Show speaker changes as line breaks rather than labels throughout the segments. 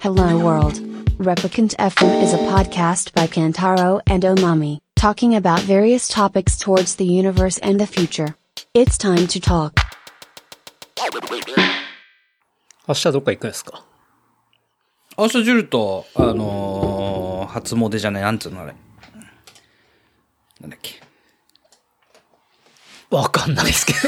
Hello World. Replicant FM is a podcast by Kantaro and Omami, talking about various topics towards the universe and the future. It's time to talk.
明日どっか行くんですか
明日ジュルと、あのー初詣じゃない、なんつうのあれ。なんだっけ。
わかんないですけど。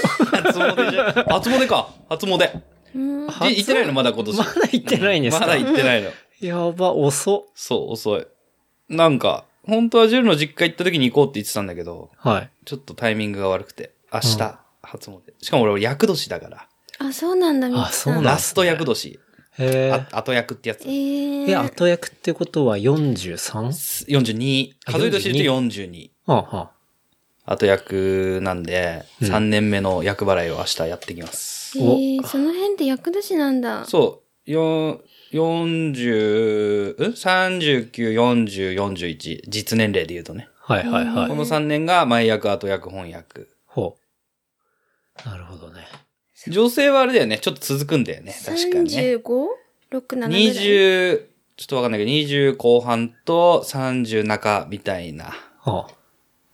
初詣じゃ、初詣か。初詣。 で行ってないのまだ今年。
まだ行ってないんですか
まだ行ってないの。
やば、遅っ。
そう、遅い。なんか、本当はジュルの実家行った時に行こうって言ってたんだけど、
はい。
ちょっとタイミングが悪くて、明日、初詣。しかも俺、厄年だから。
あ、そうなんだ、み
あ
つさ。
そうんなん
ラスト厄年。
へ
あ後役ってやつ
え。ー、
え。え、後役ってことは 43?
42。
あ
数え年で言うと42。
あは
後役なんで、
うん
3年目の厄払いを明日やってきます。
えー、その辺って役年なんだ。
そう。よ、40、ん ?39、40、41。実年齢で言うとね。
はいはいは
こ
い。
の3年が前役、後役、本役。
ほう。なるほどね。
女性はあれだよね。ちょっと続くんだよね。確かにね。
35?6、7ぐらい。
20、ちょっとわかんないけど、20後半と30中みたいな。
はあ。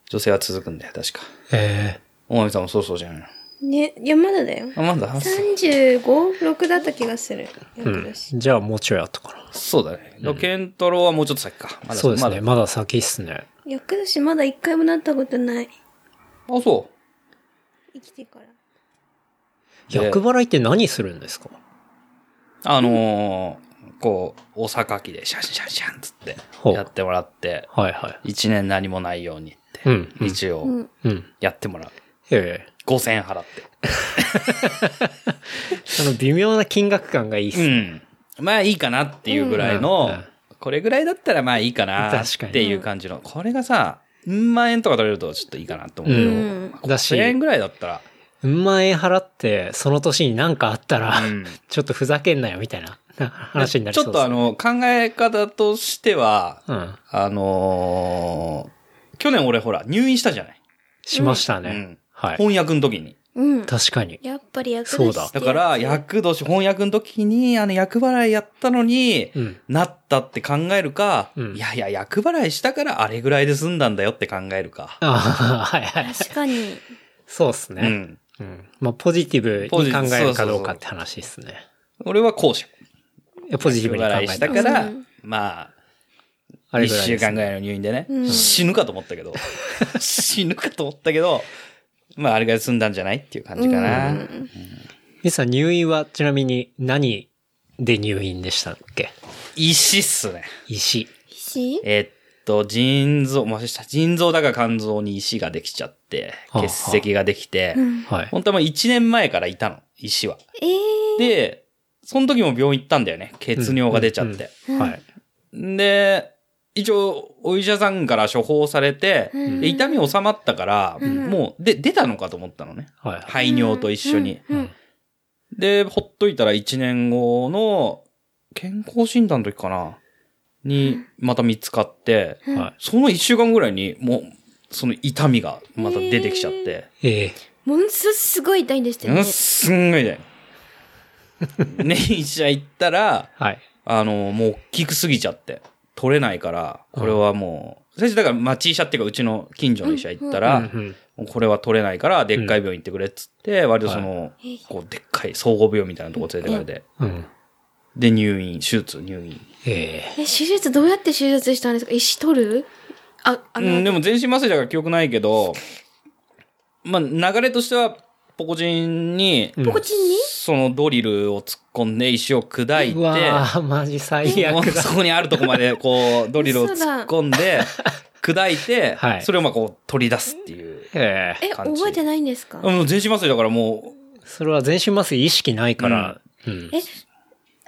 女性は続くんだよ、確か。
え
大みさんもそうそうじゃないの。
ね、いや、まだだよ。
あ、まだあそう
35?6 だった気がする。
え
役年。
うん。じゃあもうちょい後かな。
そうだね。ロケントロはもうちょっと先か。まだ
そうですね。
ま
まだ先っすね。
役年まだ一回もなったことない。
だあ、そう。
生きてから。
で
役払いって何するんですか
あのーこう、大阪機でシャンシャンシャンつって
ほう、
やってもらって、
はいはい。
一年何もないようにって、
うんうん
一応、
うん。
うん。
やってもらう。
ええ。
5000円払って。
あの、微妙な金額感がいいっす
う
ね。
ん。まあいいかなっていうぐらいの、
うんうん
これぐらいだったらまあいいかなっ
確かに
ていう感じの、これがさ、うん万円とか取れるとちょっといいかなと思うけ
う
ど、
ん
まあ
だし
5000円ぐらいだったら、
うん万円払って、その年に何かあったら、
うん
ちょっとふざけんなよ、みたいなな話になり
ち
そう
ょっ
です
とあ
ね
の、考え方としては、
うん。
あのー去年俺ほら、入院したじゃない、
しました
う
ね
ん。
はい。
翻訳の時に。
うん。
確かに。
やっぱり役年
そうだ
だから、
役。
役年、翻訳の時に、あの、役払いやったのに、
うん。
なったって考えるか、
うん
いやいや、役払いしたからあれぐらいで済んだんだよって考えるか。
ああ、はいはい。
確かに。
そうです
う
ね。
ん。
うん。まあ、ポジティブに考
ポ
え
ジそうそう
る
そ
か
う
どうかって話ですね。
俺は後者。
いやポジティ
役
ブに考
払
え
いしたたから、
うん
ま
あ
あ、一週間ぐら
い。
いの入院でね、
うん
死ぬかと思った けど、死ぬかと思ったけど、まあ、あれぐらいで済んだんじゃないっていう感じかな。
うん
ミスさん、入院はちなみに何で入院でしたっけ
石っすね。
石。
石
えっと、腎臓、まあ、腎臓だか肝臓に石ができちゃって、
はあはあ
結石ができて、
うん。
はい。
本当はもう1年前からいたの、石は。
えー。
で、その時も病院行ったんだよね。血尿が出ちゃって。
うん
はい。
で、一応、お医者さんから処方されて、
うん
で痛み収まったから、
うん
もう、で、出たのかと思ったのね。
はい。
排尿と一緒に。
うん。
で、ほっといたら1年後の、健康診断の時かな、に、また見つかって、
うん
はい。
その1週間ぐらいに、もう、その痛みがまた出てきちゃって、
ええ。
ものすごい痛いんでしたよ
う
ね
ん、。すんごい痛 い。ね、医者行ったら、
はい。
あの、もう大きくすぎちゃって、取れないから、これはもう、最初だから町医者っていうか、うちの近所の医者行ったら、
うんうん
もうこれは取れないから、でっかい病院行ってくれっつって、割とその、
い
こう、でっかい総合病院みたいなとこ連れてかれて、
うん。
で、入院、手術、入院。
ええ。
え、手術どうやって手術したんですか石取るあ、あ
うん、
の、
でも全身麻酔だから記憶ないけど、まあ、流れとしては、ポコチンに、
ん
ポコチンに
そのドリルを突っ込んで石を砕いう
わ
て、
ぁ、マジ最
もう
悪だ。
そこにあるとこまでこ う、ドリルを
嘘だ
突っ込んで、砕いて、
はい
それをまあこう取り出すっていう。
ええ。
え、
感じ
覚えてないんですか
もう全身麻酔だからも
それは全身麻酔意識ないから、うん。
え、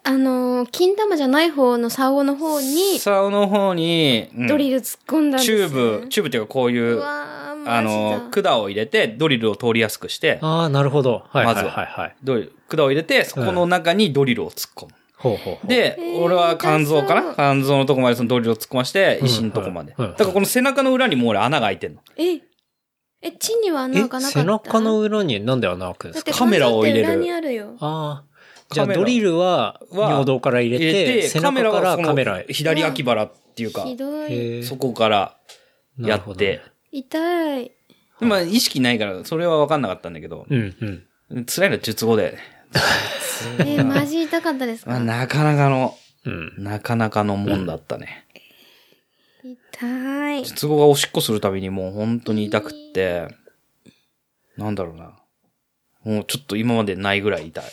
あのー、金玉じゃない方の竿の方
う、
に
竿の方に、うん
ドリル突っ込んだんです
チ
ね
ューブ、チューブっていうかこういうう、
わー、マジだ
あの、管を入れて、ドリルを通りやすくして、
ああ、なるほど。はいは
ま
いは
ず
いはい。
ドリル管を入れて、そこの中にドリルを突っ込む。
ほうほうほう。
で、
えー
俺は肝臓か
痛そ
な
う
肝臓のとこまでそのドリルを突っ込まして、
うん
石のとこまで。
うんうん
だからこの背中の裏にもう俺穴が開いてんの。
え、え、地には穴がなかった
え背中の裏になんで穴開くんで
だっ
す
て
か
カメラを入れる
肝臓って裏にあるよ。
ああ。じゃあ
カメラ
ドリルは
は
尿道から入れ
入れ
て、
て、
背
カメ
中
ラ
か
は
ら
そ
カ
の
メラへ。
左秋腹っていうか、
ひどい。
へー
そこから
な
や
るほ
っ
どね
て、
痛い。
まあ意識ないから、それは分かんなかったんだけど、
うんうん。
辛いのは術 後で、
えー、マジ痛かったです
まあ、
か
なかなかの、
うん。
なかなかのもんだったね。
痛い。
術後がおしっこするたびにもう本当に痛くって、なんだろうな。もうちょっと今までないぐらい痛かっ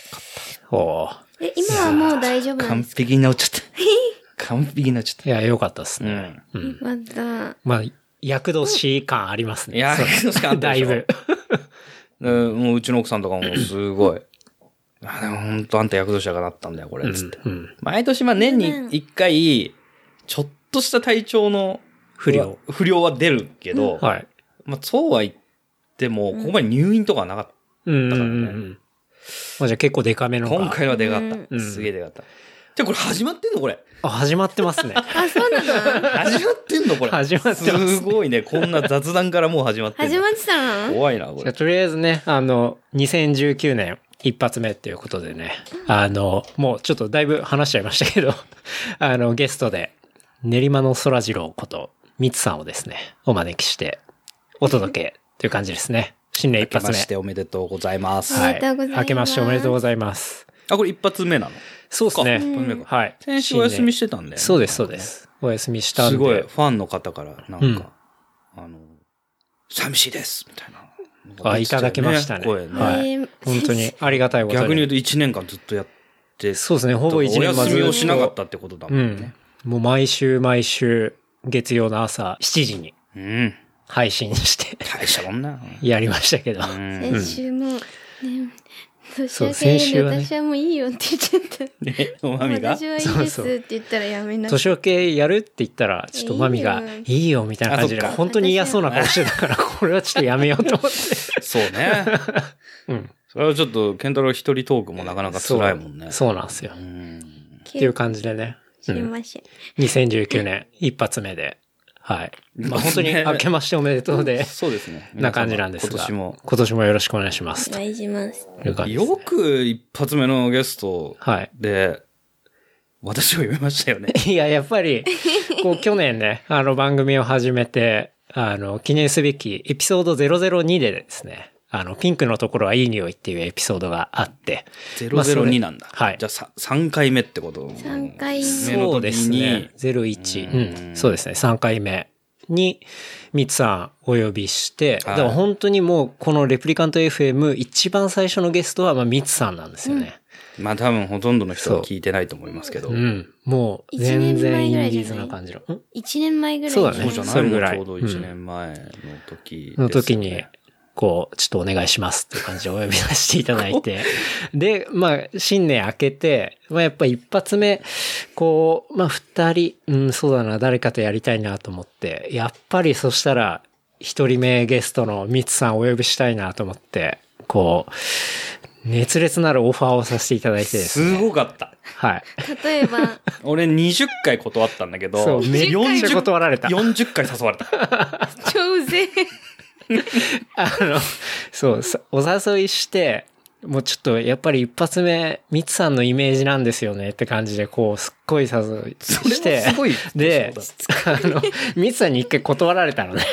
た。
おー
え、今はもう大丈夫なん
完
ですか
璧に治っちゃった。完璧に治っちゃっ
いや、良かったです
た。う
ね。
ん。
うん。
また。
まあ、躍動し感ありますね。
いや
そう
躍動し感あった
だ
でし
い
ょ
ぶ。
うんもううちの奥さんとかもすごい。あ、でもほんとあんた役動者がなったんだよ、こ
う
れ。つっ
ん
て。
うん。
毎年、まあ年に一回、ちょっとした体調の
不良。
不良は出るけど、
はい。
まあそうは言っても、ここまで入院とかはなかっ
うんうん
だ
う
から
ん
ね
うん。まあじゃあ結構デカめ
た。
のが。
今回は出があっ
うん
た。すげえ出があった。じゃあこれ始まってんのこれ。
あ、始まってますね。
あ、そうなの
始まってんのこれ。
始まってます
すごいね。こんな雑談からもう始まってんの
始まってたの
怖いな、こ
じゃあ
れ。
とりあえずね、あの、2019年一発目っていうことでね、あの、もうちょっとだいぶ話しちゃいましたけど、 あの、ゲストで、練馬の空次郎こと、ミツさんをですね、お招きして、お届けという感じですね。新年一
明け
発
ま
目
し。ておめでとうございます。
おめでとうございます
明けましておめでとうございます。
あ、これ一発目なの
そうですね。
一発目か
はい。
先週お休み
し
してたんだよね
そうです、そうで。す。お休みしたんで。
すごい、ファンの方から、なん
うん
か、あの、寂しいです、みたいな。
あいただきましたね
声ね。
はい
えー
本当にありがたいこと
逆に言うと1年間ずっとやって、
そうですね、ほぼ一年
お休み
ずっ
を
と
しなかったってことだも
うんん
ね。。
もう毎週毎週、月曜の朝7時に
うん。
配信して
大したもんな。
やりましたけど。
うん。
先週も、ね、年
そう
明け
先週はね
私はもういいよって言っちゃった。
で、 おまみが
私はいいですって言ったらやめなさい。
年明けやるって言ったら、ちょっとマミが
いいよ、
いいよみたいな感じで、
あそっか
本当に嫌そうな顔してた から、これはちょっとやめようと思って。
そうね。
うん。
それはちょっと、ケンタロウ一人トークもなか なか辛いもんね。
そうそうなんですよ。っ
うん。
って
いう感じでね。う
し
ん、
ません。
2019年一発目で。はい。まあ、本当に明けましておめでとうで、
そうですね。
な感じなんですが。
今年も。
今年もよろしくお願いします。
お願いします。
という感じです
よく一発目のゲスト
はい。
で、私を呼びましたよ ね。
いや、やっぱり、こう、去年ね、あの、番組を始めて、あの、記念すべきエピソード002でですね、あの、ピンクのところはいい匂いっていうエピソードがあって、まあそれ
002なんだ。
はい
じゃあさ3回目ってこと
三回目。
目の時に
そうですね、01、うん、そうですね、3回目に、ミツさんお呼びして、
はい
だから本当にもう、このレプリカント FM 一番最初のゲストは、まあ、ミツさんなんですよね。
まあ多分ほとんどの人は聞いてないと思いますけど。
う
も
ん。
う
もう、全然インディーズな
一年前ぐ
感じの。ん
らいじゃない一年前ぐらい
そうだね
じゃ
そ
な
れ
い
ぐ
も
らい
うちょうど1年前の時、
の時に。、こう、ちょっとお願いしますっていう感じでお呼び出していただい て。で、まあ、新年明けて、まあやっぱ一発目、こう、まあ二人、うん、そうだな、誰かとやりたいなと思って、やっぱりそしたら、一人目ゲストのミツさんお呼びしたいなと思って、こう、熱烈なるオファーをさせていただいてですね。
すごかった。
はい。
例えば、
俺20回断ったんだけど、
そう、めっちゃ
40
断られた。
40回誘われた。
超ぜ。
あの、そう、さお誘いして、もうちょっとやっぱり一発目、ミツさんのイメージなんですよねって感じで、こう、すっごい誘い
それも
して、
すごい。
で、あの、ミツさんに一回断られたのね。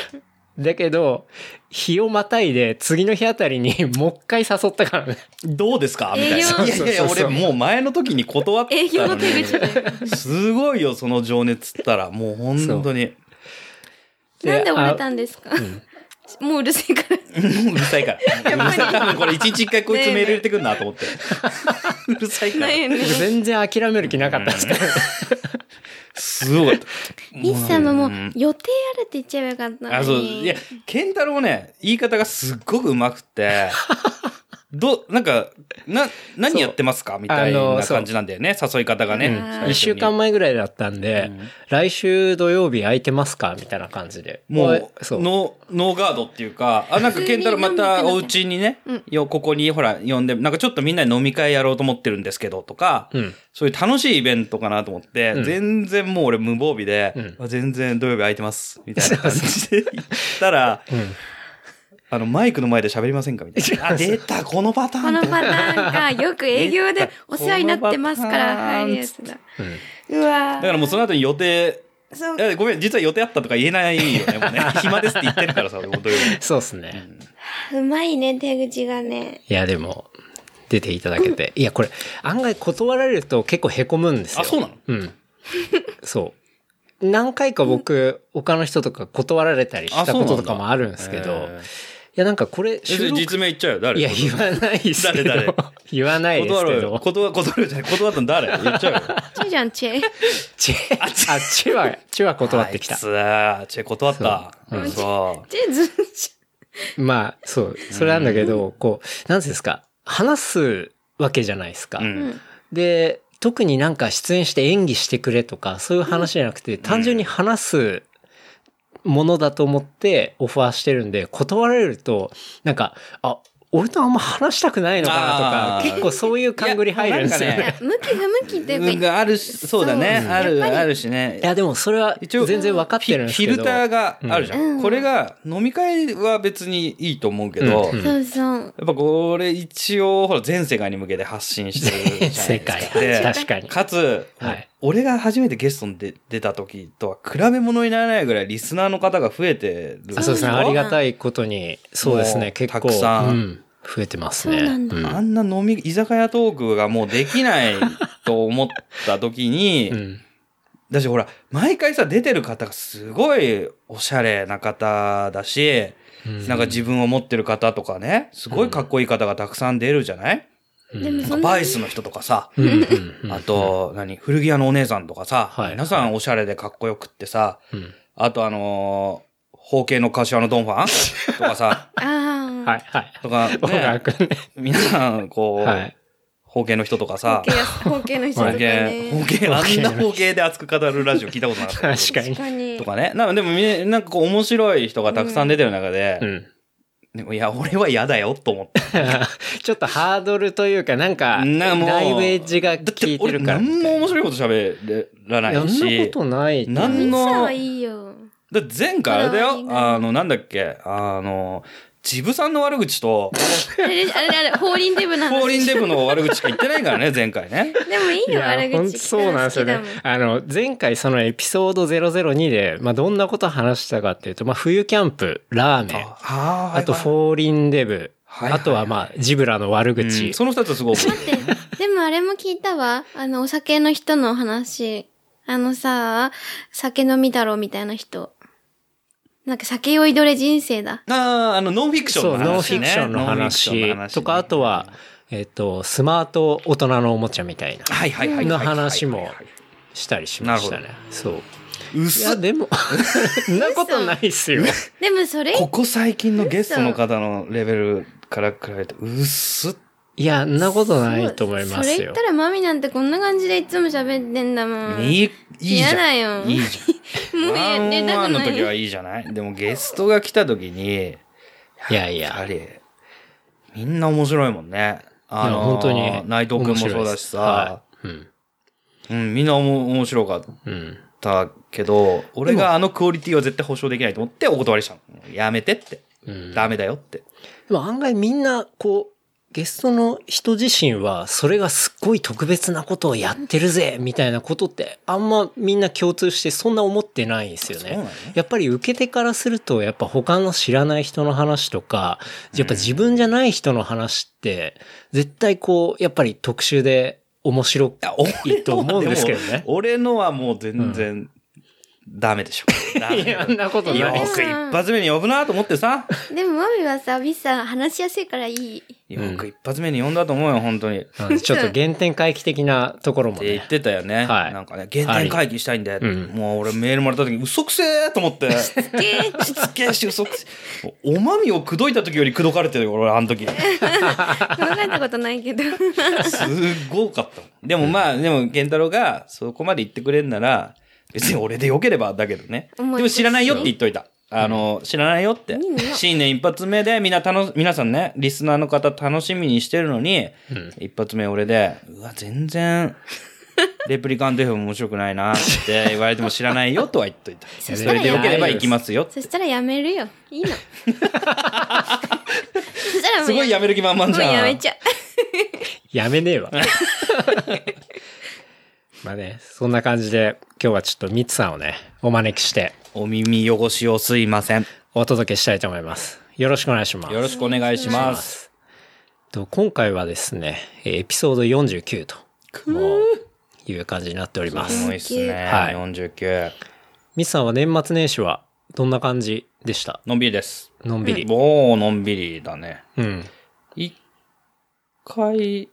だけど、日をまたいで、次の日あたりにもう一回誘ったからね。
どうですかみたいな。
営
い
業
やいやいや、俺もう前の時に断ったの
営
に。
業の手口で。
すごいよ、その情熱ったら。もう本当に。
で
なんで折れたんですか もううるせえから。
もううるさい から。うるさい。多分これ一日一回こいつメール入れてくんなと思って。 うるさいから
な。いよね。
全然諦める気なかったんですけど、
すごい。
ミスさんももう
うん
予定あるって言っちゃえばよかったのに。
あ、そう。いや、ケンタロウね、言い方がすっごくうまくて、ど、なんか、な、何やってますかみたい
あの
な
そう
感じなんだよね。誘い方がね。
うん
最初に
一週間前ぐらいだったんで、来週土曜日空いてますかみたいな感じで。
もう、
そう。
ノー、ノーガードっていうか、あ、なんか、ケンタロウまたお家にね
うん、
よ、ここに、ほら、呼んで、なんかちょっとみんなで飲み会やろうと思ってるんですけど、とか、
うん。
そういう楽しいイベントかなと思って、
うん
全然もう俺無防備で、
うん
あ全然土曜日空いてます、みたいな感じで言ったら、
うん。
あの、マイクの前で喋りませんかみたいな。あ、出た、このパターン
この
と思っ
パターンか、よく営業でお世話になってますから入るやつだ。うわ
ただか
ー
らもうその後に予定、
そう
いやごめん、実は予定あったとか言えないよね、も うね。暇ですって言ってるからさ、俺も土曜日
そうですね。
うまいね、手口がね。
いや、でも、出ていただけて。いや、これ、案外断られると結構凹むんですよ。
あ、そうなの
うん。そう。何回か僕、他の人とか断られたりしたこととかもあるんですけど、
え
いや、なんかこれ、
ーえ
収録
実名言っちゃうよ、誰
いや、言わないですけ
誰誰
ど、言わないです
断
け
るよ。
ど、
断断るじゃない、断ったの誰言っちゃうよ。
チェじゃん、チェ。
チェ、あ、チェは、チェは 断ってき
あ
た
い。つはチェ断った。
そううん
そう。
チェずっと
まあ、そう、それなんだけど、こう、なんていうんですか、話すわけじゃないですか。
うん
で、特になんか出演して演技してくれとか、そういう話じゃなくて、単純に話すものだと思ってオファーしてるんで、断られると、なんか、あ、俺とあんま話したくないのかな
あ
とか、
ー
結構そういう勘繰り入るんですよ
いやなん
ね。
か
向き不向きっていうか、
があるし、そうだね。
そう
あ
やっぱり
る、あるし
い
ね。
や、でもそれは
一応
全然分かってるんです
フ
け
ィ
ど。
ルターがあるじゃん。
うん
これが、飲み会は別にいいと思うけど、
うんうん
そうそう。
やっぱこれ一応、ほら、全世界に向けて発信してるじゃないです か。
世界。
で
確かに。
かつ、
はい
俺が初めてゲストに出出た時とは比べ物にならないぐらいリスナーの方が増えてる。
あそうですね。あ
そうなんだ
りがたいことに、そうです
も
ね。
う
結構。
たくさん
うん増えてますね。
そうなんだ
あんな飲み、居酒屋トークがもうできないと思った時に、
うん
だしほら、毎回さ、出てる方がすごいおしゃれな方だし、
うん
なんか自分を持ってる方とかね、すごいかっこいい方がたくさん出るじゃない、
うん
でもそ
なんん
な
かバイスの人とかさ、
うんうんうん
あと、何、古着屋のお姉さんとかさ、
はい
皆さんおしゃれでかっこよくってさ、
うん
あとあのー、包茎の柏のドンファンと かさ、
あ
は
あ。
いはい。
とか、
小川
ね、
君ね。
皆さん、こう、
はい。
包茎の人とか
包
さ、
茎や包茎の人とか
包茎、包
ね。
茎、あん
包茎
な包茎で熱く語るラジオ聞いたことなかったけど。
確かに
確。かに
と。かね。なんかでもみ、なんかこう面白い人がたくさん出てる中で
う、ん。
でもいや、俺は嫌だよ、と思って。
ちょっとハードルというか、なんか、
なんかもう
だいぶエッジが
だっ
効
て
いて
俺
るから。
何も面白いこと喋らない
や、そんなこ
し。
とない。
なん
ミ
の
サはいいよ。
だって前回あれだ
いい
よ。
な
あの、なんだっけ。あの、ジブさんの悪口と、
あれあれあれ、法輪デブな話
フォーリンデブの悪口しか言ってないからね、前回ね。
でもいい
い
よ、
や
悪口
ほんとそうなんですよね
好きだもん。
あの、前回そのエピソード002で、まあ、どんなこと話したかっていうと、まあ、冬キャンプ、ラーメン、
あ
あと、フォーリンデブ、
はいはい
あとは、まあ、ジブラの悪口。
その二つはすごい覚えてる。
でもあれも聞いたわ。あの、お酒の人の話。あのさ、酒飲みだろみたいな人。なんか酒酔いどれ人生だ。
ああ、あの、ノンフィクション
そう、
の
ノンフ
話
ィク
ね。
ションの
ノンフィクション
話
のね
とか、あとは、えっと、スマート大人のおもちゃみたいな、
はいはいはいはい。
の話もしたりしましたね。そう。い
薄
や、
っ
でも、そんなことないっすよ。
でもそれ、
ここ最近のゲストの方のレベルから比べて、うっす。
いや、そんなことないと思い
そ
ま
れ
す
言っ
よ
た。らマミなんてこんな感じでいつも喋ってんだもん。
いい、いいじゃん。
嫌だよ
いいじゃん。
もう
ワ
や
ン
り
オン
た
ワ
く
ンの
な
時
い。
はいいじゃないでもゲストが来た時に、
いやい
やは
や。
り、みんな面白いもんね。あ
いや
の
本当に
内藤くんもそうだしさ、
面白いです
うん、みんなおも面白かっ
はいうん。うん。
たけど、俺があのクオリティは絶対保証できないと思ってお断りしたの。やめてって。
うん
ダメだよって。
でも案外みんな、こう、ゲストの人自身は、それがすっごい特別なことをやってるぜ、みたいなことって、あんまみんな共通してそんな思ってないんですよ
そうなの
ね。やっぱり受け手からすると、やっぱ他の知らない人の話とか、やっぱ自分じゃない人の話って、絶対こう、やっぱり特殊で面白く
いや、俺のはい
いと思うんですけど
でも
ね。
俺のはもう全然、ダメでしょ。ダメ
い
だよ
や、そんなこと
よ
ないです。
く一発目に呼ぶなと思ってさ。
でもマミはさ、ビスさん話しやすいからいい。
よく一発目に呼んだと思うよ、本当に。って
うんちょっと原点回帰的なところも
言っ
ね。
てたよね。
はい
なんかね、原点回帰したいんで、
ん
もう俺メールもらった時、嘘くせーと 思って。
ゲー
しつけえし、嘘くせえおまみを口説いた時より口説かれてるよ、俺、あの時。
考えたことないけど。
すっごかったもん。でもまあ、でも、健太郎がそこまで言ってくれんなら、別に俺でよければだけどね。で
思い出
も知らないよって言っといた。あの、知らないよって。新年一発目でみんな楽し、皆さんね、リスナー の方楽しみにしてるのに、一発目俺で、うわ、全然、レプリカント F も面白くないなって言われても知らないよとは言っといた。
そし
そ
たら
れで
や
よけ
め
れば
る
行きますよ。
そしたらやめるよ。い いの。そしたらもう
すごいやめる気満々じゃん
もうやめちゃう。
やめねえわ。 まあね、そんな感じで今日はちょっとミツさんをね、お招きして
お耳汚しをすいません。
お届けしたいと思います。よろしくお願いします。
よろしくお願いします。
と今回はですね、えーエピソード49ともういう感じになっておりますす
ご。いっすね。
はい
49。
ミツさんは年末年始はどんな感じでした
のんびりです。
のんびり。
もうのんびりだね。
うん。
一回、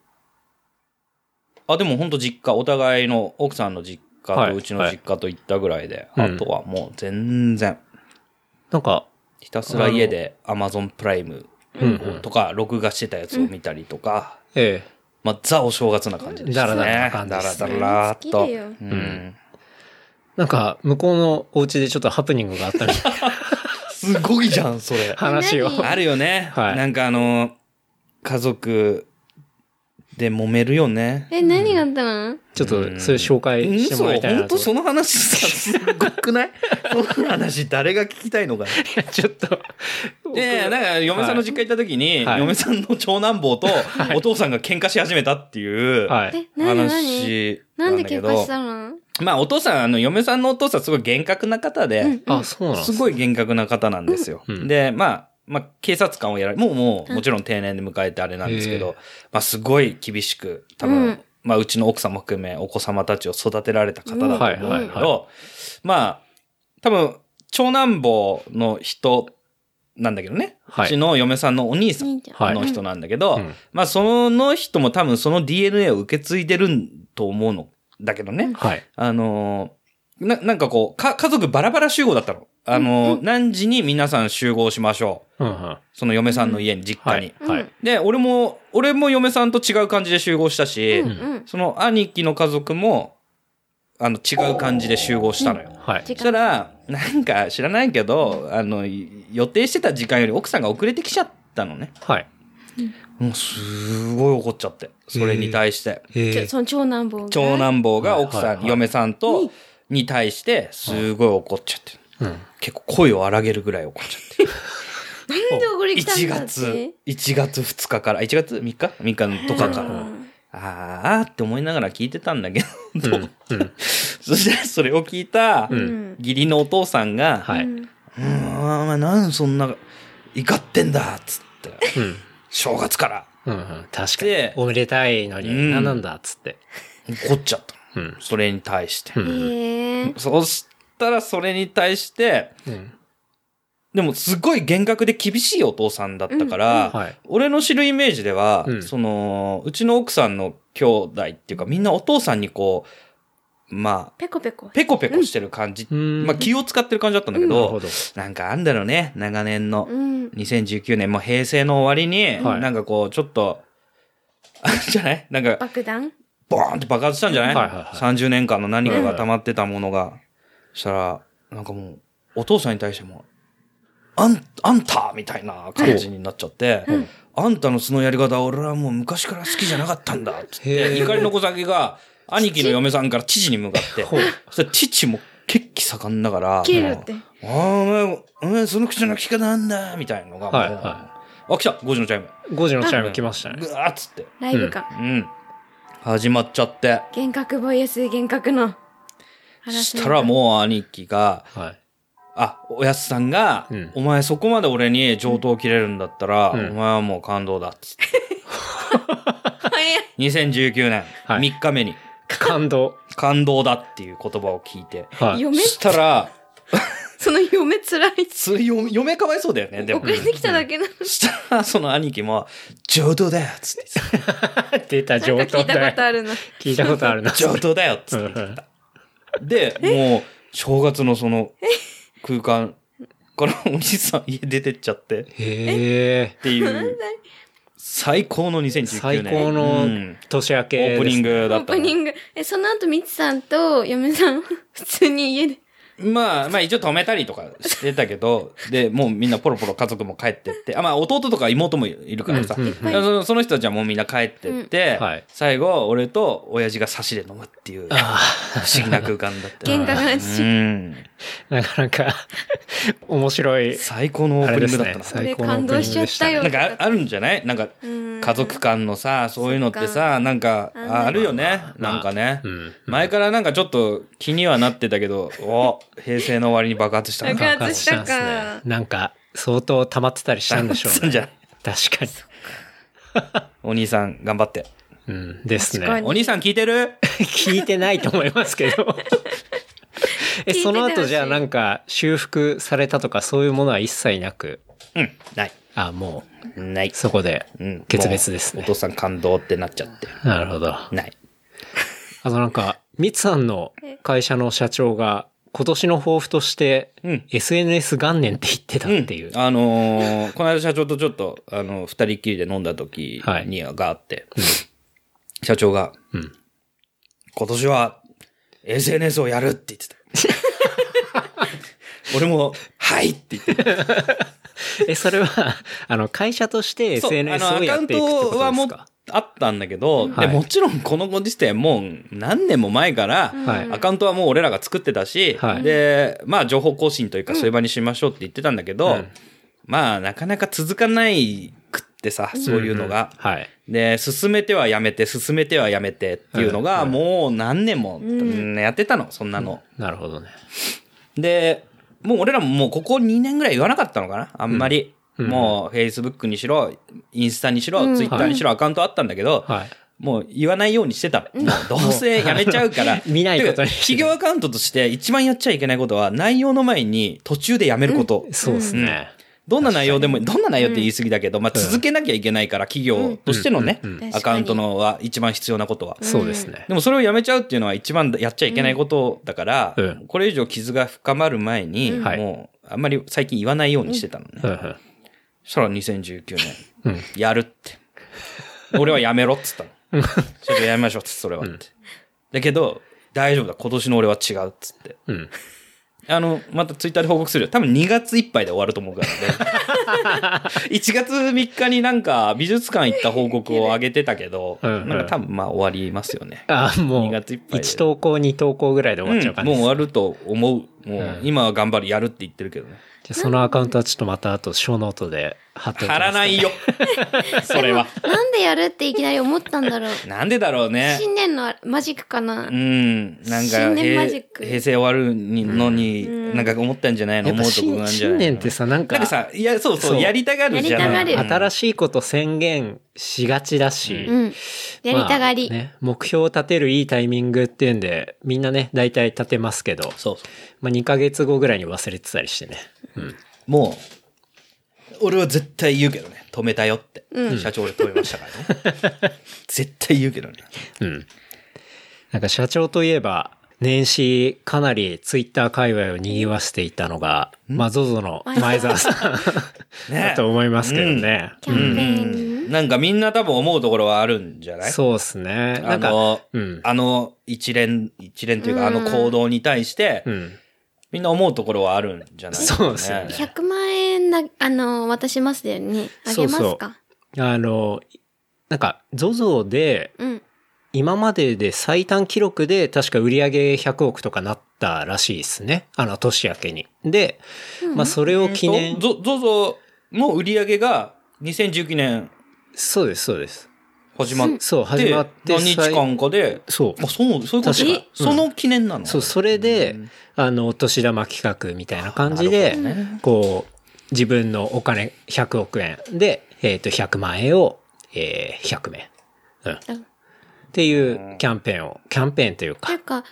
あ、でもほんと実家、お互いの奥さんの実
はい
家とうちの実家と行ったぐらいで、
はい
あとはもう全然、
なんか、
ひたすら家で Amazon プライムとか、録画してたやつを見たりとか、
ええ
まあ、ザお正月な感じでしたね。
だらだらな感じです
だ
ね
らだらっと。
好きだよ
うん。
なんか、向こうのお家でちょっとハプニングがあったみたいな
すごいじゃん、それ。
話を。
何
あるよね。
はい
なんかあの、家族で揉めるよね。
え、何があったの
ちょっと、それ紹介してもらいたいな
本
と
当。その話さ、すごく ないその話誰が聞きたいのかな。
ちょっと。
で、なんか嫁さんの実家行った時に、
はい
嫁さんの長男坊とお父さんが喧嘩し始めたっていう
はい。
え、何何
話
なんで
だけ
喧
ど
嘩したの
まあお父さん、あの嫁さんのお父さんすごい厳格な方で、
あ、そうなんですす
ごい厳格な方なんですよ。
うん
で、まあ、まあ、警察官をやられ、もうもう、もちろん定年で迎えてあれなんですけ
へ
ど
え、
まあ、すごい厳しく、多分、
うん
まあ、うちの奥様含め、お子様たちを育てられた方だと思うんだけど、
うんはいはいは
まあ、多分、長男坊の人なんだけどね、
はいう
ちの嫁さんのお兄さん
兄ちゃん。
はい
の人なんだけど、
うん
まあ、その人も多分その DNA を受け継いでると思うの、だけどね。
はい。
あのーな、なんかこう、か、家族バラバラ集合だったの。あのー何時に皆さん集合しましょう。
うんうん。
その嫁さんの家に、実
は
家に。
い。は
う
い
ん。
で、俺も、俺も嫁さんと違う感じで集合したし、
うんうん。
その兄貴の家族も、あの、違う感じで集合したのよ。
はい。
時
そした
間。
ら、なんか知らないけど、あの、い予定してた時間より奥さんが遅れてきちゃったのね。
はい。
もうすごい怒っちゃって。それに対して。
え
ちょその長男坊が。
長男坊が奥さん、
はいはいはい
嫁さんと、に対して、すごい怒っちゃってる。結構声を荒げるぐらい怒っちゃってる。
なんで送り来たん
1
だって。
月、1月2日から、1月3日 ?3 日のとかか
う
ら。
ん
あーって思いながら聞いてたんだけど、
うん。うん。
そしたらそれを聞いた、
ん
義理のお父さんが、
は
う
い。
ん
うーん、お前なんそんな、怒ってんだっつって、
うん。
正月から、
うんうん。確かに
で。
おめでたいのに、
うん
何なんだっつって。
怒っちゃった
う
の。
ん。
それに対して。
うん。
へえ。
そしたらそれに対して、
うん
でもすごい厳格で厳しいお父さんだったから、
はい。
俺の知るイメージでは、
うん
その、うちの奥さんの兄弟っていうかみんなお父さんにこう、ま
ペコペコ
あ、。ペコペコしてる感じ、
うん
まあ気を使ってる感じだったんだけ
なる
ど、
ほど。
なんかあんだろうね、長年の
う。ん。
2019年、もう平成の終わりに、
はい
なんかこう、ちょっと、あれじゃないなんか、
爆弾
ボーンって爆発したんじゃない,、
はいはいはい
?30 年間の何かが溜まってたものが。そしたら、なんかもう、お父さんに対しても、あん、あんたみたいな感じになっちゃって、あんたのそのやり方は俺はもう昔から好きじゃなかったんだっつっ
へ
て、
ー
怒りの小先が、兄貴の嫁さんから父に向かって、そしたら父も血気盛んだから、
切るって。
ああ、お前、お前、その口の利き方なんだみたいなのが、
はい
もう
は
あ、来た !5 時のチャイム。
5時のチャイム来ましたね。
ぐわーっつって。
ライブか。
うん。始まっちゃって。
幻覚 VS 幻覚の。
したらもう兄貴が、
はい。
あ、おやすさんが、
うん
お前そこまで俺に上等切れるんだったら、
うん
お前はもう感動だっつって。
う。早 い。
2019年、
はい
3日目に、
感 動。
感動だっていう言葉を聞いて。
はい。
嫁
そ、したら、
その嫁つらい。
つ嫁嫁かわいそうだよね、でも
遅。れてきただけなの。
そしたら、その兄貴も、上等だよっつって言って
出た
な
上
んか聞
等
いたこ
だ
と
よ。
あるの。
聞いたことあるな
た。。上等だよっつ って言ってた。で、もう、正月のその、空間からお兄さん家出てっちゃっ
へ
て。
え
っ。ていう、最高の2019年。
最高
う
の
ん
年明
オ
けですね。
ープニング
オ
だ
ー
った
プ
の。
ニング。え、その後、みちさんと嫁さん、普通に家で
まあ、まあ一応止めたりとかしてたけど、 で、もうみんなポロポロ家族も帰ってって、あ、まあ弟とか妹もいるからさ、
うんうんうん
だからそのその人たちはもうみんな帰ってって、
うんはい
最後、俺と親父が差しで飲むっていう、不思議な空間 だった。
喧嘩がな
う
し。
ん。
なかなか 面白い。
最高のオープニングだったな。
あれですね最高
これ
のオープニン
感
グ
動
で
し
し
ちゃ
たね
った
な
よ。
んかああるんじゃないなんか、
うん
家族間のさ、そういうのってさ、なんか、ああるよね。なんかね。
うん
前からなんかちょっと気にはなってた けど、お、平成の終わりに爆発したな。
爆発したか
爆発したんですねなんか、相当溜まってたりしたんでしょう
爆発したんじゃ
ね
ない。
確かに。
お兄さん頑張って。
うん、です
確か
ね
に。
お兄さん聞いてる
聞いてないと思いますけど。え、
聞いてた
その後じゃあ
し
なんか修復されたとかそういうものは一切なく、
うん、ない。
あ、も
ない。
う、そこで
うん、
決別です
もう
ね
お父。さん感動ってなっちゃって。
なるほど。
ない。
あとなんか、ミツさんの会社の社長が、今年の抱負として
うん
SNS 元年って言ってたっていう。
あのー この間社長とちょっと、あの、二人っきりで飲んだ時にはがあって、社長が、
うん
今年は SNS をやるって 言ってた。俺も、はいって言ってた。
え、それは、あの、会社として
そう
SNS
あの
をやっていくってことです
アカウントはも
か
うあったんだけど、で
はい
もちろんこのご時世もう何年も前から、
はい
アカウントはもう俺らが作ってたし、
はい
で、まあ情報更新というかそういう場にしましょうって言ってたんだけど、
うん
まあなかなか続かないくってさ、そういうのが。
はい。
で、進めてはやめて、進めてはやめてっていうのが、
うん
もう何年も
ん
やってたの、そんなの。
なるほどね。
で、もう俺らももうここ2年ぐらい言わなかったのかなあんまり。
うん
もう Facebook にしろ、インスタにしろ、Twitter にしろアカウントあったんだけど、
はい。
もう言わないようにしてたの。もうどうせやめちゃうから。
見ないことに
てか企業アカウントとして一番やっちゃいけないことは、内容の前に途中でやめること。
そうですね。
どんな内容でも、どんな内容って言い過ぎだけど、まあ続けなきゃいけないから、企業としてのね
うんうん
う、ん
アカウントのは一番必要なことは。
そうですね。
でもそれをやめちゃうっていうのは一番やっちゃいけないことだから、
うん
これ以上傷が深まる前に、
はい
もうあんまり最近言わないようにしてたのね。
うんうん
そしたら2019年、
うん
やるって。俺はやめろっつったの。ちょっとやめましょうっつって、それはって。だけど、大丈夫だ。今年の俺は違うっつって。
うん。
あの、またツイッターで報告するよ。多分2月いっぱいで終わると思うからね。1月3日になんか美術館行った報告を上げてたけど、
うんうん
なんか多分まあ終わりますよね。
あ、も
2
う、
月いっぱいで
1投稿、2投稿ぐらいで終わっちゃう
うん
感
も
じ
う
です
終
ね
わると思う。もう
うん
今は頑張る、やるって言ってるけどね。
じゃあそのアカウントはちょっとまた後、小ノートで貼っておきます
貼らないよ。それは。
なんでやるっていきなり思ったんだろう。
なんでだろうね。
新年のマジックかな
う。ん。なんか
新年
平、
マジック
平成終わるのに、なんか思ったんじゃないの
やっ
思
ぱ
うとこなん
新
じゃない
新
の
年ってさ、なん
なん
か
か、さ、いや、そうそ、
そうう
やりたがるじゃ
や
な
りたがる
新
い。
しいこと宣言しがちだし、
うん。やりたがり。
まあね、目標を立てるいいタイミングっていうんで、みんなね、大体立てますけど、
そうそ
まあ2ヶ月後ぐらいに忘れてたりしてね。うん。
う。もう、俺は絶対言うけどね。止めたよって。社長で止めましたからね。絶対言うけどね。
うん。なんか社長といえば、年始かなりツイッター界隈を賑わしていたのが、まあ ZOZO の前澤さん
ね
だと思いますけどね。
キャンペーンに。
なんかみんな多分思うところはあるんじゃない
そうですね。な
あ
んか、
の、
うん。
あの一連、一連というか、あの行動に対して、
うん。
みんな思うところはあるんじゃない
そうですね
100万円な、あの、渡しますよね。あげますか
そう
う
そあの、なんか ZOZO で、
ん。
今までで最短記録で確か売り上げ100億とかなったらしいですね。あの年明けに。で、まあそれを記念、
ゾゾゾの売り上げが2019年
そうです、そうです。
始まって、
そう、始まって
何日
最
間かで、
そう
あ、。そう、そういうこと
確か
その記念なの
そう、それで、あの、お年玉企画みたいな感じで、こう、自分のお金100億円で、えっ、と、100万円を、えー、100名。うん。っていうキャンペーンを、キャンペーンという
という
か、
か、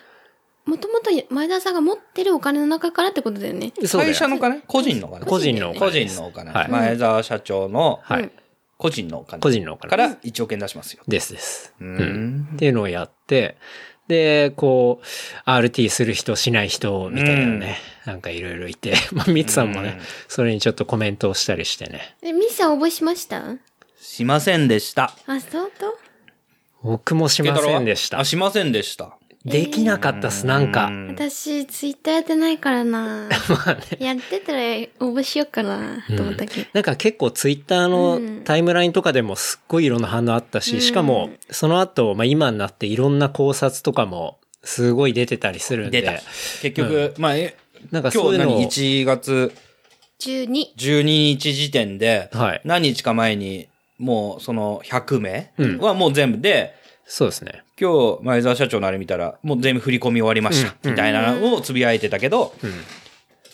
もともと前田さんが持ってるお金の中からってことだよね。
そうだ
会
よ
社のお金個人のお金
個人のお
個
金です
人のお金。
はい
前澤社長の
はい。
個人のお金。
個人のお金
か
です
ら1億円出しますよ。
ですです。
う
っ
ん。
ていうのをやって、で、こう、RT する人、しない人、みたいなのね、なんかいろいろいて、 まあ、ミツさんもね、それにちょっとコメントをしたりしてね。
え、ミサ応募しました
しませんでした。
あ、そうと
僕もしませんでし
あ、
た。
しませんでした。
できなかったっす、なんか。
うん
私、ツイッターやってないからな
まあね。
やってたら応募しようかなと思ったけど。
なんか結構ツイッター
うん
のタイムラインとかでもすっごいいろんな反応あったし、しかもその後、まあ今になっていろんな考察とかもすごい出てたりするん
出た
で、。
結局、まあ、え
なん
今
か
日
そういうの
何
を、
?1 月
12。
12日時点で、
はい
何日か前に、もうその100名
うん
はもう全部で、
そうですね。
今日、前澤社長のあれ見たら、もう全部振り込み終わりました。みたいなのをつぶやいてたけど、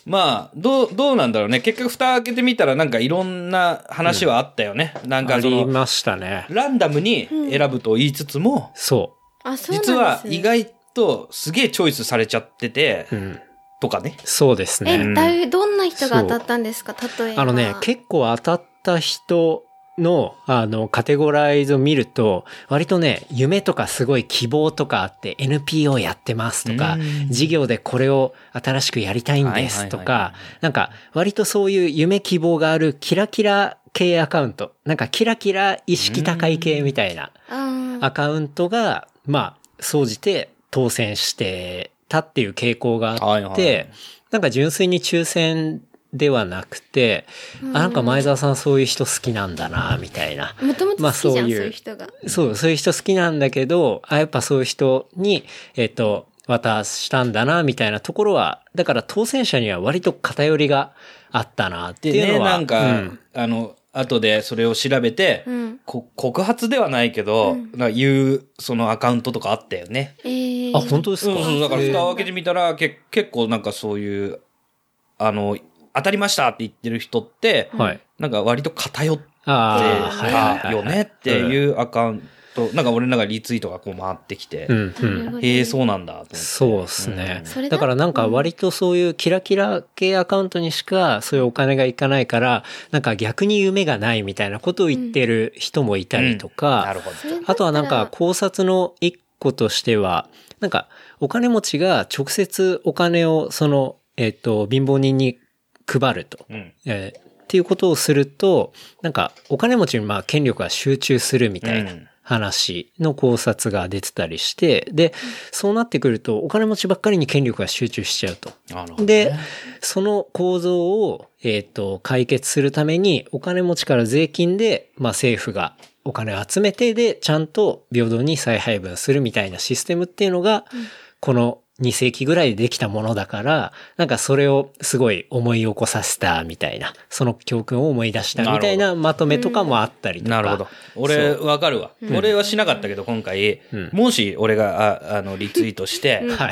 まあ、どう、どうなんだろうね。結局、蓋開けてみたら、なんかいろんな話はあったよね。なん
あ
かそ
り
の、
ましたね。
ランダムに選ぶと言いつつも、
そ
あ、そうなんです
実
ね
は意外とすげえチョイスされちゃってて
う。う、ん。
とかね。
そうですね。
え、だいどんな人が当たったんですか例えば。
あのね、結構当たった人の、あの、カテゴライズを見ると、割とね、夢とかすごい希望とかあって、NPO やってますとか
うん、
事業でこれを新しくやりたいんですと
はいはいはいは
か、なんか、割とそういう夢希望があるキラキラ系アカウント、なんかキラキラ意識高い系みたいな
うん、
アカウントが、まあ、総じて当選してたっていう傾向があって、
はいはい
なんか純粋に抽選ではなくて、あ、なんか前澤さんそういう人好きなんだな、みたいな。
もともと
ま
好
あ
きじゃん、
そう
そう
いう
いう人が。
そう、そういう人好きなんだけど、あ、やっぱそういう人に、えっ、と、渡したんだな、みたいなところは、だから当選者には割と偏りがあったな、って
で
いう
ね、
のは。
なんか、
うん
あの、後でそれを調べて、
うん。
こ告発ではないけど、なんか言う、そのアカウントとかあったよね。
えー、
あ、本当です
そ
か、
うそう、だから
へー
蓋を開けてみたら、け結構なんかそういう、あの、当たりましたって言ってる人って、
はい。
なんか割と偏って
ああ、はいはい
た
はい
よ
はい。
ねっていうアカウント、なんか俺の中でリツイートがこう回ってきて、
うん、うん。
なるほど
へえ、そうなんだと思って。
そうですね
うんそれ。だ
だからなんか割とそういうキラキラ系アカウントにしかそういうお金がいかないから、なんか逆に夢がないみたいなことを言ってる人もいたりと
な
か、
るほど。
それだったら
あとはなんか、考察の一個としては、なんかお金持ちが直接お金をその、えっと、貧乏人に配ると。
うん。
えーっていうことをすると、なんかお金持ちにまあ権力が集中するみたいな
うん
話の考察が出てたりして、で、そうなってくるとお金持ちばっかりに権力が集中しちゃうと。
なるほど
で、その構造を、えっ、と、解決するためにお金持ちから税金で、まあ政府がお金を集めて、で、ちゃんと平等に再配分するみたいなシステムっていうのが、この2世紀ぐらいでできたものだから、なんかそれをすごい思い起こさせたみたいな、その教訓を思い出したみたいなまとめとかもあったりとか。
なるほど。俺、わかるわ。俺はしなかったけど、今回、
ん
もし俺が、ああの、リツイートして、
はい。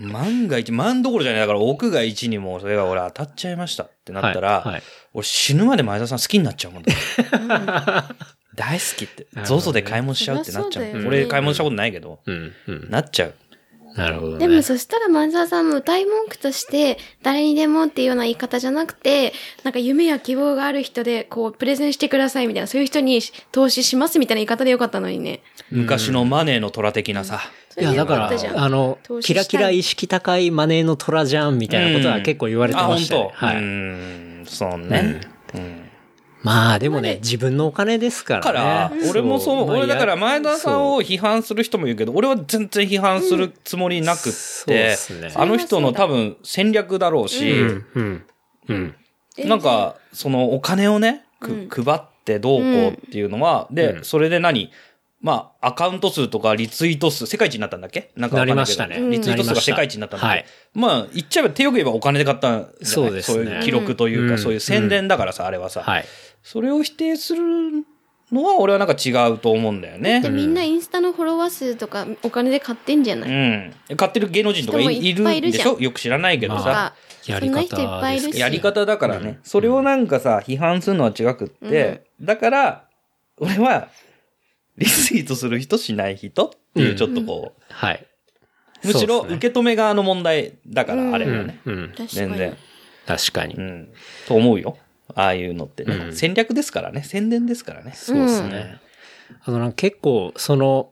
万が一、万どころじゃない、だから奥が一にも、それが俺当たっちゃいましたってなった
は
ら、
いはい
俺死ぬまで前田さん好きになっちゃうもんだ。 大好きって、ゾゾで買い物しちゃうってなっちゃう。
そりゃそうだよね
俺買い物したことないけど、
うん、うん。
なっちゃう。
なるほどね。
でもそしたら前澤さんも歌い文句として、誰にでもっていうような言い方じゃなくて、なんか夢や希望がある人で、こう、プレゼンしてくださいみたいな、そういう人に投資しますみたいな言い方でよかったのにね。
昔のマネーの虎的なさ。
いや、だか
そういうのがあったじゃん
ら、あの
投、資した
キラ
い
キラ意識高いマネーの虎じゃんみたいなことは結構言われてました、ね
あ、本当。
は
う
い。
ん、そうね。うん
まあ、でもね、自分のお金ですからね。
だから、俺もそう、
まあ
俺だから
や
前田さんを批判する人もいるけど、俺は全然批判するつもりなく
うん
っ
そう
て
っすね、
あの人の多分戦略だろう
う
し、
ん、うん、うん。
なんか、そのお金をね、
うん
く配ってどうこうっていうのは、
う
で、
ん
それで何まあ、アカウント数とかリツイート数、世界一になったんだっけなんかわかんないけど
なりましたね
リツイート
なり
数が
ました
世界一になったんだっ
はい
けまあ、言っちゃえば、手よく言えばお金で買ったんじゃない
そうですね
いう記録という
う
か、
ん
そういう宣伝だからさ、あれはさ。
はい。
それを否定するのは俺はなんか違うと思うんだよね。
でみんなインスタのフォロワー数とかお金で買ってんじゃない、
うん。買ってる芸能人とか
人も
い
い
い
っ
る
ぱいい
ん
る
で
じゃん
しょよく知らないけど
まあ
さ。
や
そん
り
な
方
人いっぱいいるし。
やり方だからね。それをなんかさ、批判するのは違くって。だから、俺は、リツイートする人しない人っていううんちょっとこう、
はい。
むしろ
そうっす
受
ね
け止め側の問題だか
うん
ら、あれ
う
は
ん
ね。、
うん。
確か
全
に。
然。
確かに
う。ん。と思うよ。ああいうのって
う
ね。
ん
戦略ですからね。宣伝ですからね。
そうですね。あの、なんか結構、その、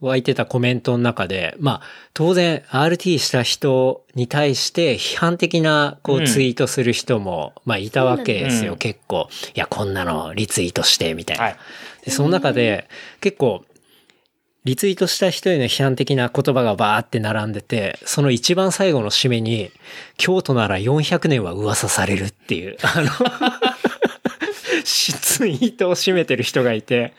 湧いてたコメントの中で、まあ、当然、RT した人に対して批判的な、こ
うん
う、ツイートする人も、まあ、いたわけです
う
よ、
ん
結構。いや、こんなのリツイートして、みたいな。
はい。
で、その中で、結構、リツイートした人への批判的な言葉がバーって並んでて、その一番最後の締めに、京都なら400年は噂されるっていう、あの、 しツイートを締めてる人がいて、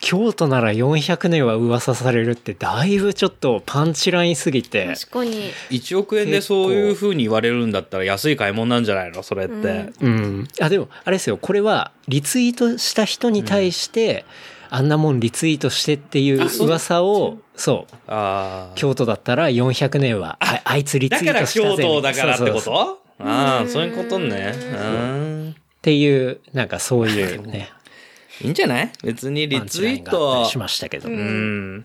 京都なら400年は噂されるって、だいぶちょっとパンチラインすぎて、
確かに。
1億円でそういう風に言われるんだったら安い買い物なんじゃないのそれって。
うん
うん。あ、でも、あれですよ。これは、リツイートした人に対して、あんなもんリツイートしてっていう噂を、そう、
ああ。
京都だったら400年は、ああいつリツイ
だ
ー
から
トしたぜ
京都だからって
そ
こ
うそうそう
とあ
う
あ、
ん
そういうことね。うん。
っていう、なんかそういうね、
いいんじゃない別に リ
パ
ツイー
ンチラインがあった
ト
りし。ましたけど。
うん。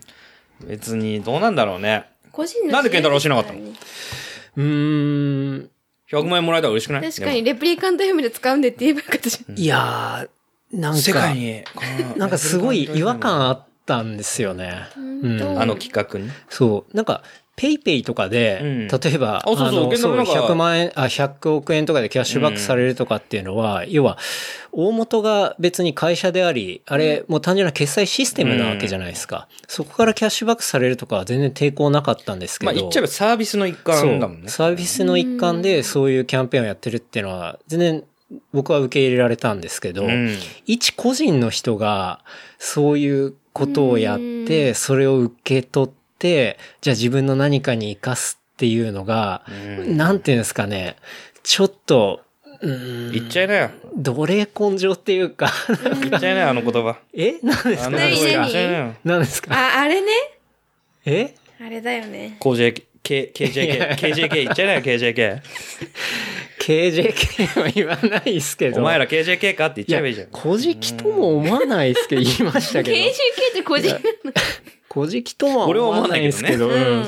別にどうなんだろうね。
個人の自由
なんで健太郎しなかったの
ですか
うーん。
100万円もらえたら嬉しくない
らね確かに、。レプリカント M で使うんでって言えばよかったじゃん。
いやー、なん
でも世界
か、
に、この
なんかすごい違和感あったんですよね。うん
本当
あの企画に。
そう。なんか、ペイペイとかで、
うん
例えば、
あそうそう
の
現
そ
状
う
なんか
100万円、あ、100億円とかでキャッシュバックされるとかっていうのは、要は、大元が別に会社であり、あれ、もう単純な決済システムなわけじゃないですか。そこからキャッシュバックされるとかは全然抵抗なかったんですけ
ま
ど。
あ言っちゃえばサービスの一環だもんね。
そうサービスの一環でそういうキャンペーンをやってるっていうのは、全然僕は受け入れられたんですけど、
うん
一個人の人がそういうことをやっ
う
て、それを受け取って、じゃあ自分の何かに活かすっていうのが、
うん
なんていうんですかね、ちょっと、うーん
言っちゃいなよ。
奴隷根性っていうか、
言っちゃいなよ、あの言葉。
え何です
あ
か
の
何
言葉言
何
っちゃいなよ。
何ですか
あ、あれね。
え
あれだよね。
こう JK、K- KJK、KJK 言っちゃいなよ、KJK。
?KJK は言わないですけど。
お前ら KJK かって言
い
っちゃ
や
えばいいじゃん、。
古事記とも思わないですけど、言いましたけど。
研修系って個人
古事記とは思わないですけど、
う
うん
ん。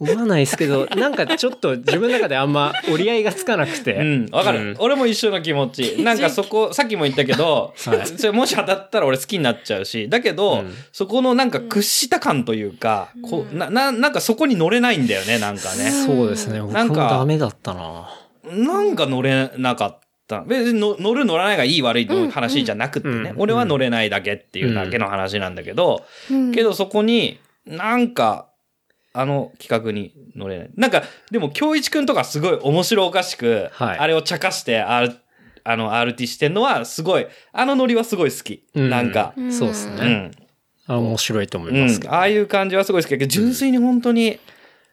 思わないですけ ど、なんかちょっと自分の中であんま折り合いがつかなくて。
うん、わかる、
うん
俺も一緒の気持ち。なんかそこ、さっきも言ったけど、
はい
それもし当たったら俺好きになっちゃうし、だけど、
うん
そこのなんか屈した感というか、こうな、な、なんかそこに乗れないんだよね、なんかね。
そうですね。僕
なん
も
か
ダメだったな。
なんか乗れなかった。別にの乗る乗らないがいい悪いの話じゃなくってね、
うん
俺は乗れないだけっていうだけの話なんだけど、けどそこになんか、あの企画に乗れない。なんか、でも、京一くんとかすごい面白おかしく、
はい
あれを茶化して、R、あの、RT してんのはすごい、あのノリはすごい好き。
う
なんか、
ん
そうです
う
ね。
ん。
あ面白いと思い
うん
ますけど。
ああいう感じはすごい好きだけど、純粋に本当に、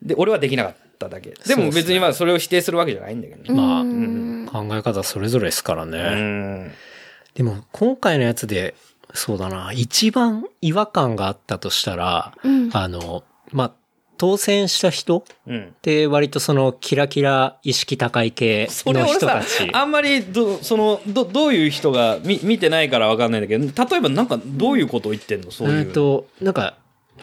で、俺はできなかっただけ。でも別にまあ、それを否定するわけじゃないんだけどね。
まあ
うん
考え方それぞれですからね。
うん。
でも今回のやつで、そうだな、一番違和感があったとしたら、
うん
あの、まあ、当選した人
うん。
で、割とそのキラキラ意識高い系
そ
の
れ俺
人
さ
たち。
あんまりどそのどどういう人が見見てないからわかんないんだけど例えばなんかどういうことを言ってんのそう
え
い
っ
う、
と、なんか、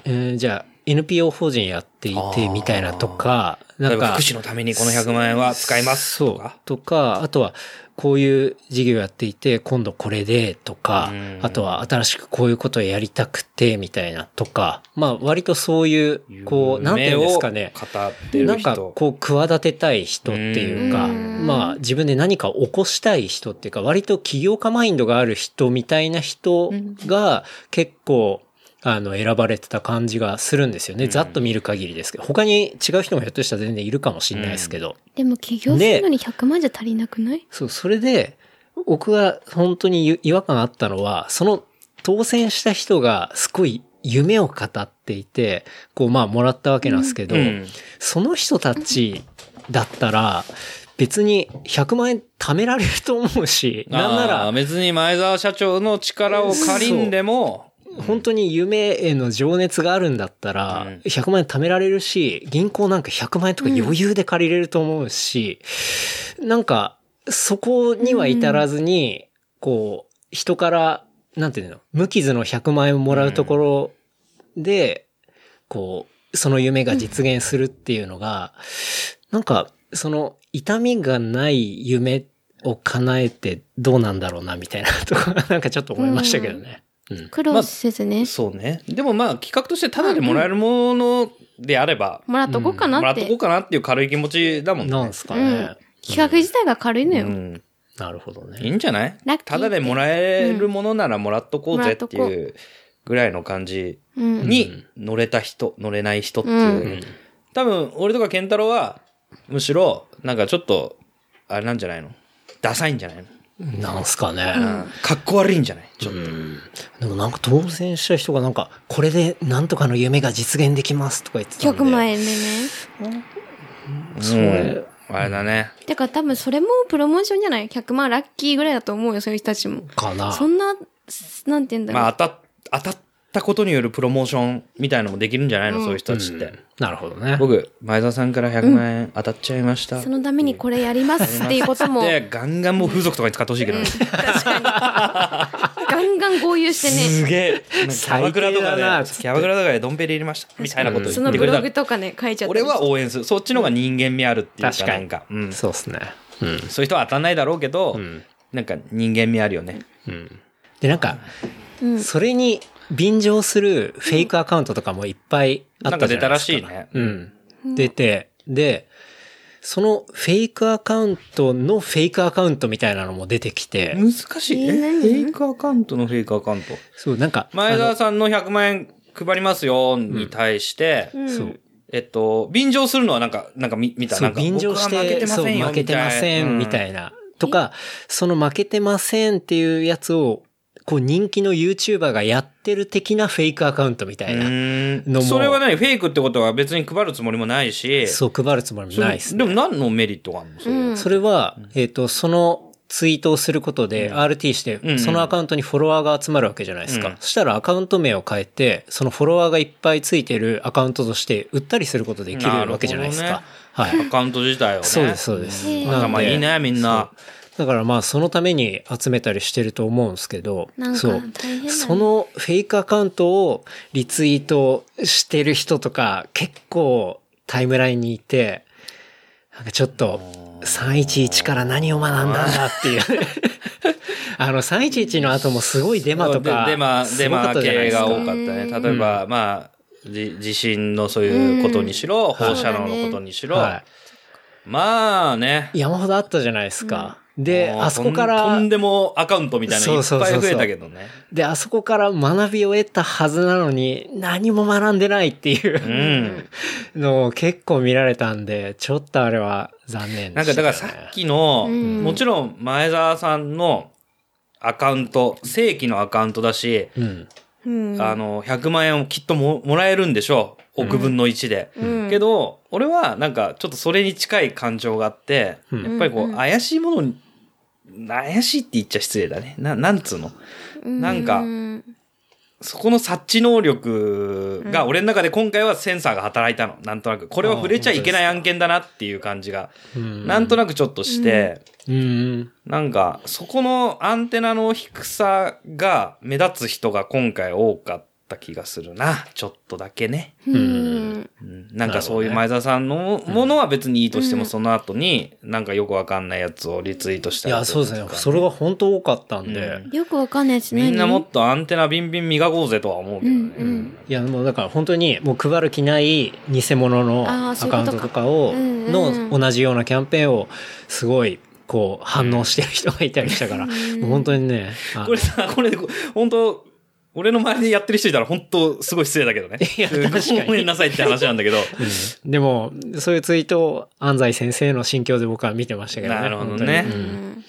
えーじゃあ、NPO 法人やってい
あ
て、
ー
みたいなとか、
例
な
え
ん
ば
か
福、祉のためにこの100万円は使います
そ
と
う
か。
とか、あとは、こういう事業やっていて、今度これで、とか
うん、
あとは、新しくこういうことをやりたくて、みたいな、とか、まあ、割とそういう、こう、なんていうんですかね。
夢を語って
な
る
んか
人
こう企てたい人っていうか
うん
まあ自分で何か起こしたい人っていうか割と起業家マインドがある人みたいな人が結構あの選ばれてた感じがするんですよね、
うん
ざっと見る限りですけど他に違う人もひょっとしたら全然いるかもしれないですけど、
でも起業するのに100万じゃ足りなくない
そうそれで僕が本当に違和感あったのはその当選した人がすごい夢を語っていてこうまあもらったわけなんですけど、
うん
その人たちだったら、別に100万円貯められると思うし、なんな
あー
ら、
別に前澤社長の力を借りんでも
本当に夢への情熱があるんだった
う
ら
ん、
100万円貯められるし、銀行なんか100万円とか余裕で借りれると思うし、なんか、そこには至らずに、こう、人から、なんていうの、無傷の100万円をもらうところで、こう、その夢が実現するっていうのが、なんか、その、痛みがない夢を叶えてどうなんだろうな、みたいなとか、なんかちょっと思いましたけどね。うん。
苦労せずね。
そうねでもまあ企画としてただでもらえるものであれば、
もらっとこうか
も
な
ら
っ
っと
て。
こうかなっていう軽い気持ちだもんね
なんすか
う
ね
ん。企画自体が軽いの
う
よ。
ん
なるほどね
い。いんじゃない
ラッキーって
ただでもらえるものならもらっとこうぜって
うんもら
いうぐらいの感じ
うん。
に乗れた人、乗れない人っていう。
うん
多分、俺とか健太郎は、むしろ、なんかちょっと、あれなんじゃないのダサいんじゃないの、
なんすかね。
かっこ悪いんじゃないちょっと。
うん。でもなんか当選した人がなんか、これでなんとかの夢が実現できますとか言ってたんで。
100万円でね。
そ
れ
あれだね。
だから多分それもプロモーションじゃない ?100 万ラッキーぐらいだと思うよ、そういう人たちも。
かな。
そんな、なんて言うんだろう。
まあ、当たっ、当たったことによるプロモーションみたいのもできるんじゃないの、そういう人たちって。
なるほどね。
僕、前澤さんから100万円当たっちゃいました。
そのためにこれやりますってい うことも、
で、ガンガンもう風俗とかに使ってほしいけどね。
ガンガン合流して
す
ね、
げえ。なんかキャバクラとか
最低
で、キ
だなつって
ャバクラとかでドンペリ入れました。みたいなこと
そ
言っ
の
て
ブ
くれ
ロ
た
グ
ら。
とかね、書いちゃって。
俺は応援する。そっちの方が人間味あるっていう
確
か、
か
な
に
んか。うん。
そうですね。うん。
そういう人は当たんないだろうけど、なんか人間味あるよね。
うん。で、なんか、それに便乗するフェイクアカウントとかもいっぱいあ
な
っ
んか
たじ
出
ゃな
た
いで
ら
すか。
しいね。
うん。出て、で、そのフェイクアカウントのフェイクアカウントみたいなのも出てきて、
難しい。え、フェイクアカウントのフェイクアカウント。
そう、なんか、
前澤さんの100万円配りますよに対して、
そう、
えっと、便乗するのはなんか、なんか見見た。
そ
な
う、
んか
便乗し
僕は負け
て、
てま
そう、
せんよ
負けてません、みた
い
いな。とか、その負けてませんっていうやつを、こう人気の YouTuber がやってる的なフェイクアカウントみたい
な。う
な。
ーん
のも
それはね、フェイクってことは別に配るつもりもないし、
そう、配るつもりも
それ
ないです
で
ね。
も何のメリットがあるのそれ
うん
それは、えっと、そのツイートをすることで RT し
んう
て、
ん
そのアカウントにフォロワーが集まるわけじゃないです
う
か
ん。
そしたらアカウント名を変えて、そのフォロワーがいっぱいついてるアカウントとして売ったりすることできるわけじゃないです
なる
か。はい。
アカウント自体をね。
そうです、そうです。
うん
なんで
頭いいね、みんな。
だからまあそのために集めたりしてると思うんですけど、
なんか
そ
大変だね
そのフェイクアカウントをリツイートしてる人とか結構タイムラインにいて、なんかちょっと311から何を学んだんだって いう。あの311の後もすごいデマとか、
でデマ、デ
すごか
マ
ったじゃない
系
です
が
か
多かったね。例えば、まあ、じ地震のそういうことにしろ、放射能のことにしろ、
は
まあね。
い。山ほどあったじゃないですか。で、
もう
あそこか
とん
ら
とん、でもアカウントみたいなのいっ
そうそうそ
ぱ
うそ
い増
う
えたけどね。
で、あそこから学びを得たはずなのに、何も学んでないっていう。
うん。
のを結構見られたんで、ちょっとあれは残念
な
で
んか
した、
だ
ね。
からさっきの、
うん
もちろん前澤さんのアカウント、正規のアカウントだし、
うん。
うん。
あの、100万円をきっとももらえるんでしょう。億分の1で。
うん
けど、俺はなんかちょっとそれに近い感情があって、
うん
やっぱりこう、怪しいものに、怪しいって言っちゃ失礼だね。な、なんつうの。なんか
うん
そこの察知能力が、俺の中で今回はセンサーが働いたの。なんとなく。これは触れちゃいけない案件だなっていう感じが、
うん。
なんとなくちょっとして、
うん。
なんか、そこのアンテナの低さが目立つ人が今回多かった気がするな。ちょっとだけね。
うん。
うんなんかそういう前澤さんのものは別にいいとしても、その後に、なんかよくわかんないやつをリツイートし
い
たりとか
や、そうですね。それが本当多かったんで。
うん
よくわかんないですね。
みんなもっとアンテナビンビン磨こうぜとは思うけどね。
いや、もうだから本当にもう配る気ない偽物の
あ
ア
ーそういう
カウン
こと
ト
か
とかを、
うんうんうん
の同じようなキャンペーンをすごい、こう反応してる人がいたりしたから、もう本当にね、あの
これさ、これ、本当俺の周りでやってる人いたら本当すごい失礼だけどね。ごめんなさいって話なんだけど。
でも、そういうツイートを安西先生の心境で僕は見てましたけどね。
なるほどね
本当に
う
うん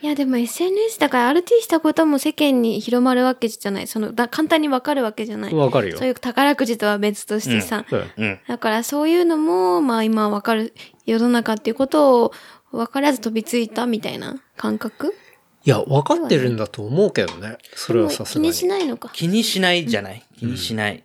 いやでも SNS だから RT したことも世間に広まるわけじゃない。そのだ簡単にわかるわけじゃない。
うん。わかるよ。
そういう宝くじとは別としてさ。
うん
うん。
だからそういうのも、まあ今わかる世の中っていうことを分からず飛びついたみたいな感覚
いや、分かってるんだと思うけどね。それはさす
気
がに。
にしないのか。
気にしないじゃない。気にしない。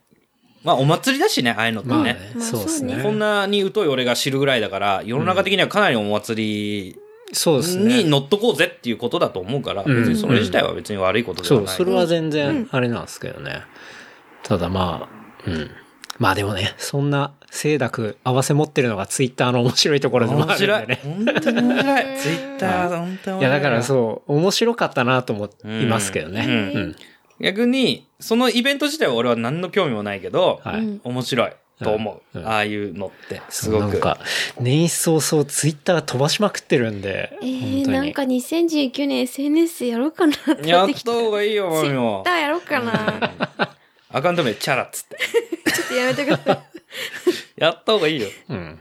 まあ、お祭りだしね、ああいうのって
まあ
ね
ね。、
まあ
そうです
そう
ね。
こんなに疎い俺が知るぐらいだから、世の中的にはかなりお祭り
そうです
に
ね。
乗っとこうぜっていうことだと思うから、
ん
別にそれ自体は別に悪いことで
そ
は
う、
ない。
それは全然あれなんですけどね。ただまあ、うん。まあでもね、そんな清濁合わせ持ってるのがツイッターの面白いところでもあ
面白
る
い
んで。ね。
本当に面白い。ツイッター、本当に面白い。
いや、だからそう、面白かったなと思いますけどね。
うん
うん
逆に、そのイベント自体は俺は何の興味もないけど、
はい
うん
面白いと思う、
うん
ああいうのって、す
そう
ご
なん
く。
か、年一早々ツイッター飛ばしまくってるんで。
えー、
本当に
なんか2019年 SNS やろうかなって
や
なっ
って
き
た
た。
方がいいよ、マミ
Twitter
も。
やろうかな。
アカウント名、チャラっつって。
ちょっとやめてくださ
やった方がいいよ。
うん。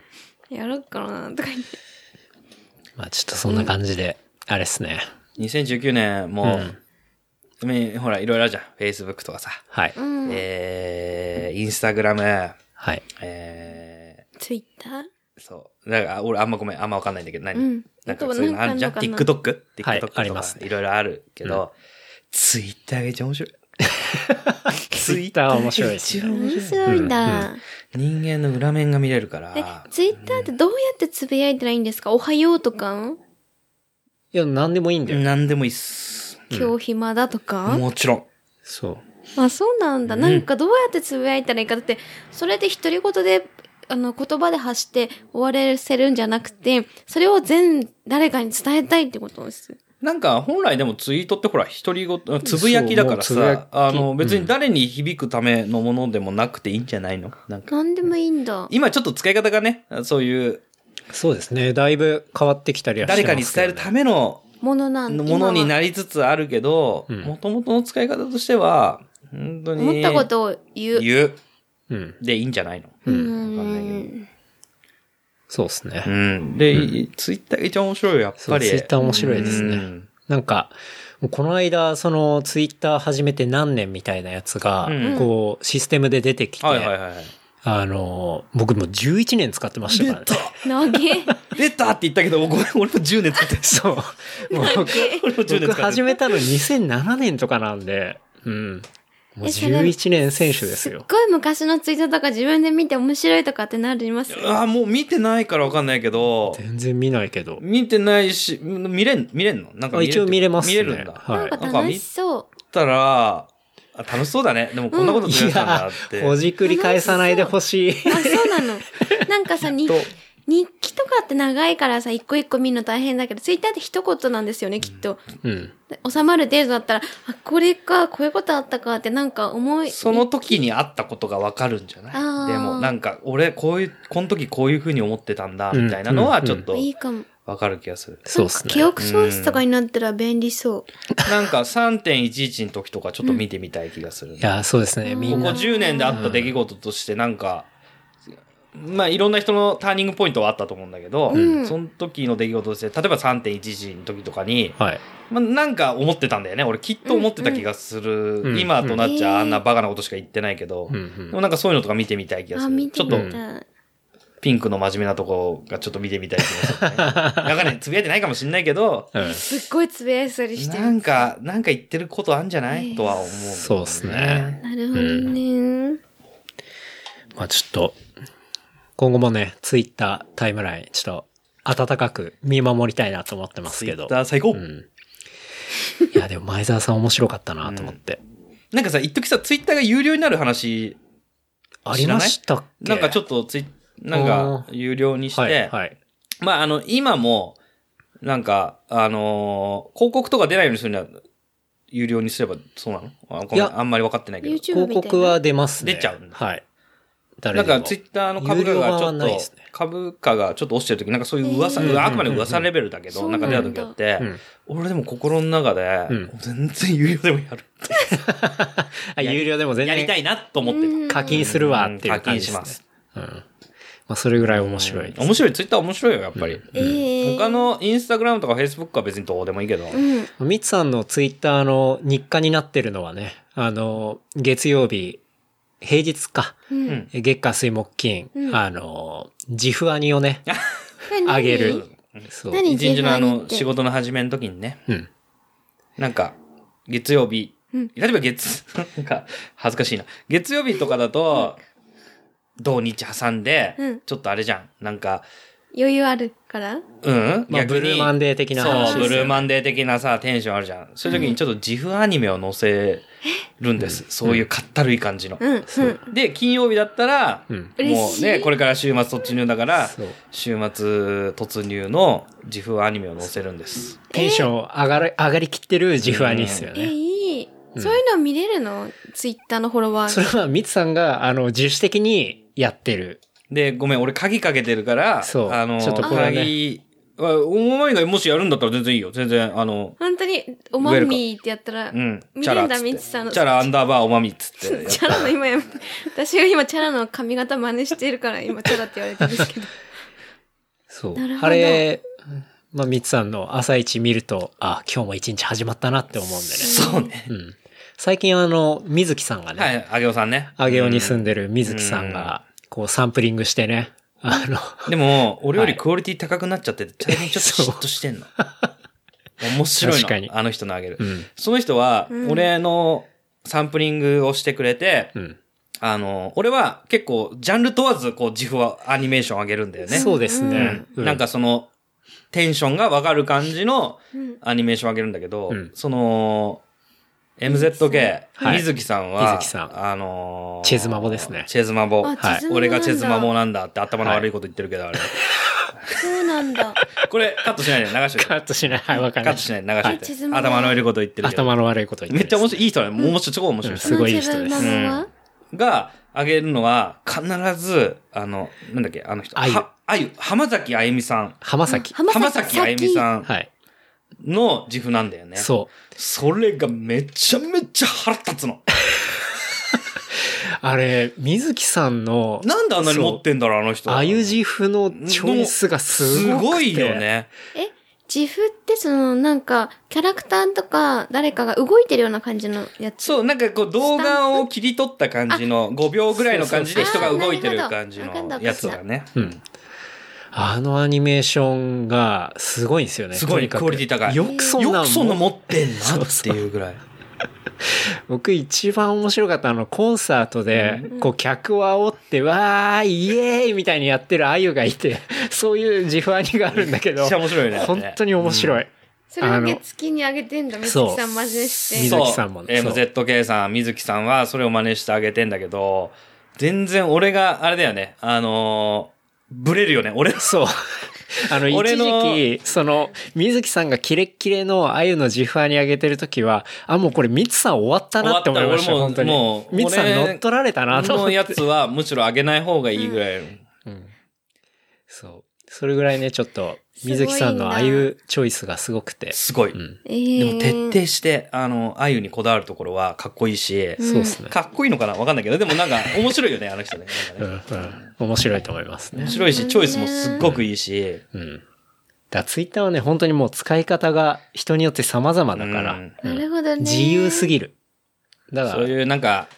い。やろっかなとか言って。
まあちょっとそんな感じで、あれっすね。
2019年もう、ねほら、いろいろあるじゃん。Facebook とかさ。
はい。
うん。
えー、インスタグラム、
はい。
え
ツイッター
ー、そう。なんか、俺あんまごめん、あんまわかんないんだけど、何、
うん
なんかそういうのあるじゃん。
あとなんかあん
TikTok?TikTok
の
とか、
はいあります
いろいろあるけど、ツイッターが一番面白い。
ツイッター面白いです
一
ね。
番面
面
白い。
白いんだ。
人間の裏面が見れるか
え
ら、、
ツイッターってどうやってつぶやいてないいんですかおはようとか
いや、なんでもいいんだよ。
何でもいいっす。
今日暇だとか、
もちろん。
そう。
あ、そうなんだ。なんかどうやってつぶやいたらいいか。だって、それで独り言で、あの、言葉で発して終わらせるんじゃなくて、それを全、誰かに伝えたいってことです。
なんか本来でもツイートってほら、独り言、つぶやきだから
そうもうつぶや
さ
き、
あの別に誰に響くためのものでもなくていいんじゃないのなんか。
なんでもいいんだ。
今ちょっと使い方がね、そういう
そうですね。だいぶ変わってきたりはしてます
誰
け
か
どね
に伝えるための
ものなんだ。
ものに
今は
なりつつあるけど、
ん
もともとの使い方としては、本当に。
思ったことを言う。
言う。
うん。
でいいんじゃないの
う
わかんない
ん。
そうですね。
うん。で、ツイッターが一番面白いよ、やっ
そ
ぱ
う、
り。
ツイッター面白いですね。
うん
なんか、もうこの間、そのツイッター始めて何年みたいなやつが、
うん
こう、システムで出てきて、
はいはいはい。
あの、僕もう11年使ってましたからね。
投げ。
出たって言ったけど、ごめん、俺も10年使って る
そう。もう僕
俺も10年使ってる
僕始めたの2007年とかなんで、うん。もう
えそれ
11年選手です
すっ
よ。
ごい昔のツイートとか自分で見て面白いとかってなります
ああ、もう見てないからわかんないけど、
全然見ないけど。
見てないし、見れん、見れんのなんか
あ一応見れますね
見れるんだ。
はい
なんか楽しそ
たら、あ楽しそうだね。でもこんなこと
い
するやつなんだ
や
って。、
ほじくり返さないでほしい。
う。あ、そうなの。 なんかさ、に
と
日記とかって長いからさ、一個一個見るの大変だけど、ツイッターって一言なんですよね、きっと。
うん。
で収まる程度だったら、あ、これか、こういうことあったかってなんか思い、
その時にあったことがわかるんじゃない
あー
でも、なんか、俺、こういう、この時こういうふうに思ってたんだ、みたいなの
う
は、
ん
ちょっと
いいかも。
わかる気がする。
そうです
記
ね。
憶喪失とかになったら便利そう。
なんか、3.11の時とか、ちょっと見てみたい気がするね。
いや、そうですね。
うん
み
こ
ん
こ
な。
10年であった出来事としてなんか、まあいろんな人のターニングポイントはあったと思うんだけど、
うん
その時の出来事として例えば3.11の時とかに、
はい。
まあ、なんか思ってたんだよね俺きっと思ってた気がする、
うんうん
今となっち
うん
ゃあんなバカなことしか言ってないけど、
うんう
でも
ん。
なんかそういうのとか見てみたい気がす
あ、
る
見
ち
て
ょっ
み
と
た
うん
い。
ピンクの真面目なとこがちょっと見てみたい気がする、ね、 なんかねつぶやいてないかもしれないけど
うん
すっごいつぶやいたりしてる。
なんかなんか言ってることあんじゃない、とは思うんだよね
そうですね。
なるほどね。
まあちょっと、今後もね、ツイッタータイムライン、ちょっと、温かく見守りたいなと思ってます
ツイ
け
ッ
ど。
ター最高、
うん。いや、でも前澤さん面白かったなと思 って。
なんかさ一時さツイッターが有料になる話
ありましたっけ
なんかちょ
っ
っとツイなんか有料にして、
はい、はい。
まああの、今も、なんか、あのー広告とか出ないようにするには、有料にすればそうなのあご
い
め
や
んあんまり分かってないけど。
YouTube
広
みたいな。
告は出ますね。
出ちゃうんだ
はい。
な
誰
ん
でも
かツイッターの株価
有料
が
版
ち
は
ょっと、
ないですね
株価がちょっと落ちてる時なんかそういう噂、
えー
あくまで噂レベルだけど、
うん
なんか出た時あって、
うん
俺でも心の中で、
うん
全然有料でもやる。
あ、有料でも全
やりた
然
いなと思ってる。
課金するわっていう感じ
うん課金し
で
ますす
ね。うん。まあそれぐらい面白いです。
面白い、ツイッター面白いよ、やっぱり。
ええ
他のインスタグラムとかフェイスブックは別にどうでもいいけど。
うん。
ミツさんのツイッターの日課になってるのはね、あの、月曜日、平日か。
うん。
月火水木金、
うん
あの、自負アニをね、あげる。そう。
何
一日のあ
ジェフアニ
の、
って
仕事の始めの時にね、
うん。
なんか、月曜日、
うん
例えば月、 なんか、恥ずかしいな。月曜日とかだと、土日挟んで、
うん
ちょっとあれじゃん。なんか、
余裕あるから
うん、
まあ、ブルーマンデ
デ
ー的な
ー
話
そう、
で
ブ
すよ
ルー
ね
マンデー的なさ、テンションあるじゃん。そういう時にちょっと自負アニメを載せるんです。そういうかったるい感じの。
うん。うん。
で、金曜日だったら、
うん
嬉
も
し
う
い
ね、これから週末突入だから
そう、
週末突入の自負アニメを載せるんです。
テンション上がる、上がりきってる自負アニですよ
え、
ね。
いい。そういうの見れるのツイッターのフォロワ
そ
ー。
れはミツさんが、あの、自主的にやってる。
で、ごめん、俺鍵かけてるから、
そう
あの、
ちょっとこれはね
鍵、あお前がもしやるんだったら全然いいよ。全然、あの、
本当に、おまみーってやったら、
うん、
見
チャ
れ
ラ
ん
っつ
だ、
っ
み
て。
つさんの。
チャラアンダーバーおまみっつって。って やっ
チャラの今や、私が今チャラの髪型真似してるから今チャラって言われてるんですけど。
そう。
なるほど
あれ、まあ、みつさんの朝一見ると、あ、今日も一日始まったなって思うんでね。
そうね。
うん。最近あの、水木さんがね、
はい、あげおさんね。
上尾に住んでる水木さんが、こうサンプリングしてね、あの、
でも、俺よりクオリティ高くなっちゃってて、最近ちょっと嫉妬し てんの。面白
確か
い
に
の。あの人のあげる
う。ん。
その人は
う、ん
俺のサンプリングをしてくれて
う、ん。
あの、俺は結構、ジャンル問わず、こう、自負はアニメーションあげるんだよね。
そうですね。う
なんか、その、テンションがわかる感じの
うん
アニメーションあげるんだけど、
うん
その、MZK、
はい
水木さんは、
水木さん
あのー
チェズマボですね
チェズマボ。
あ
はい
地図も
俺がチェズマボ
なんだ。
なんだって頭の悪いこと言ってるけど、あれ。
そうなんだ。
これ、カットしないで流しといて。
カットしない。はい、わかり
カッ
ま
ト
し。
したないで流し
あ
とい
地
て
図。も
頭の悪いこと言ってるけど。
頭の悪いこと言って
めっちゃ面白い、いい
い。
人だね。面白い、超面白い人
すごい人です
この自分のは
があげるのは必ずあのなんだっけあの人
あゆ
はあゆ浜崎あゆみさん
浜崎。
浜
浜
崎
崎あゆみさん
はい。
の自負なんだよね
そう。
それがめちゃめちゃ腹立つの
あれ、水木さんの、
なんであんなに持ってんだろうあの人
あゆじふのチョイスがすごくて
すごいよ。ね
自負ってそのなんかキャラクターとか誰かが動いてるような感じのやつ。
そうなんかこう動画を切り取った感じの5秒ぐらいの感じで
そう
人
そう
が
そう
動いてる
あーなるほど
感じ
わか
の
んなかった
やつだね
うん。あのアニメーションがすごいんですよね。
すごい
とにかく
クオリティ高い
よくそん
よ
な
くそんな
もん。
持ってんなっていうぐらい
僕一番面白かったあのコンサートで、こう客を煽って、わーイエーイみたいにやってるあゆがいて、そういう自負アニがあるんだけ
めっ
ど
ちゃ、面白いよね
本当に面白い。
それだ
あ
け
の
月にあげてんだ。みつ
そう
きさんマジでして。
水木さんもね
そう MZK さん、水木さんはそれを真似してあげてんだけど、全然俺が、あれだよね、あのーブレるよね、俺。
そう。あの、
俺
一
の
時期、その、水木さんがキレッキレのあゆの自負アに上げてる時は、あ、もうこれ、みつさん終わったなって思いましたよ、
終わ
本
った
当
俺も
に
も。う
みつさん
俺
乗っ取られたなと思っ
の
て。
やつはむしろあげない方がいいぐらいの。
うん。そう。それぐらいね、ちょっと、
すごいんだ
水木さんのあゆチョイスがすごくて。
すごい。
うん。
えー
でも徹底して、あの、あゆにこだわるところはかっこいいし、
そうですね。
かっこいいのかなわかんないけど、でもなんか面白いよね、あの人ね。なん
う
か
ん、う
ね
ん。面白いと思いますね
面。白いし、チョイスもすっごくいいし。
うん。だからツイッターはね、本当にもう使い方が人によって様々だから、
うん
うん
なるほどね。
自由すぎる。だか
そう
ら、
いうなんか、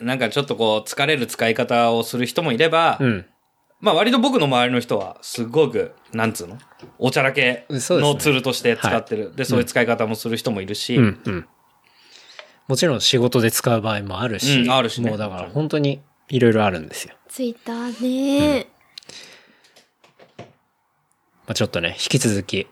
なんかちょっとこう、疲れる使い方をする人もいれば、
うん。
まあ割と僕の周りの人はすごく、なんつうのおちゃらけ
そうです
の
ね
ツールとして使ってる。で,、そういう使い方もする人もいるし、
うんうん。もちろん仕事で使う場合もあるし、
うんあるしね
もうだから本当にいろいろあるんですよ。
ツイッターね。
まあ、ちょっとね、引き続き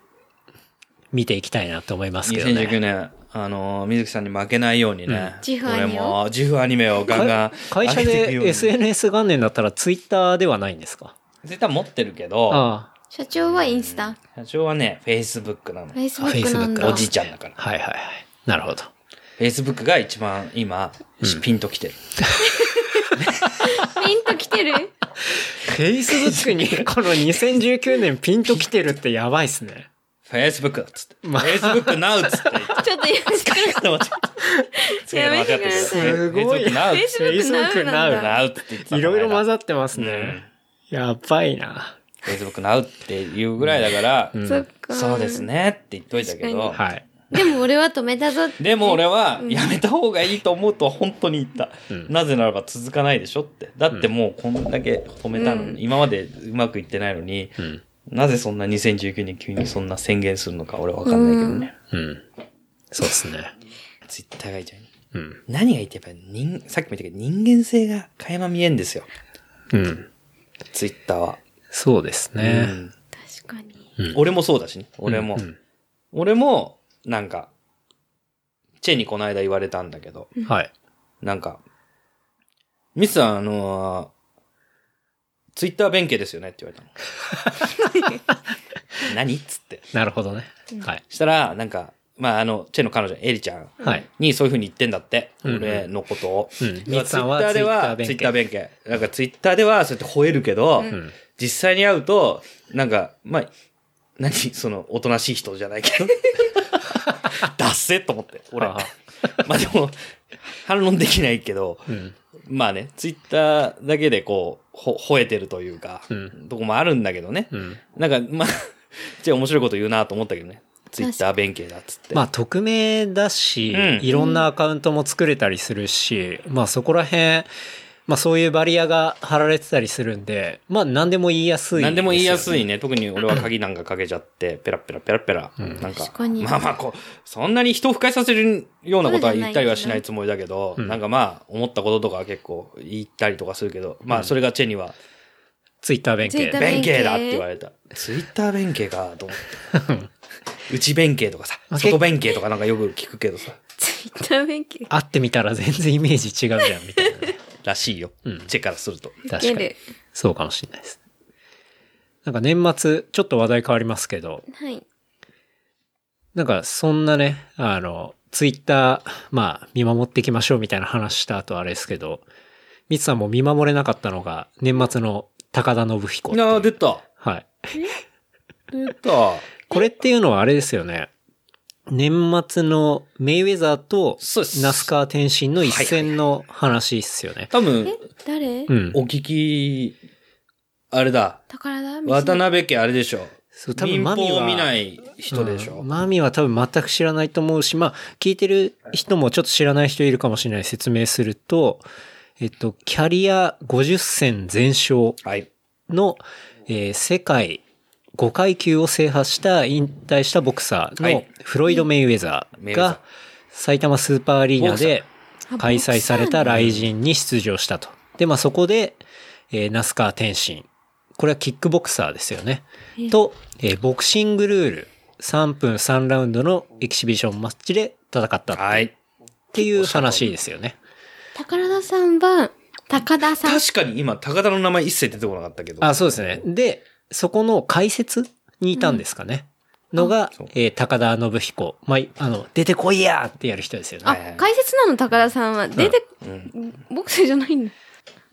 見ていきたいなと思いますけどね。
2019年、あのー水木さんに負けないようにね、
うん
これも、自負アニメをガンガン
会社で
SNS
SNS 元年だったらツイッターではないんですか
絶対持ってるけど、
ああ。
社長はインスタ。
社長はね、Facebook なの。
フェイスブックなんだ。
おじいちゃんだから。
はいはいはい。なるほど。
Facebook が一番今、ピンときてる。
ピンと来てる
Facebook に この2019年ピンと来てるってやばいっすね。
Facebook だっつって。
まあ
Facebook now っつって言って。
ちょっとやめてください。
ちょっと待って
やめてください
すごい。
Facebook now っつって
Facebook Now なん
Now
だ
Now って言ってた
いろいろ混
っ
ざってますね。やばいな。
Facebook Now っていうぐらいだから、
そっか。
そうです。ねって言っといたけど、
確
はい。
でも俺は止めたぞって。
でも俺はやめた方がいいと思うとは本当に言った、
うん
なぜならば続かないでしょって。だってもうこんだけ止めたのに、
うん
今までうまくいってないのに、
うん。
なぜそんな2019年急にそんな宣言するのか俺はわかんないけどね。
うん。そうっすね。
ツイッターが一番いい
うん。
何がいいってやっぱ人、さっきも言ったけど人間性が垣間見えんですよ。
うん。
ツイッターは。
そうですね。
うん
確かに。
俺もそうだしね。俺も。
うん
俺も、なんか、チェにこの間言われたんだけど、
うんはい。
なんか、ミスさん、あのーツイッター弁慶ですよねって言われ たの。何っつって。
なるほどね。はい。
したら、なんか、まあ、あの、チェの彼女、エリちゃん
はい。
にそういう風に言ってんだって。
うん
俺のことを。
うん
だから
ミツさんは
ツイッターでは、ツイ
ツイッ
ッタ
タ
ー
ー
弁慶。なんかツイッターでは、そうやって吠えるけど、
ん
実際に会うと、なんか、まあ、 何その、おとなしい人じゃないけど。ダッセと思って、俺
はあ。
まあでも、反論できないけど、
うん。
まあね、ツイッターだけでこう、ほ、吠えてるというか、
うん
とこもあるんだけどね。
うん。
なんか、まあ、じゃあ面白いこと言うなと思ったけどね。ツイッター弁慶だっつって。
まあ匿名だし、
うん
いろんなアカウントも作れたりするし、まあそこら辺、まあそういうバリアが張られてたりするんで、まあ何でも言いやすい、
何でも言いやす
い。
いね。特に俺は鍵なんかかけちゃって、ペラペラペラペラ。なんか
確かに
まあまあこう、そんなに人を不快させるようなことは言ったりはしないつもりだけど、
ん
なんかまあ、思ったこととかは結構言ったりとかするけど、まあそれがチェには、
ツイッター弁慶。
Twitter
弁
弁慶
慶だって言われた。ツイッター弁慶か、と思 って。内弁慶とかさ、
あ
外弁慶とかなんかよく聞くけどさ、
ツイッター弁慶。
会ってみたら全然イメージ違うじゃん、みた いなね。
らしいよ。チェからすると。
確か
受け
に
る。
そうかもしれないです。なんか年末、ちょっと話題変わりますけど、
はい。
なんかそんなね、あの、ツイッター、まあ見守っていきましょうみたいな話した後あれですけど、ミツさんも見守れなかったのが年末の高田信彦っていう
ああ、出た。
はい。
出た。
これっていうのはあれですよね。年末のメイウェザーと
そうです
ナスカー天心の一戦の話ですよね。
多分
え、誰
うん。
お聞き、あれだ。
宝田
渡辺家あれでしょ。
そう
民
マミ
放
は
を見ない人でしょ。
うんマミは多分全く知らないと思うし、まあ、聞いてる人もちょっと知らない人いるかもしれない説明すると、えっと、キャリア50戦全勝
はい。
の、えー世界5階級を制覇した引退したボクサー
は
の
い
フロイド・メイウェザ
メイ
ー
ウェザー
が埼玉スーパーアリーナで
ボクサー
開催された雷神に出場したと。で、まあそこで、えーナスカー天心。これはキックボクサーですよね。と、えーボクシングルール3分3ラウンドのエキシビションマッチで戦ったっ
はい。
ていう話ですよね。
宝田さんは、高田さん。
確かに今、高田の名前一切出てこなかったけど。
あ、そうですね。で、そこの解説にいたんですかね。のが
そう、
えー高田信彦。まあ、いあの、出てこいやーってやる人ですよね。
あ
ま
いはい、
解説なの高田さんは。出て、
うん。
ボクサーじゃないんだ。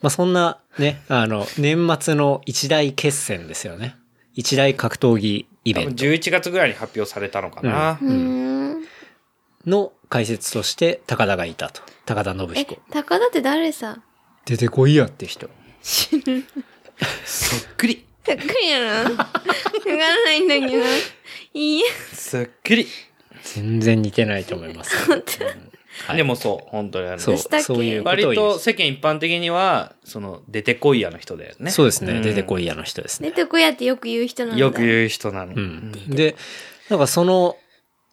あ、そんなね、あの、年末の一大決戦ですよね。一大格闘技イ
多
ベ
分
ント
11月ぐらいに発表されたのかな。
うーん。
の解説として高田がいたと。高田信
え
彦。、
高田って誰さ
出てこいやって人。
そっくり。
そっくりやな。わからないんだけど。いいや、
そっくり。
全然似てないと思い ます。
本当。
はい
でもそう、本当にあの
そう、
でしたっけ
そういうこと
割
を言う
と。世間一般的には、その、出てこいやの人だよね。
そうですね。
ん
出てこいやの人ですね
出。てこいやってよく言う人なんだ。
よく言う人なの。
うん、で、なんかその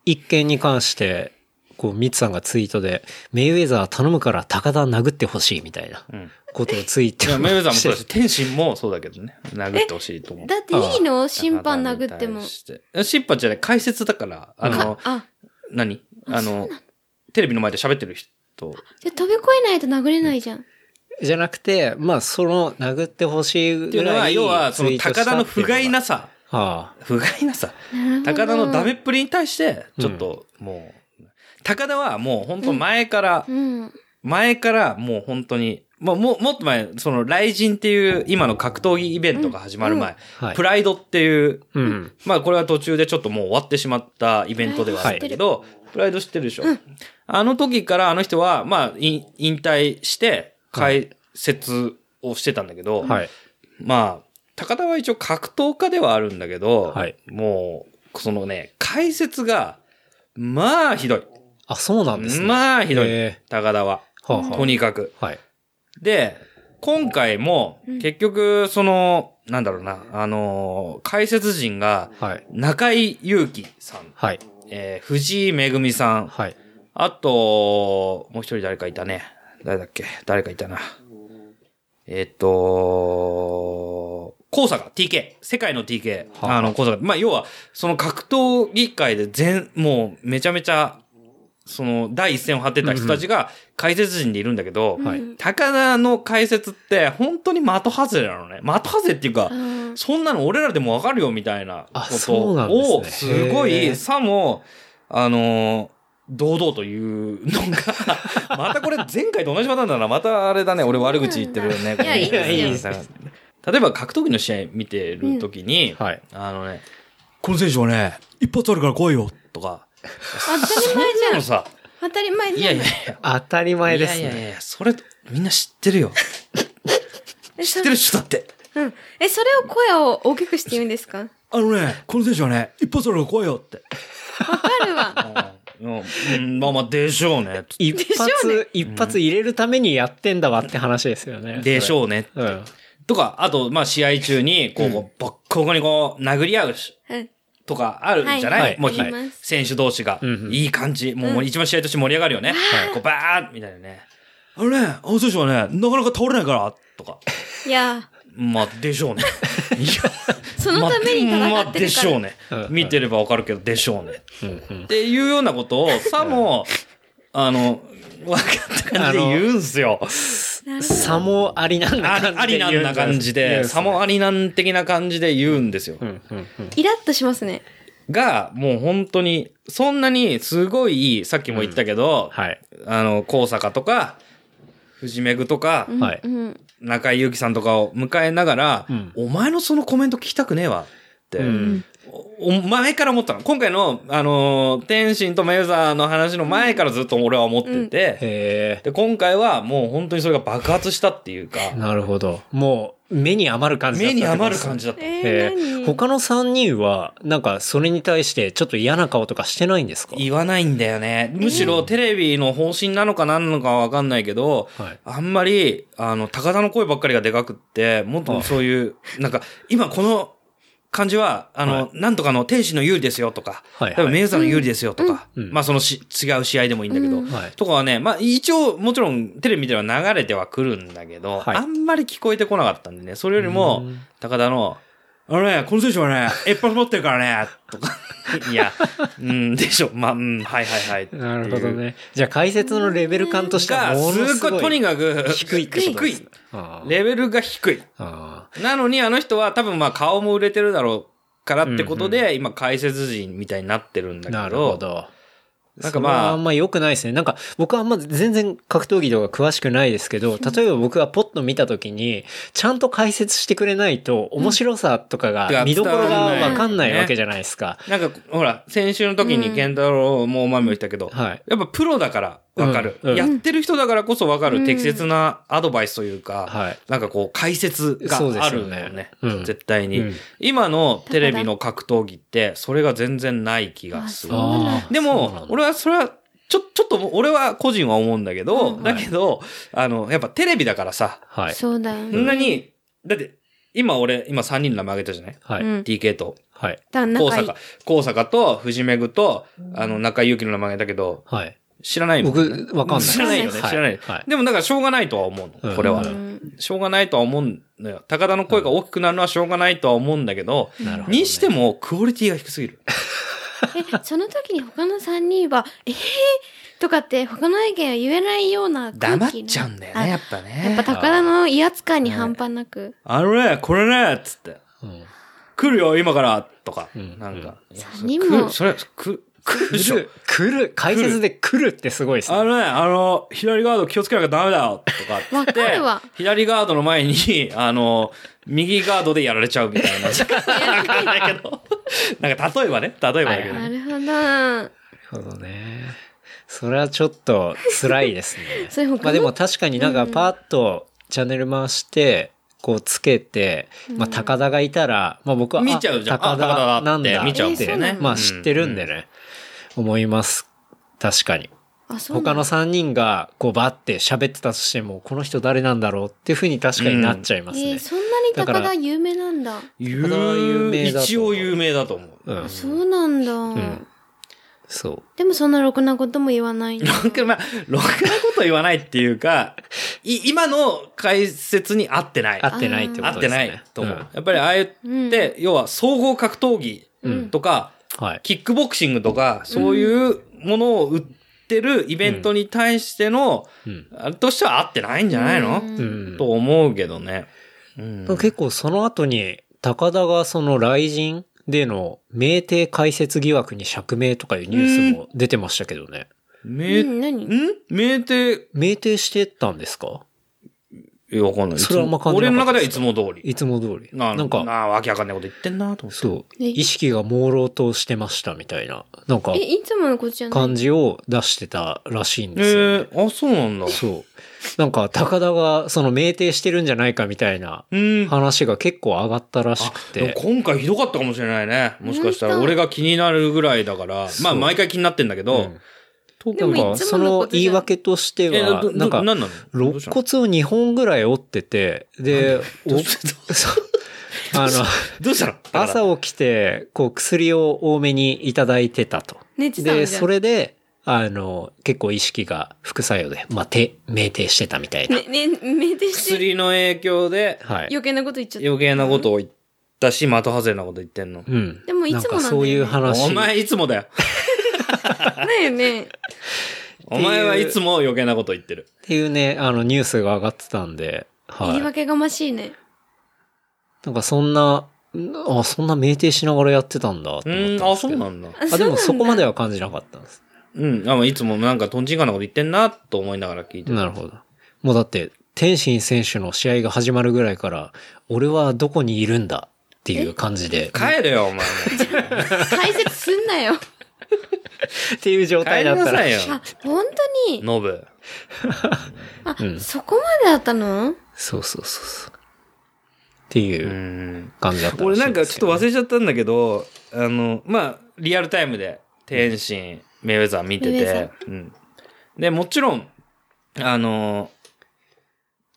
一件に関して、こう、ミツさんがツイートで、メイウェザー頼むから高田殴ってほしいみたいな
うん
ことをツイー
い
ト
や、メイウェザーもそうだ
し、
し て天心もそうだけどね。殴ってほしいと思う。
だっていいの審判殴って
高田に
も
対。して審判じゃない、解説だから、あの、
あ、
何あの、テレビの前で喋ってる人。
じゃあ飛び越えないと殴れないじゃん。
じゃなくて、まあ、その殴ってほしい
って
ぐ
いうの
ら
は、
い
要は、そ
ツイ
の
ートした
高田の不甲斐な
さ。
さ。
はあ、
不甲斐なさ。
なるほど
高田のダメっぷりに対して、ちょっと、もう、高田はもう本当前から
う、ん。
前からもう本当に、まあ、もう、もっと前、その、雷神っていう、今の格闘技イベントが始まる前、
はい
プライドっていう、
うん。
まあ、これは途中でちょっともう終わってしまったイベントではあったけど、プライド知ってるでしょ、あの時からあの人は、まあ、引引退して、解説をしてたんだけど、
はい。
まあ、高田は一応格闘家ではあるんだけど、
はい
もう、そのね、解説が、まあ、ひどい。
あ、そうなんですね。
まあ、ひどい。
え
高田は。
ーはあはあ
とにかく。
はい。
で、今回も、結局、その、なんだろうな、あのー解説陣が、
はい。
中井祐樹さん、
はい。
えー藤井めぐみさん、
はい。
あと、もう一人誰かいたね。誰だっけ誰かいたな。えっと、高坂 TK。世界の TK。
はあ
あの、高坂。まあ、要は、その格闘技界で全、もう、めちゃめちゃ、その、第一線を張ってた人たちが解説陣でいるんだけど、
はい
高田の解説って、本当に的外れなのね。的外れっていうか、
うん
そんなの俺らでもわかるよみたいな
あ
こ
そうなんですね
とを、すご
へー
い、さも、あのー、堂々というのが、 またこれ前回と同じパターンだな。またあれだね、俺悪口言ってるよね。
いやいいです
よいやいいです
例えば格闘技の試合見てるときに、
はい。
あのね、この選手はね、一発あるから怖いよ、とか。
当たり前
そんな
じゃ
の
ん。
さ、
当たり前
い
じ
や
ゃん
いやいや。
当たり前ですね。
いやいやいや、それ、みんな知ってるよ。
え
知
そ
ってる人 だって。
うん。え、それを声を大きくして言うんですかわ
あのね、この選手はね、一発あるから怖いよって。
かるわ。
うんうん、まあまあ、でしょうね。
一発、
でしょう
一発入れるためにやってんだわって話ですよね。
でしょうね。
う。うん。
とか、あと、まあ、試合中に、こう、ボッコボコにこう、殴り合うし、
うん。
とかあるじゃない、
はい
もう、
あります
選手同士が、
んうん
いい感じ。もう、一番試合として盛り上がるよね。こう、バーッみたいなね。あのね、あの選手はね、なかなか倒れないから、とか。
いや、
まあ、でしょうね。いや、
そのために戦ってるから。
まあ、まあでしょうね
うん。
見てればわかるけど、でしょうね。
うんうん
っていうようなことを、さも、あの、分かった感じで言うんすよ。
差もありなんな感じ
あ
で
ありなんな感じで、さもありなん的な感じで言うんですよ。
うんうんうん。
イラッとしますね。
が、もう本当に、そんなにすごい、さっきも言ったけど、
はい。
あの、高坂とか、藤めぐとか、
うん
はい
うん。
中井祐樹さんとかを迎えながら、
うん
お前のそのコメント聞きたくねえわって、
うん
おお前から思ったの。今回の、あのー天心とメウザーの話の前からずっと俺は思ってて、
へ
で、今回はもう本当にそれが爆発したっていうか
え。、なるほど。もう、目に余る感じだったっ
目
て
に
ことですね
余る感じだった。
え
え
ー、
ー
何
他の3人は、なんか、それに対して、ちょっと嫌な顔とかしてないんですか
言わないんだよね。むしろテレビの方針なのか何なのかはわかんないけど、
はい
あんまり、あの、高田の声ばっかりがでかくって、もっとそういう、なんか、今この感じは、あの、
は
なんとかの天使の有利ですよとか、
はいはい
多分メイザーの有利ですよとか、
うん
まあそのし違う試合でもいいんだけど、
うん
はい
とかはね、まあ一応もちろんテレビでは流れてはくるんだけど、
はい
あんまり聞こえてこなかったんでね、それよりも
うん、
高田の、あのね、この選手はね、一発持ってるからね、とか。いや、うん、でしょ。まあ、うん、はいはいはい。
なるほどね。じゃあ、解説のレベル感としては、
が、
もの
す
すご
ご
い
い、とにかく、
低いってこと
低
です
い
ね。。あー
レベルが低い。
あ
なのに、あの人は多分まあ顔も売れてるだろうからってことで、今解説人みたいになってるん
ー
だけど。
なるほど。
な
なんんか
かま
ま
あ
あ。あんま良くないですね。なんか僕はあんま全然格闘技とか詳しくないですけど、例えば僕がポッと見た時に、ちゃんと解説してくれないと面白さとか
うん
が、見どころがわかんな
伝わらない
い
ね
わけじゃないですか。
なんか、ほら、先週の時に健太郎もお前も言ったけど、
はい。
やっぱプロだからわかる、
うんうん
やってる人だからこそわか
う
る
ん
適切なアドバイスというか、
はい
なんかこう解説が
そうで
あ
す
る
よ
ん
ね
だよね。
うん
絶対に、
うん
今のテレビの格闘技って、それが全然ない気がする。
あ
ああ。
で
そうな
も
ん、だ
俺はそれは、ちょ、ちょっと俺は個人は思うんだけど、
うん
だけど、あの、やっぱテレビだからさ、
はい。
そうだよね。
そんなに、だって、今俺、今3人の名前挙げたじゃない、
は
う
い。
ん。
?TK と、
はい。
だ
高
から仲いい
坂。、高坂と藤めぐと、あの、中井祐樹の名前挙げたけど、
はい。
知らないもん
僕、わかんない。
知らないよね。知
は
らない。
はい。
でもだからしょうがないとは思う
う
の。
ん
これは
う。ん
しょうがないとは思うのよ。高田の声が大きくなるのはしょうがないとは思うんだけど、
なるほどね
にしてもクオリティが低すぎる。
え、その時に他の3人は、えー、とかって他の意見は言えないような空
黙っ
気の
ちゃうんだよ
あ
ね、やっぱ
やっぱ
ね。
高田の威圧感に半端なく。
あのね、これね、つって。
うん
来るよ、今からとか。
ん
なんか。いや
三人も
それ、来るそれ来
来る。
る来るでしょ
来る。解説で来るってすごいですね。
あのね、あの、左ガード気をつけなきゃダメだよとかっつって。
わかるわ
左ガードの前に、 あの、右ガードでやられちゃうみたいな。なんかだけど。なんか例えばね、例えばだけど。
なるほど。。
なるほどね。それはちょっと辛いですね
それ他の
まあでも確かになんかパーッとチャンネル回して、こうつけて、まあ高田がいたら、まあ僕は、あ
見ちゃうじゃん
高
あ高田だっ
田
て
なんだ
見
ちゃうもんね
って
えーそうなの
まあ知ってるんでね、思います。確かに。
あ、そうな
他
んだ
の3人がこうバッて喋ってたとしても、この人誰なんだろうっていうふうに確かになっちゃいます
え
ね
ー。そんなに
だから
高田有名なんだ。
有
高田は有名だと思う
一応有名だと思う。
うん。
そうなんだ。
んそう。
でもそんなろくなことも言わないんだ。
ろくな、ろくなこと言わないっていうか、い今の解説に合ってない。
合ってないってこ
合っ
と
て
です
な
ね。
いと思う。
ん
やっぱりああいう
うん
って、要は総合格闘技とか、
はい。
キックボクシングとか、そういうものを売ってるイベントに対しての、
うん。
あれとしては合ってないんじゃない
う
の、
ん。
と思うけどね。うん
結構その後に、高田がその雷神での明帝解説疑惑に釈明とかいうニュースも出てましたけどね。
め、、
うんん、何
明帝、
明帝してたんですか
いやわかんない。
それはあんま感じ
俺
な
の
かった
中では
で
いつも通り。
いつも通り。
な
なんか、
なあ、わけわかんないこと言ってんなと思って。
そう、
え
意識が朦朧としてましたみたいな、なんか
え、、いつものことじゃない
感じを出してたらしいんですよ、ね。
ええあ、そうなんだ。
そう。なんか、高田が、その、酩酊してるんじゃないかみたいな
うん。
話が結構上がったらし
あ
く
でも
て。
今回ひどかったかもしれないね。もしかしたら
本当
俺が気になるぐらいだから、ま
そ
あ
う
毎回気になってんだけ
う
ど
ん、
と
でもい
なんか
つ
そ
ものこ
の
とじゃん
言い訳として
え、
は
ど、、
なん
ど
か、
なんなの
肋骨を2本ぐらい折ってて、で、おそうあ の、
どうしたの朝
朝起きて、こう、薬を多めにいただいてたと。
寝てたの
で、
じゃ
そ
ん。
れで、あの、結構意識が副作用で、まあ、手、酩酊してたみたいな。
ね、ね、めでして
薬の影響で
はい。
余計なこと言っちゃった。
余計なことを言ったし、的外れなこと言ってんの。
うん。
でもいつもなんだよね
かそういう話。
お前いつもだよ。
だよね。
お前はいつも余計なこと言ってる。
っていうね、あのニュースが上がってたんで、は
言
い。
い訳がましいね。
なんかそんな、んあ、そんな酩酊しながらやってたんだと思
う
ったんですけ
ん、
ど。
あ、そうなんだ。
あ、でも
そ
そうこ
な
ま
んだ
では感じなかったんです。
うん、あのいつもなんかとんちんかんなこと言ってんなと思いながら聞いてる。
なるほど。もうだって、天心選手の試合が始まるぐらいから、俺はどこにいるんだっていう感じで、
帰れよ、お 前も。
解説すんなよ。
っていう状態
帰
だ
り
っ
な
た
さ
ら
いよ、
あ、本当に。
ノブ。。
あ、そこまでだったの
そうそうそうそう。っていううん感じだったら
俺
し
ないん
で
か
す
ち
けど
ょっと忘れちゃったんだけど、あの、まあ、リアルタイムで、天心、メイウェザー見て
メイウ
て
ェ、
うん。で、もちろん、あの、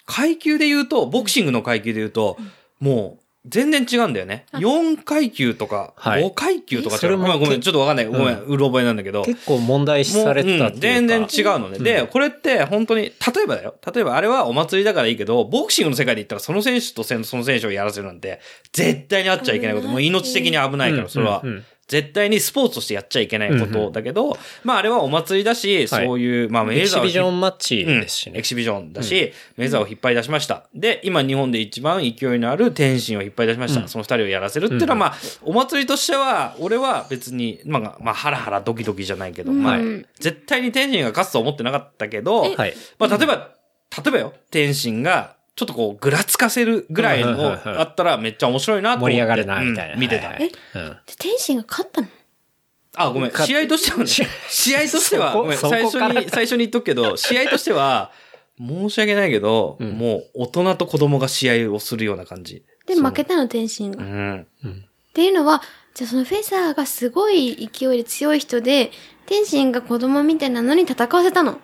階級で言うと、ボクシングの階級で言うと、もう、全然違うんだよね。4階級とか、
はい
5階級とか
えそれも
ごめんごめん、ちょっとわかんない。ごめん、
う
うろ覚えなんだけど。
結構問題視されてたっていうか。
もううん全然違うのね。で、これって本当に、例えばだよ。例えばあれはお祭りだからいいけど、ボクシングの世界で言ったらその選手とその選手をやらせるなんて、絶対にあっちゃいけないこと。もう命的に危ないから、それは
うん。うんうん
絶対にスポーツとしてやっちゃいけないこ
うんう
と
ん
だけど、まああれはお祭りだし、そういう、まあメ
エキシ
ー
ビジョ
を
ンマッチ
うん
ですしね
エキ。シビジョンだし、メザーを引っ張り出しました。で、今日本で一番勢いのある天心を引っ張り出しました。その二人をやらせるっていうのは、
うん
まあ、お祭りとしては、俺は別に、まあ、まあ、ハラハラドキドキじゃないけど、
うん
まあ、絶対に天心が勝つとは思ってなかったけど、
はい。
まあ、例えば、例えばよ、天心が、ちょっとこう、ぐらつかせるぐらい
はいはい
の
はいはい
あったらめっちゃ面白いなと思って。
盛り上がるな、みたいな。
うん見てた。
はいはいうん
天心が勝ったの
あ、ごめん。
か
試合としてはね、試合としては、
そこ
ごめん。
そこ
最初
から
に、最初に言っとくけ ど、試合としては、申し訳ないけど、
ん
もう大人と子供が試合をするような感じ。
で、
その
負けたの、天心
う
が。っ
ん。
ていうのは、じゃあそのフェザーがすごい勢いで強い人で、天心が子供みたいなのに戦わせたの。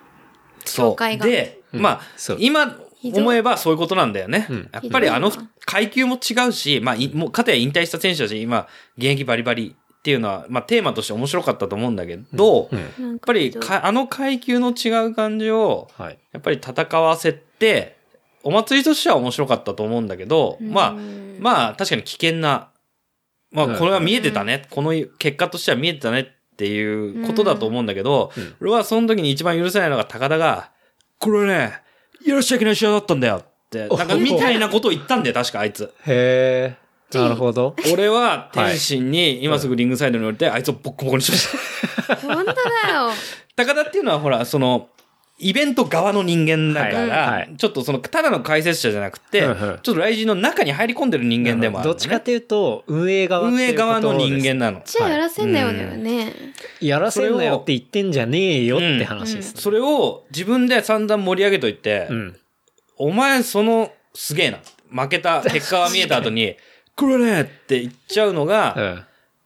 そ
紹介
う。
が
で、
うん
ま
そ
あ
う、
今
ひどい
思えばそういうことなんだよね。
うん
やっぱりあの
ひどいな
階級も違うし、まあ、いもう、かたや引退した選手だし、今、現役バリバリっていうのは、まあ、テーマとして面白かったと思うんだけど、
うん
やっ
なんか
ぱ
ひ
り
どい
か、あの階級の違う感じを、
はい。
やっぱり戦わせて、お祭りとしては面白かったと思うんだけど、まあ、まあ確かに危険な、ま
うん
あこれは見えてたね、この結果としては見えてたねっていうことだと思うんだけど、
うん
俺はその時に一番許せないのが高田が、これね、やらしちゃいけない試合だったんだよって、なんかみたいなことを言ったんだよ、確かあいつ。
へえ。
い
なるほど。
俺は天心に今すぐリングサイドに降りて、あいつをボッコボコにしました。
本当だよ。
高田っていうのはほら、その、イベント側の人間だから、
はいはい
ちょっとその、ただの解説者じゃなくて、
うんうん
ちょっと来人の中に入り込んでる人間でもある、
どっちかっていうと、運営側って
運
い
営
うこと
側の人
です
間。なの。
じゃあやらせんだよね。
やらせんなよって言ってんじゃねえよっ
うん
て話ですね。
それを自分で散々盛り上げといて、
うん。
お前その、すげえな。負けた、結果が見えた後に、これねって言っちゃうの
う
が、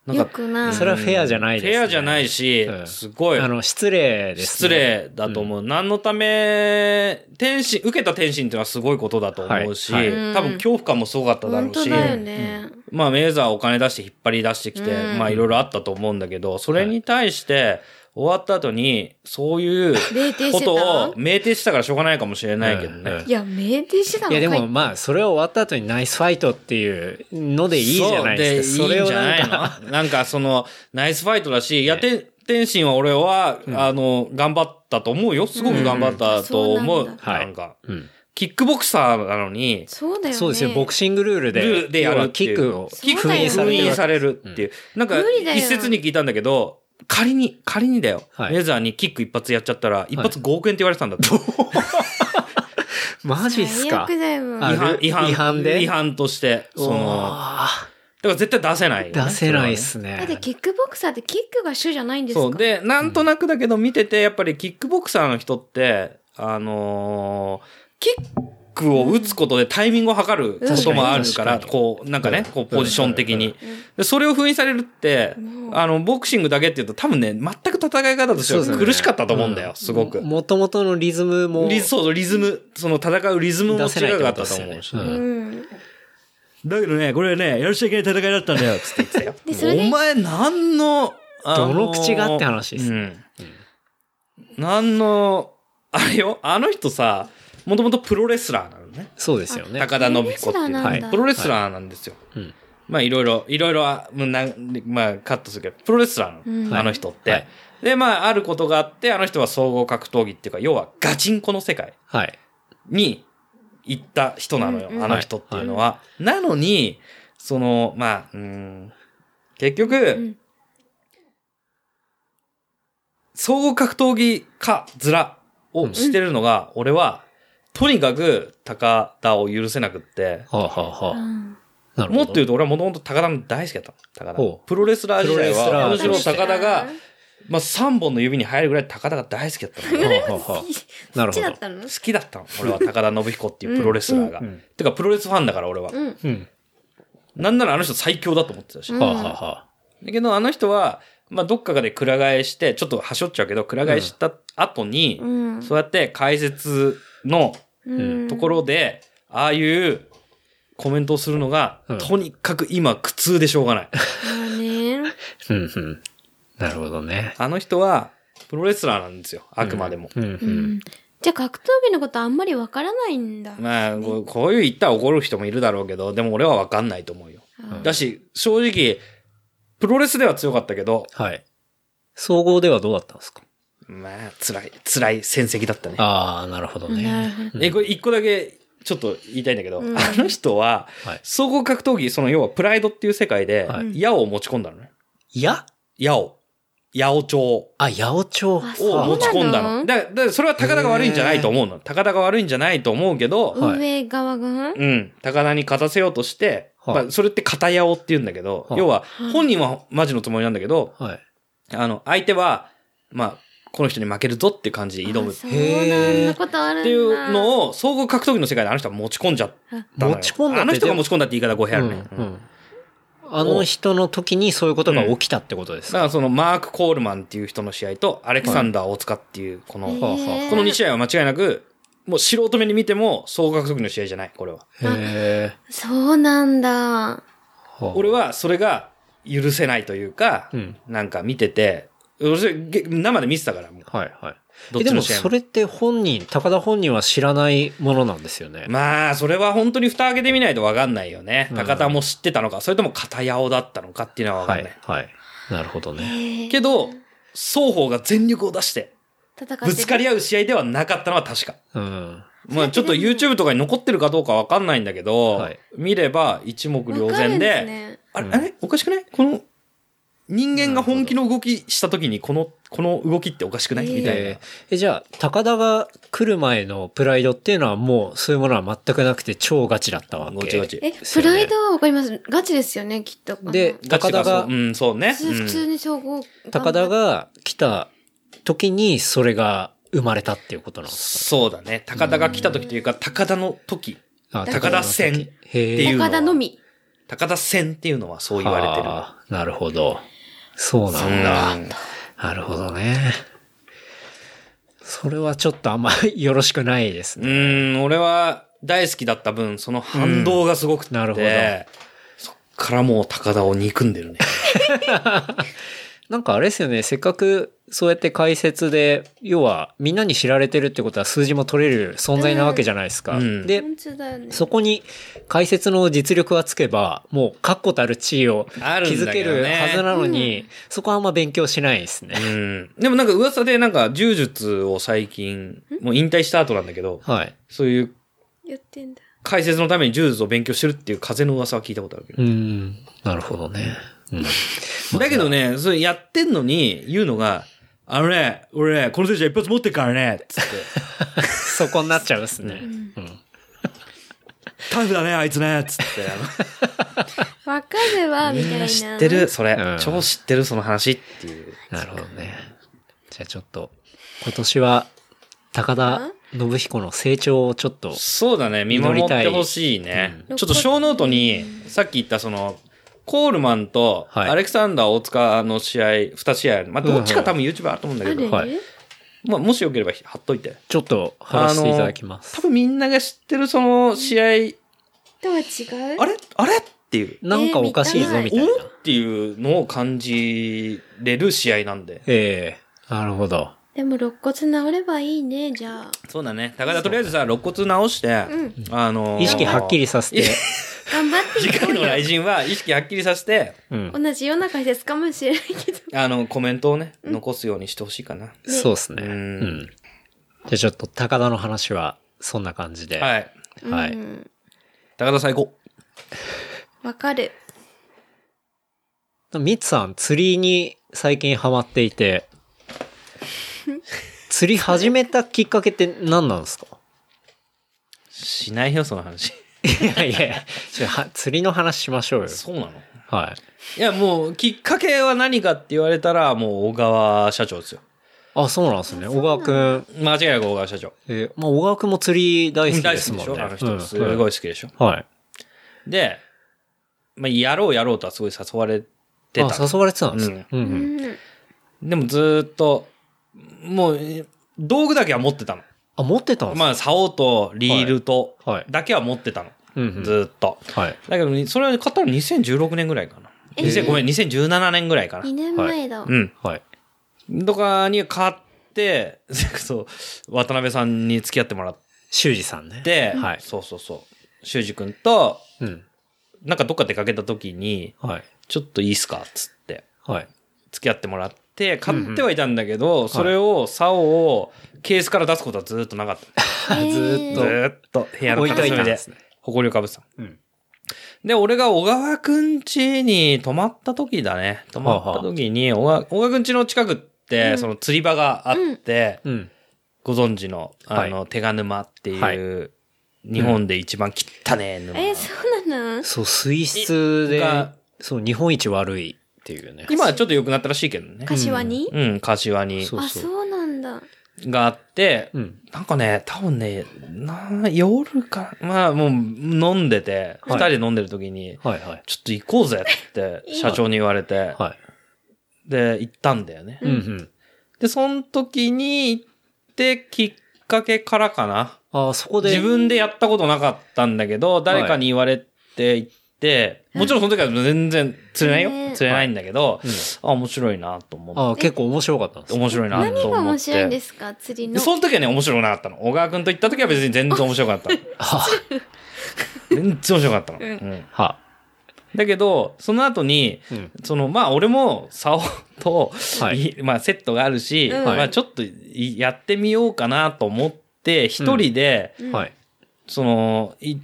ん。
な
よ
んか、
くない。
それはフェアじゃないですね
フェアじゃないし、
うん
すごい。
あの、失礼です
失
ね。。
礼だと思う。何のため、天心、受けた天心っていうのはすごいことだと思うし、
はい
はい
多分恐怖感もすごかっただろ
本
う
当
し、
だよね。
まあメーザーお金出して引っ張り出してきて、
うん
まあいろいろあったと思うんだけど、それに対して、終わった後に、そういう
酩酊し
こ
て
とを
た
明定したからしょうがないかもしれないけど
うんうん
ね。
いや、酩酊してた
い
の
やで
か
もまあ、それ終わった後にナイスファイトっていうのでいいじゃないですか。
そ
そう
でい
れ
いん
を
じゃな
なん
い
か、
の なんかその、ナイスファイトだし、いや、て天心は俺は、あの、頑張ったと思うよ。すごく頑張ったと思
う
う。
んそうなん
だ
なんか。
うん。
キックボクサーなのに、
そうだよね。
そうですよ、ボクシングルールで。
ルールでやる
要は
って
キ
いう
ックを
そうだ
封
よ
印さ
封
れてる
印
わけ
されるっていう。なんか
無理だ、よ
一説に聞いたんだけど、仮に、仮にだよ。
はい
レザーにキック一発やっちゃったら、一発5億円って言われてたんだって。
マジっすか
最悪だよ。
あ
違反、
ル
違反、
違反で
違反として、
お
その、
ー
だから絶対出せないよね、
出せないっすね。
だってキックボクサーってキックが主じゃないんです
そ
か
れはね。そう。で、なんとなくだけど見てて、やっぱりキックボクサーの人って、あのーキックを打つことでタイミングを測ることもあるから、
確かに
こう、なんかね、こう、ポジション的に。でそれを封印されるって、あの、ボクシングだけっていうと、多分ね、全く戦い方として
そう
は
ですよね
苦しかったと思うんだよ、すごく。
もともとのリズムも。
リズそうそうリズム、その戦うリズムも
出せないっ
違
て
か
こ
っ
と
た
で
と
すよ
思
ね
うし。うん
うん。
だけどね、これね、やるしちゃいけない戦いだったんだよ、つって言ってたよ。
でそれで
お前、何の、あ
どの口がって話です
うん。何の、あれよ、あの人さ、もともとプロレスラーなのね。
そうですよね。
高田信彦っていう、
はい
プロレスラーなんですよ。
うん
まあいろいろ、いろいろは、もうなまあカットするけど、プロレスラーなの、
うん
あの人って、
はい
で、まああることがあって、あの人は総合格闘技っていうか、要はガチンコの世界
はい。
に行った人なのよ、
うんうん
あの人っていうのは。なのに、その、まあ、うん、結局、
ん
総合格闘技家面をしてるのが、俺は、とにかく高田を許せなくって、
はあ、はあは
うん
あ、なるほど。
もっと言うと俺はもともと高田の大好きだったの高
ほ
田。
う
プロレスラー時代
プロ
は、
レ
む
ス
し
ラー
ろ高田が、まあ、3本の指に入るぐらい高田が大好きだったのよ。
はあはあはあなるほ
好きだっ
ど。
たの
好きだったの。俺は高田信彦っていうプロレスラーが。
うんうん
てか、プロレスファンだから俺は。
うん。
うん。
なんならあの人最強だと思ってたし。
はあ、はあはあ、
だけど、あの人は、まあ、どっかでくら替えして、ちょっとはしょっちゃうけど、くら替えした後に、
うん
そうやって解説の
うん。
ところで、ああいうコメントをするのが、
うん
とにかく今苦痛でしょうがない。
まあね。
うんうん。なるほどね。
あの人は、プロレスラーなんですよ。あくまでも。
うんうん。
じゃあ格闘技のことあんまりわからないんだ。
まあ、こうこういう言ったら怒る人もいるだろうけど、でも俺はわかんないと思うよ。だし、正直、プロレスでは強かったけど、
はい。総合ではどうだったんですか
まあ、辛い、辛い戦績だったね。
ああ、なるほど
なる
ね。
ほど。
え、これ一個だけちょっと言いたいんだけど、
うん
あの人は
はい、
総合格闘技、その要はプライドっていう世界で
は、い
矢を持ち込んだのね。
いや
矢を。矢尾帳
あ、八百長。
あそう
を持ち込んだ
そうなの
の。だだから、それは高田が悪いんじゃないと思うの。高田が悪いんじゃないと思うけど、
はい
運営側が
うん、高田に勝たせようとして、
は
ま
い
あ、それって片矢尾って言うんだけど、
はい
要は、本人はマジのつもりなんだけど、
はい。
あの、相手は、まあ、この人に負けるぞっていう感じで挑む
あ
っ
そう
へー
なんだことあるんだ。
ていうのを、総合格闘技の世界であの人は持ち込んじゃったのよ。
持ち込んだって
あの人が持ち込んだって言い方語弊あ
う
る
ん
ね。
う
うん
ん。あの人の時にそういうことが起きたってことです
だか
か、
らそのマーク・コールマンっていう人の試合と、アレクサンダー・大塚っていう、この、
へー
はあはあ
この2試合は間違いなく、もう素人目に見ても、総合格闘技の試合じゃない、これは。
ら
へえ。
そうなんだ。
はあ
俺はそれが許せないというか、
うん
なんか見てて、俺げ生で見てたから、もう
はいはい。
どっ
えで
ちの
も
試合も
それって本人、高田本人は知らないものなんですよね。
まあ、それは本当に蓋開けてみないと分かんないよね。
うん
高田も知ってたのか、それとも片八百だったのかっていうのは分か
は
んない
い。はい。なるほどね。
けど、双方が全力を出して、
戦って
ぶつかり合う試合ではなかったのは確か。
うん。
まあ、ちょっと YouTube とかに残ってるかどうか分かんないんだけど、
はい
見れば一目
わ
瞭
かる
然
ん
で、
すね
あれ、あれおかしくないこの、人間が本気の動きした時に、この、この動きっておかしくないみたいな。
えーえじゃあ、高田が来る前のプライドっていうのはもうそういうものは全くなくて超ガチだったわけ。
ガチガチ
え、
す
プ
よね
ライドはわかります。ガチですよね、きっと。
で
あの
高田が
うん、そうね。
普通普通
うん
に称号。
高田が来た時にそれが生まれたっていうことなんです
そうだね。高田が来た時というか、高田の時、
かあ
高田戦
の時へ
っていうのは
高田のみ。
高田戦っていうのはそう言われてる。
あーなるほど。そうなんだ。
うん
なるほどね。それはちょっとあんまよろしくないです ね。
うん、俺は大好きだった分、その反動がすごくて、
うんなるほど
そっからもう高田を憎んで るね。
なんかあれですよね、せっかくそうやって解説で、要はみんなに知られてるってことは数字も取れる存在なわけじゃないですか。
うん
で、
本当だよね。
そこに解説の実力がつけば、もう確固たる地位を
あるん
築
だ
け
けどね
るはずなのに、そこはあんま勉強しないですね。
うん。でもなんか噂でなんか柔術を最近、もう引退した後なんだけど、
はい。
そういう
やってんだ。
解説のために柔術を勉強してるっていう風の噂は聞いたことあるけど。
うん。なるほどね。うん。
だけどね、それやってんのに言うのが、あのね、俺ね、この選手は一発持ってっからね、つって。
そこになっちゃうっすね。うん。
タフだね、あいつね、つって。あ
わかるわ、
の
みたいな。
知ってる、それ、
うん
超知ってる、その話っていう。
なるほどね。じゃあちょっと、今年は、高田信彦の成長をちょっと、
そうだね、見守ってほしいね。
うん
ちょっと小ノートに、さっき言ったその、コールマンと、
はい
アレクサンダー大塚の試合、2試合ある。まあ、どっちか多分 YouTube あると思うんだ
あ
けど
る、
はい
まあ、もしよければ貼っといて。
ちょっと話していただきます
多。分みんなが知ってるその試合、
とは違う
あれあれっていう。
なんかおかしいぞ、みたいな。
おっていうのを感じれる試合なんで。
ええなるほど。
でも、肋骨治ればいいね、じゃあ。
そうだね。高田とりあえずさ、肋骨直して、
うん
あのー
意識はっきりさせて、
頑張ってい
次
こ
回の
う
来
よ。
人は意識はっきりさせて、
うん。
同じような解説かもしれないけど。
あの、コメントをね、残すようにしてほしいかな。
そうですね。
う
うんん。じゃあちょっと高田の話は、そんな感じで。。
はいい。
は
う
い。
ん
高田最高。
わかる。
ミツさん、釣りに最近ハマってい て、釣り始めたきっかけって何なん ですか
しないよ、その話。
いやいや、ちょは釣りの話しましょうよ。
そうなの
はい。
いや、もう、きっかけは何かって言われたら、もう、小川社長ですよ。
あ、そうなんですね。小川くん。
間違いなく小川社長。
えーまあ、小川くんも釣り大好き
大
で
好き
す
で
もん
し
ね。
ょあの人。すご
うん
い好きでしょ
はい。
で、まあ、やろうやろうとはすごい誘われて
あ
た、。
誘われてたんですね。うんう。
うんん。
でもずーっと、もう、え道具だけは持ってたの。
あ、持ってたんですか
まあ、竿とリールと
はいはい、
だけは持ってた
う
の。
んうん
ずーっと。
はい。
だけどに、それを買ったの2016年ぐらいかな。
え
2000ごめん、2017年ぐらいかな
2。年前だ。
うん。
はい。
とかに買って、 それこそ、渡辺さんに付き合ってもらっ
修二さんね。、
て、
はい
そうそうそう。修二君と、
うん。
なんかどっか出かけた時に、
はい。
ちょっといいっすかっつって。
はい。
付き合ってもらって買ってはいたんだけど、それを竿をケースから出すことはずーっとなかった、
えー
ずーっ
ず
と
ーっと部屋の
置いと
片
いた
隅
んで
です
ね。
埃をかぶってた
うん。
で俺が小川くん家に泊まった時だね泊まった時に小川小川くん家の近くって、その釣り場があって、
うん。
ご存知のあの、手賀沼っていう、
はい
日本で一番汚ねえ沼、
えー、そうなの
そう、水質
い
で
が、
そう、日本一悪いっていうね。
今はちょっと良くなったらしいけどね
柏に
うん柏に
そう
あ、そうなんだ。
があって、
うん。
なんかね、多分ね、な夜か、まあもう飲んでて、
は
二、
い
人で飲んでる時に、
はいはい。
ちょっと行こうぜって
いいよ
社長に言われて、
はい。
で、行ったんだよね。
うんうん。
で、その時に行ってきっかけからかな。
あー、そこで。
自分でやったことなかったんだけど、誰かに言われて行って、もちろんその時は全然釣れない
ね
よ。釣れないんだけど、あ、面白いなと思って。
あー、結構面白かったんですね。
面白いなと思って。
何が面白いんですか釣り
で
の。
その時はね、面白くなかったの。小川くんと行った時は別に全然面白かったの。全然面白かったの。
うん
うん
は。
だけど、その後に、
うん。
その、まあ、俺も、竿と、
はい
いまあ、セットがあるし、
うん
まあ、ちょっといやってみようかなと思って、一人で、
うん
はい。
その、い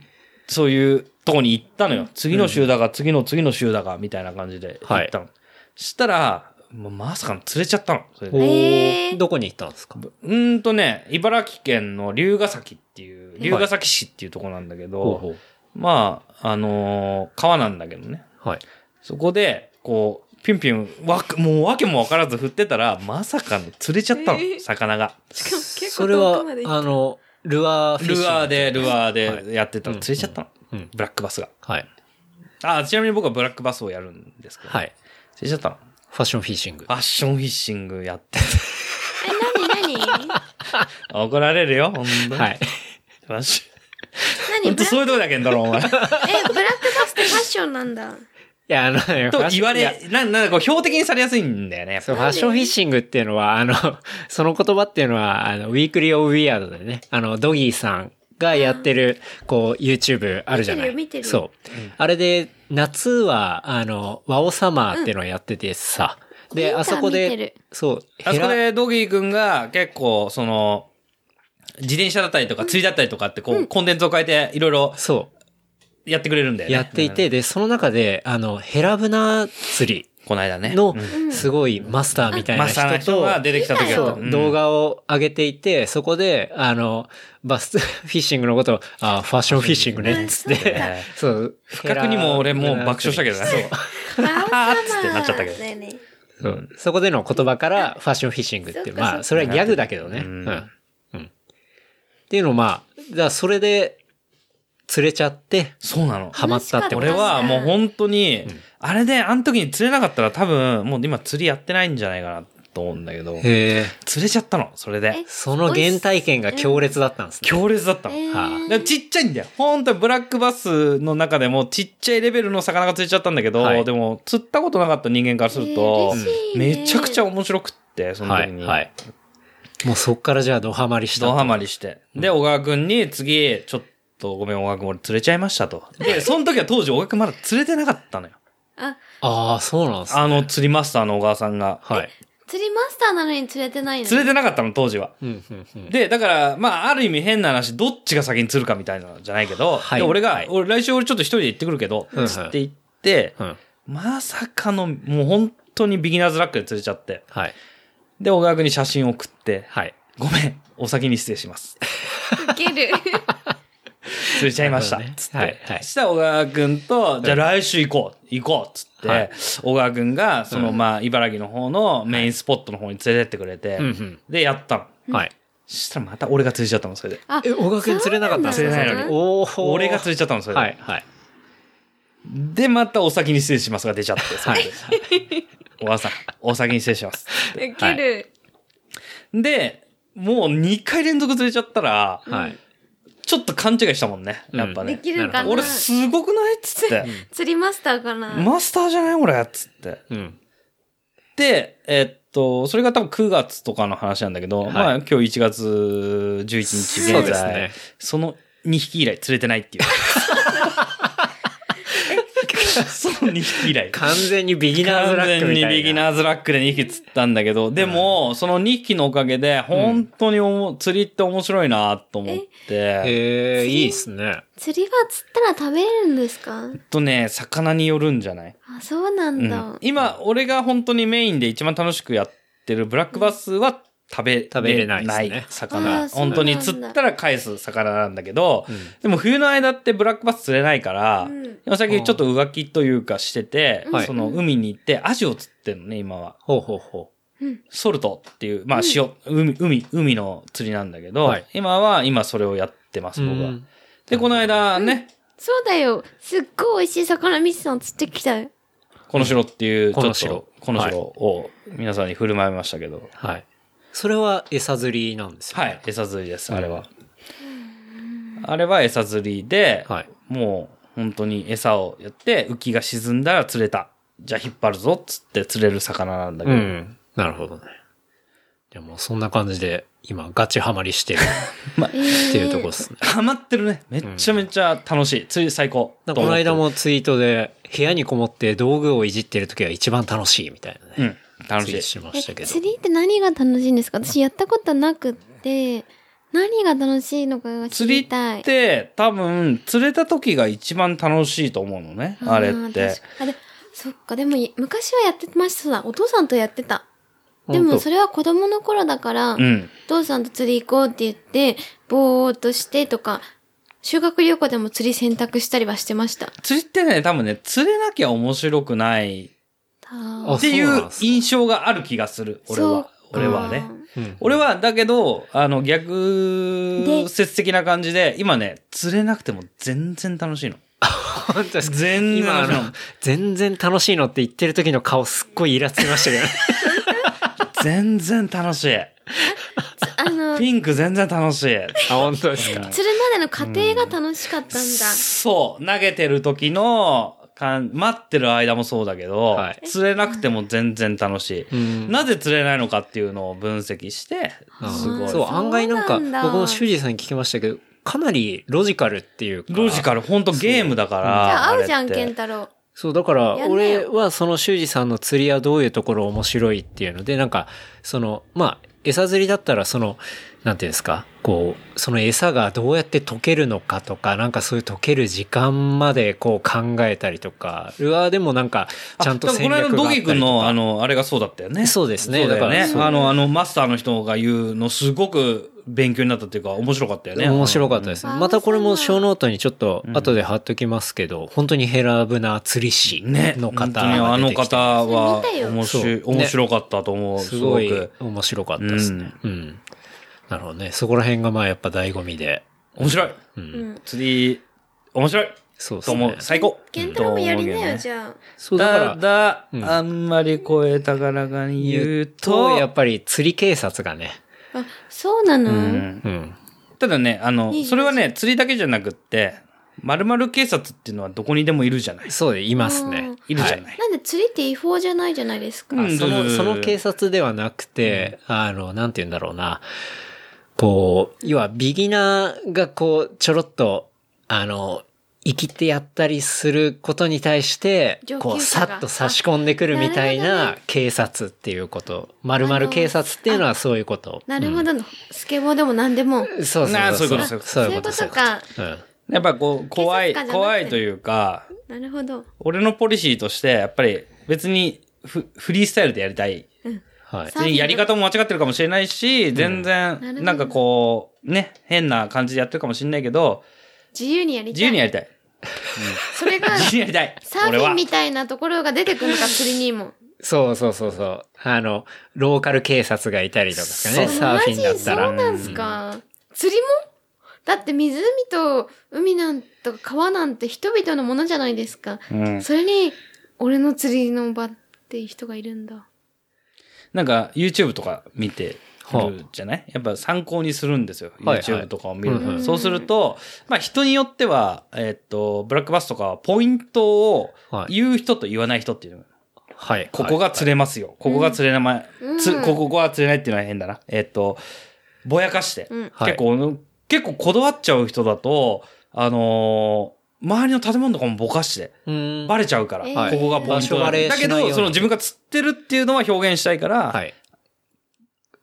そういうとこに行ったのよ。次の週だか、次の次の週だか、みたいな感じで行ったの。したら、もうまさかの釣れちゃったの。それで
お
へー
ーどこに行ったんですか
うーんとね、茨城県の龍ヶ崎っていう、龍ヶ崎市っていうとこなんだけど、
ほう
まあ、あのー川なんだけどね。
はい。
そこで、こう、ピュンピュン、わく、もうわけもわからず振ってたら、まさかの釣れちゃったの、
えー
魚が。
しかも結構
それ
遠
は
くまで、行っ
あの、ルアーフィッシ
ルアー
ュ。
で、ルアー
はい
でやってたら
うん
釣れちゃったの。
うん。
ブラックバスが。
はい。
あ、ちなみに僕はブラックバスをやるんですけど、
はい。
釣れちゃったの。
ファッションフィッシング
フ。ァッションフィッシングやって。
え、なになに
怒られるよ、ほんとに。
はい。
ファッション。ほ
何
ん
ブ
と
ラ
そういうとこだけんだろ、お前。
え、ブラックバスってファッションなんだ。
いや、あのね、
と
ファッシ
言
ョン
わ
いや
れ、なん、なんかこう、標的にされやすいんだよね、やっぱ
そう、ファッションフィッシングっていうのは、あの、 その言葉っていうのは、あの、ウィークリー・オブ・ウィアードでね、あの、ドギーさんがやってる、こう、YouTube あるじゃない。
見てるよ見てる
そう。あれで、夏は、あの、ワオサマーっていうのをやっててさ、
見
で、
た
あそこ
見てる
で、そう、
あそこ
ヘラ
でドギーくんが結構その、自転車だったりとか釣りだったりとかってこう、コンテンツを変えていろいろ
そう、
やってくれるんだよね。
やっていて、で、その中で、あの、ヘラブナ釣り
この間ね。
の
うん、
すごいマスターみたいな
マスターの
人
人
と、
が出てきた時だ
そ
った。
う
うん
動画を上げていて、そこで、あの、バス フィッシングのことを、あファッションフィッシングね、つっ
あそう
て
だ。
そう。不
不覚にも俺もう爆笑したけどね。ー
あ
っつってなっちゃったけど
ねえねえ
そうそこでの言葉からファッションフィッシングって、
そっか
ま
そっ
あ、
か
それはギャグだけどね。う
うんん。
うんっていうのをまあ、だからそれで、釣れちゃって、
そうなの。
ハマったってこ
俺
と
楽しかっ
はもう本当に、あれで、あの時に釣れなかったら多分、もう今釣りやってないんじゃないかなと思うんだけど、
へえ。
釣れちゃったの、それで
え。
その原体験が強烈だったんですね。
強烈だったの。
え
は
ー
でもちっちゃいんだよ。ほんとブラックバスの中でもちっちゃいレベルの魚が釣れちゃったんだけど、
はい
でも釣ったことなかった人間からすると、
えー嬉しいね
めちゃくちゃ面白くって、その
は
時
い。
に。
はい。もうそっからじゃあドハマりしたと。
ドハマりして。で、小川くんに次、ちょっとごめん、小川くん俺釣れちゃいましたと。で、その時は当時小川くんまだ釣れてなかったのよ。
あ
ああ、そうなんですね。
あの釣りマスターの小川さんが。
はい。
釣りマスターなのに釣れてないの
釣れてなかったの、当時は。
うん、うん、うん。
で、だから、まあ、ある意味変な話、どっちが先に釣るかみたいなのじゃないけど、
はい
で俺が、
はい
俺来週俺ちょっと一人で行ってくるけど、
うんうん
釣って行って、
うん。
まさかの、もう本当にビギナーズラックで釣れちゃって。
はい。
で、小川くんに写真送って、
はい。
ごめん、お先に失礼します。
ウケる
釣れちゃいました
なるほどね。
つって。
はいはい
そしたら小川くんと、じゃあ来週行こう、行こう、つって、
はい
小川くんが、その、
うん
まあ、茨城の方のメインスポットの方に連れてってくれて、
うんうん
で、やったの。
はい。
そしたらまた俺が釣れちゃったの、それで。
あ
え、小川くん釣れなかったんです
釣れないのに
そ時おー
俺が釣れちゃったの、それで。
はい、はい。
で、またお先に失礼しますが出ちゃって、それで。小川さん、お先に失礼します。
ウケる、
で、もう2回連続釣れちゃったら、
はい。
ちょっと勘違いしたもんね。やっぱ
うん
ね。
できるかな
俺すごくないっつって。
釣りマスターかな、
マスターじゃない俺っつって。
うん。
で、えっと、それが多分9月とかの話なんだけど、
い
まあ今日1月11日現在、
そう
そ
ですね
の2匹以来釣れてないっていう。 その2匹以来。
完全にビギナーズ
完
ラック
全
み
に
たいな。
ビギナーズラックで2匹釣ったんだけど、でも、その2匹のおかげで、本当におも釣りって面白いなと思って、え
へえ、いいですね。
釣りは釣ったら食べれるんですか
っとね、魚によるんじゃない
あそうなんだ、
うん今、俺が本当にメインで一番楽しくやってるブラックバスは食べ
食べれないですね
魚、
あーそうな
本
んだ
当に釣ったら返す魚なんだけど、
ん
でも冬の間ってブラックバス釣れないから、
うん
今最近ちょっと浮気というかしてて、
はい
その海に行ってアジを釣ってるのね、今は。
ほうほうほ
ソルトっていう、まあ塩、海、海、海の釣りなんだけど、
はい
今は、今それをやってま
う。
す、僕は。
うん
で、この間ね、
そうだよすっごい美味しい魚ミスさん釣ってきたよ
この城っていう、ちょっと、
こ
こ
の
の
城
城を皆さんに振る舞いましたけど、
はい。それは餌釣りなんですよ。
はい。。餌釣りです、あれは。あれは餌釣りで、
はい
もう本当に餌をやって、浮きが沈んだら釣れた。じゃあ引っ張るぞっつって釣れる魚なんだけ
う
ど。
ん。なるほどね。でも、そんな感じで、今、ガチハマりしてる。
まあ
っていうとこです ね。
ハマってるね。めっちゃめちゃ楽しい。釣り最高。
なんかこの間
と思っ
もツイートで、部屋にこもって道具をいじってる時が一番楽しいみたいな
て
ね。
る。うん。楽
ツイート
しい。
しま
え
したけど。
釣りって何が楽しいんですか私やったことなくって何が楽しいのかが知
釣り
り
った
い
て多分釣れた時が一番楽しいと思うのね。あれ
ー
って
確。かあでそっかでもい昔はやってましたそうだお父さんとやってたで
本
も
当
それは子供の頃だから、
うん。
お父さんと釣り行こうって言ってぼーっとしてとか修学旅行でも釣り選択したりはしてました
釣りってね、多分ね、釣れなきゃ面白くない
あー
あ
ってい
そうなん
う
ですか
印象がある気がする。俺
そう
は
か。
俺はね。
うん
俺は、だけど、あの、逆説的な感じで、今ね、釣れなくても全然楽しいの。
本当ですか
全然
今あ
楽しい
の
の。、
全然楽しいのって言ってる時の顔すっごいイラつきましたけど ね。
全然楽 しい。
あの
ピンク全然楽しい。
あ、本当ですか。
釣るまでの過程が楽しかったんだ、
そう、投げてる時の感、待ってる間もそうだけど、
はい
釣れなくても全然楽しい。
ん
なぜ釣れないのかっていうのを分析して、すご
そう、
い。
そう
案外なんか、
なんだ
僕も修二さんに聞きましたけど、かなりロジカルっていうか。
ロジカ
ル。
ル、ほんとゲームだから。じ
じゃあ合うじゃん健太郎
そう、だから、
やんなよ
俺はその修二さんの釣りはどういうところ面白いっていうので、なんか、その、まあ、餌釣りだったら、その、なんていうんですか、こう、その餌がどうやって溶けるのかとか、なんかそういう溶ける時間までこう考えたりとか、うわでもなんか、ちゃんと
あで
戦
もこの間
略
の
があった
ド
り
ギー
とか。
君の、あの、あれがそうだったよね。
そうですね
そうだよ
だから
ね。
そう
あの、あの、マスターの人が言うの、すごく勉強になったっていうか、面白かったよね。
面白かったです。
うん
またこれも小ノートにちょっと後で貼っときますけど、本当にヘラブな釣り師
ね。
の方
本当に
が
あ
出
の
てきて
方は
それ見たよ
面白い、
そうね
面白かったと思う。
す
す
ご
ご
い
く。
面白かったですね。うん。なるほどね。そこら辺がまあやっぱ醍醐味で。
面白い。
うん。
釣り、面白い
そうです
と思
ね
う。。最高
ケンタロウもやりなよ、じ
ゃ
ゃあ。
そうだから
た、だ、
うん
あんまり声高らかに言
言
う
う
と、
と、やっぱり釣り警察がね。
あ、そうなの、
うん
うん。
ただね、あの
いい、よ
それはね、釣りだけじゃなくって、〇〇警察っていうのはどこにでもいるじゃない。
そうで、いますね。
いるじゃない。
なんで釣りって違法じゃないじゃないですか。
うん
あその、その警察ではなくて、あの、なんて言うんだろうな。こう、要はビギナーがこう、ちょろっと、あの、生きてやったりすることに対して
上、級者
こ
が
う、さっと差し込んでくるみたい
あなるほど
な
ね
警察っていうこと。まるまる警察っていうのはそういうこと。
なるほどの、スケボーでも何でも。
うん。そう
な
そ
あ
うそう。
そういうこと
そういうこと。
そういうことか
そういうこと
やっぱこう、怖い、
警察官じゃ
怖
なくて
いというか、
なるほど。
俺のポリシーとして、やっぱり別にフフリースタイルでやりたい。
うん。はい。
サーフィン
やり方も間違ってるかもしれないし、全
なるほ
然、
ど
なんかこう、ね、変な感じでやってるかもしれないけど、
自由にやりたい。
自由にやりたい。
それが、
自由にやりたい。
サーフ
俺
ィン
は。
みたいなところが出てくるのか、釣りにも。
そうそうそうそう。あの、ローカル警察がいたりとかね、
えそう
サーフィンだったら。
マジそうなんすか。釣りもだって湖と海なんとか川なんて人々のものじゃないですか。
うん
それに、俺の釣りの場っていう人がいるんだ。
なんか YouTube とか見て
は
るじゃないやっぱ参考にするんですよ。
はいはい
YouTube とかを見る
うんう
と。
ん
そうすると、まあ人によっては、えっと、ブラックバスとかはポイントを
はい
言う人と言わない人っていうのが
はい。
ここが釣れますよ。ここが釣れない。
うん
つここが釣れないっていうのは変だな。えっと、ぼやかして。
うん
はい
結構、結構こだわっちゃう人だと、あのー周りの建物とかもぼかして。
うん
バレちゃうから、
え
ー
ここがポイントだ,、
はい
だ
場所バレ
け
しないよう
ど
に
その自分が釣ってるっていうのは表現したいから、
はい。
あ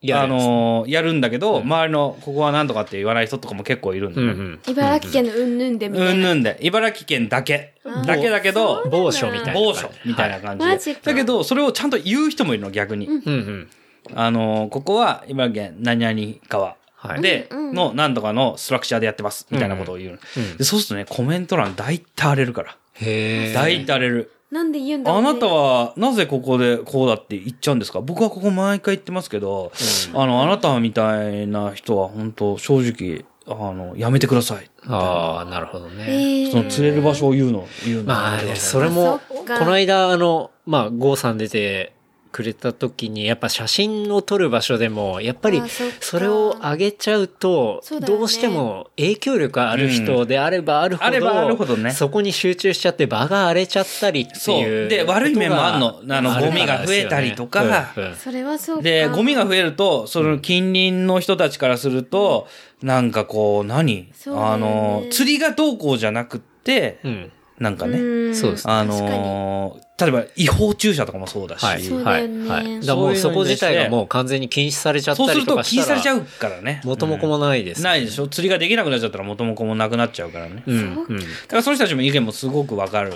やるやつ
のーやるんだけど、周りの、ここはなんとかって言わない人とかも結構いるんだ
うん
よ
う
ね。
ん。
茨城県のうんぬんでみた
う
い
ん
な。
ぬんで、茨城県だけ
あ。
だけだけど
そう、
某所みたいな。
某所みたいな感
はいマ
じ
ジ
で
か。
だけど、それをちゃんと言う人もいるの、逆に。
うんうん。
あのーここは茨城県何々川。
はい
で、
うんうん
の、なんとかのストラクチャーでやってます。みたいなことを言うの、
うん
でそうするとね、コメント欄大体荒れるから。
へえ。
大体荒れる。
なんで言うんだろ
あ
う、ね、
なたはなぜここでこうだって言っちゃうんですか僕はここ毎回言ってますけど、あの、あなたみたいな人は本当正直、あの、やめてください。
ああ、なるほど
え
ね。
ー
その釣れる場所を言うの、言うの。
まあ、ねそれ
あ
も、
そ
こ
っか
の間、あの、まあ、ゴーさん出てくれた時に、やっぱ写真を撮る場所でも、やっぱり
あそっか、
それを上げちゃうと
そう、だよね
どうしても影響力ある人であればあるほど、
あればあるほどね
そこに集中しちゃって場が荒れちゃったりって
そ。
いうう。
で、悪い面もあんの。あの、
ある
ゴ
か
ミ
ら
が
で
増
すよね
えたりとか、
うんうん
それはそうか。
で、ゴミが増えると、その近隣の人たちからすると、なんかこう、何、
そうだよね
あの、釣りがどうこうじゃなくって、
うん。
なんかね、
うん
そうです
あ
確かに
のー例えば違法駐車とかもそうだし、
はい。
そう
は
だ
い
よ。ね
はい。だからもうそこ自体がもう完全に禁止されちゃっ
そう
た
す
り
る
と
と
か
禁止
した
さ
ら。
れちゃうからね。
元も子もないです、
うんないでしょ釣りができなくなっちゃったら元も子もなくなっちゃうからね。だ
うん。うん。
からその人たちも意見もすごくわかる。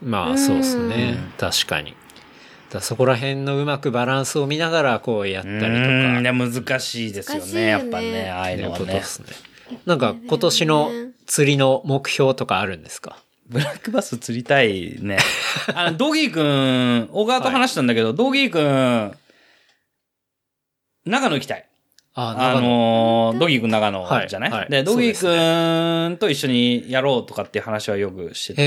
まあ、そうですね。確かに。だからそこら辺のうまくバランスを見ながらこうやったりとか。
うん、いや難しいですよ
難しいよ
ね。
ね
やっぱね、ああいうのは
こと
ね
で。すね。なんか今年の釣りの目標とかあるんですか
ブラックバス釣りたいね。 あの、ドギーくん、小川と話したんだけど、ドギーくん、長野行きたい。
あ
あのードギーくん長野じゃない、
はいはい
で、ド
そう
ギ
で
ー
す
くんと一緒にやろうとかっていう話はよくしてて。
へ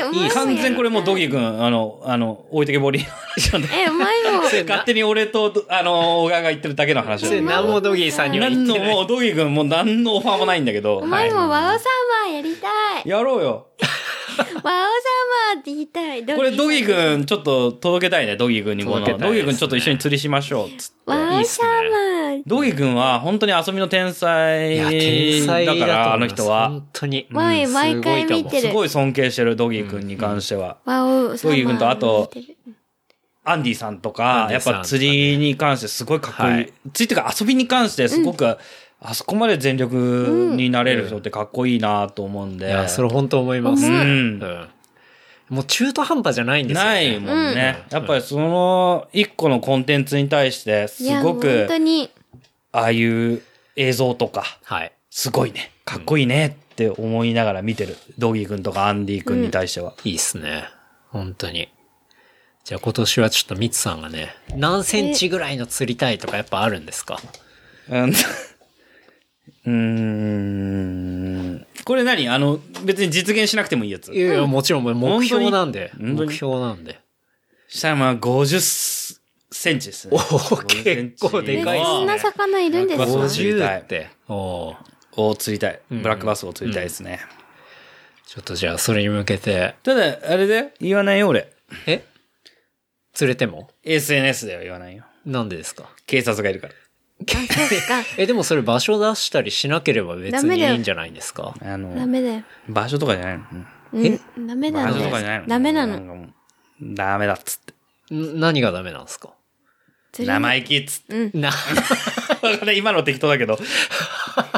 えー
いいっす
お
完
前
全これもうドギーくん、あの、あの、置いてけぼりの 話なんだ
え、うまい もん。
勝手に俺と、あの、小川が言ってるだけの 話
それ
なんだ
何もドギーさんには言
何
って
の、
ない。
もう、ドギー君、もう何のオファーもないんだけど。
お前
は
もワオサマーやりたい。
いやろうよ。
ワオサマーって言いたい。
これ、ドギ
君
ー君、ちょっと届けたいね、ドギー君にこの。
届
ド
けたい
ギ
ですね
ー君、ちょっと一緒に釣りしましょう、つって。
ワオサマー。
ドギー君は、本当に遊びの天才
いや、天才だ
だ
と思いま
か
す
ら、あの人は。
本当に。
前
うん
毎回見て
す
る
ごい尊敬してる、ドギー君に関しては。
ワオサマー。
ドギー君とあとアンディさんと
アン
か、
デ
や
ィ
っ
さん
ぱ釣りに関してすごいかっこいい。
はい
釣りっていうか遊びに関してすごく、あそこまで全力になれる人ってかっこいいなと思うんで。
いや、それ本当思います。
う
うん
ん。
うん。もう中途半端じゃないんですよね。
ないもんね。
うん
やっぱりその一個のコンテンツに対して、す
いや、も
ご
う本
く
当、に。
ああいう映像とか、
はい。
すごいね、かっこいいねって思いながら見てる。ドギー君とかアンディ君に対しては。
いいっすね。本当に。じゃあ今年はちょっとミツさんがね、何センチぐらいの釣りたいとかやっぱあるんですか
うん。う ーんこれ何あの、別に実現しなくてもいいやつ
い。やいや、もちろんもう目標なんで。
本当に本当に
目標なんで。
下山50センチですね。
おー結構で
え、
かいっすね
こんな魚いるんで
うわ
すか
釣りたい
50って。おー
を釣りたい。
ん
ブラックバスを釣りたいですね。
ちょっとじゃあそれに向けて。
ただ、あれで言わないよ、俺。
え釣れても
SNS では言わないよ。
なんでですか
警察がいるから。
え、でもそれ場所出したりしなければ別
ダ
に
メ
い
だよ
いんじゃないんですか
あ
ダ
の、
メだよ。
場所とかじゃないの。うん
うん。ダメな
場
の
所とかじゃないの。
ダメな
ん
の。
かもう。ダメだっつっ
ん何がダメなんですか
て。
釣り
生意気っつって。
な、
わかんない今の適当だけど。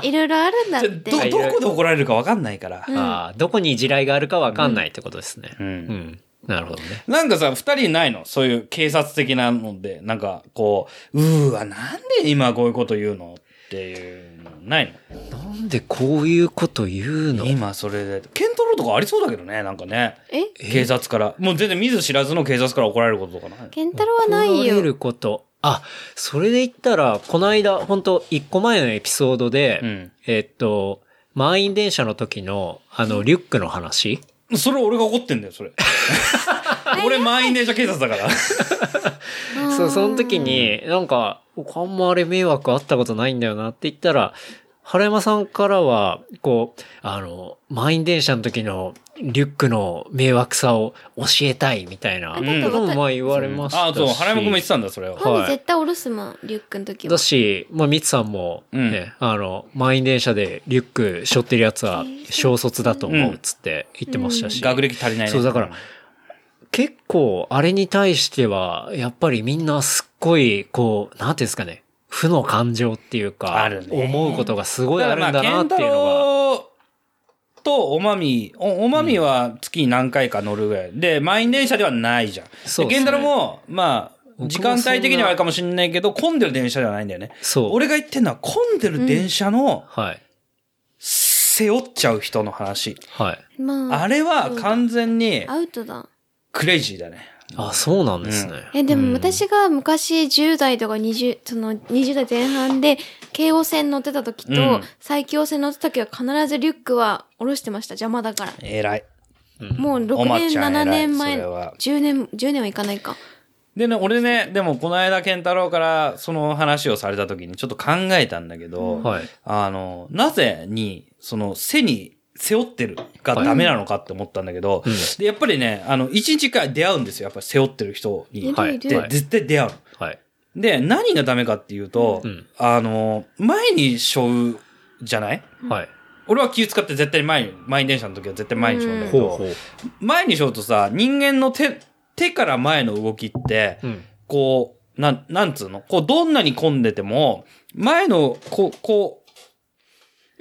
いろいろあるんだっ
ど、
て。
どこで怒られるかわかんないから。
あーどこに地雷があるかわかんないってことですね。うんなるほどね。
なんかさ、二人ないのそういう警察的なので、なんかこう、うーわ、なんで今こういうこと言うのっていうのない
なんでこういうこと言うの
の今それで。ケンタロウとかありそうだけどね、なんかね。
え
警察から。もう全然見ず知らずの警察から怒られることとかないの
ケンタロウはない
怒られ
よ。
ること。あ、それで言ったら、この間、本当一個前のエピソードで、
うん
えっと、満員電車の時の、あの、リュックの話。
それ俺が怒ってんだよ、 それ。俺満員電車警察だから。
そう、その時に、なんか、僕あんまあれ迷惑あったことないんだよなって言ったら、原山さんからは、こう、あの、満員電車の時のリュックの迷惑さを教えたいみたいな、
あ
こ
だって
ともまあ言われましたし。
あ、そう、原山君も言ってたんだ、それを。
は
なんで絶対おろすもん、リュックの時は
だ。し、まあ、ミツさんも
うん
ね、あの、満員電車でリュック背負ってるやつは小卒だと思うっつって言ってましたし。
学歴足りないね。
そうだから結構あれに対しては、やっぱりみんなすっごい、こう、なんていうんですかね、負の感情っていうか、
あるね
思うことがすごい
だ
あ
か
る
ら
ん
ま
だ
あ、ケ
なっ
ン
て
タ
いうのが。
ロウとおまみ、おおまみは月に何回か乗るぐらい。で、満員電車ではないじゃん。
そう
で
です
ケン
ね
タロウも、まあ、
も
時間帯的にはあるかもしれないけど、混んでる電車ではないんだよね。
そう。
俺が言ってんのは、混んでる電車の
はい。
背負っちゃう人の話。
はい。
ま
あ
あ、
れは完全に
アウトだ。
クレイジーだね。
あ、そうなんですね。
え、でも私が昔10代とか20、その20代前半で、京王線乗ってた時
う
と
ん、
埼京線乗ってた時は必ずリュックは下ろしてました。邪魔だから。
偉い。
もう6
おま
年、
ちゃん偉い
7年前、
それは
10年、10年はいかないか。
でね、俺ね、でもこの間健太郎からその話をされた時にちょっと考えたんだけど、
はい。
あの、なぜに、その背に背負ってるがダメなのかって思ったんだけど、でやっぱりね、あの、一日一回出会うんですよ。やっぱり背負ってる人に。
はい
いるい
で、
る
はい
絶対出会う。
はい。
で、何がダメかっていうと、
うん
あの、前に背負うじゃない
はい。
俺は気使って絶対前に、満員電車の時は絶対前にしようんだけ
ほう
ど、
ほう。
前にしようとさ、人間の手、手から前の動きって、
うん。
こう、なん、なんつうのこう、どんなに混んでても、前の、こう、こ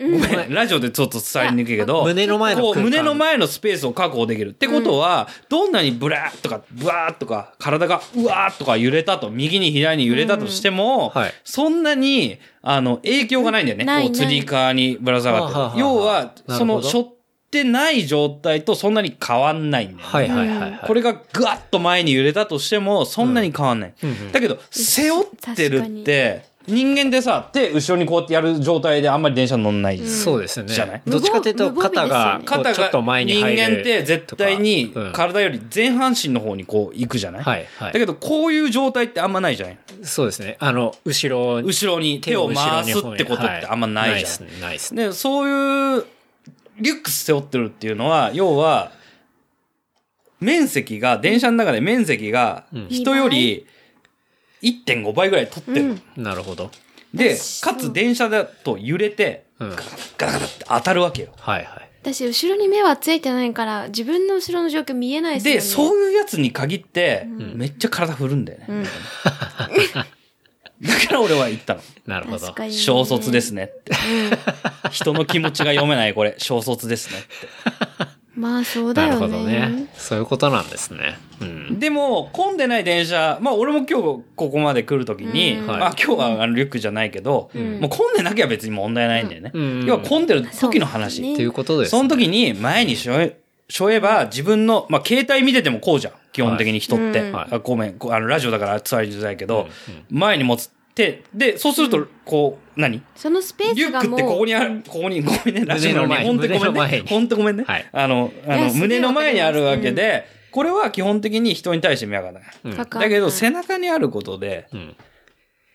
う、ごめん、ラジオでちょっと伝えにくいけど、
胸の前の
こ
空
う
間。
胸の前のスペースを確保できる。ってことは、どんなにブラーとか、ブワーとか、体がうわーとか揺れたと、右に左に揺れたとしても、
うんはい
そんなに、あの、影響がないんだよね。
ない
こう、釣り革にぶら下がって
はあはあはあ
要は、
なるほど
その、しょってない状態とそんなに変わんないんだよね。
はいはいはいはい。
これがぐわっと前に揺れたとしても、そんなに変わんない。
んうん
だけど、背負ってるって、人間でさ、手後ろにこうやってやる状態であんまり電車乗んない。
そうですよね
じゃない。
どっちかというと
無防
肩が
無、
こ
肩
う
が
ちょっと前に
人
入る。
間って絶対に
とかうん
体より前半身の方にこう行くじゃない、
はいはい
だけどこういう状態ってあんまないじゃない
そうですね。あの、後ろに
後ろに手を回すってことってあんまないじ
はいないで
ゃん、
すね。ないですね。
でそういうリュックス背負ってるっていうのは要は面積が電車の中で面積が人より1.5倍ぐらい取ってる、
なるほど。
でかつ電車だと揺れて
うん。はい
ガタガタって当たるわけよ
はい。
私、後ろに目はついてないから、自分の後ろの状況見えない
で、
ですよね。
そういうやつに限って、めっちゃ体振るんだよね。だから俺は言ったの。
なるほど
確。かに、ね。
小卒ですねって。人の気持ちが読めないこれ、小卒ですねって。
まあそうだ
なる
よ
ほ
ね。
どね。そういうことなんですね。うん。
でも、混んでない電車、まあ俺も今日ここまで来るときに、
うん
まあ今日はあのリュックじゃないけど、
ん
もう混んでなきゃ別に問題ないんだよね。
うん
要は混んでる時の話。そ,、
そうです
ということです。
の時に前にしょえ、しょえば自分の、まあ携帯見ててもこうじゃん。基本的に人って。
はい
あごめん、こうあのラジオだから伝わりづらいけど、
うんうん
前に持つって、で、そうすると、こう、何
そのスペー
リ
ス
ュッ
が
ク
も
っ
う。
てここにある、ここに、ごめんね、ラジオなのに、
胸の前に
ほんとごめ
胸の前に。
んねほんとごめんね
はい。
あの、あ
いや
の、
すげえ
胸の前にあるわけで、これは基本的に人に対して目がない。
うん
かか
だけど、背中にあることで、
うん。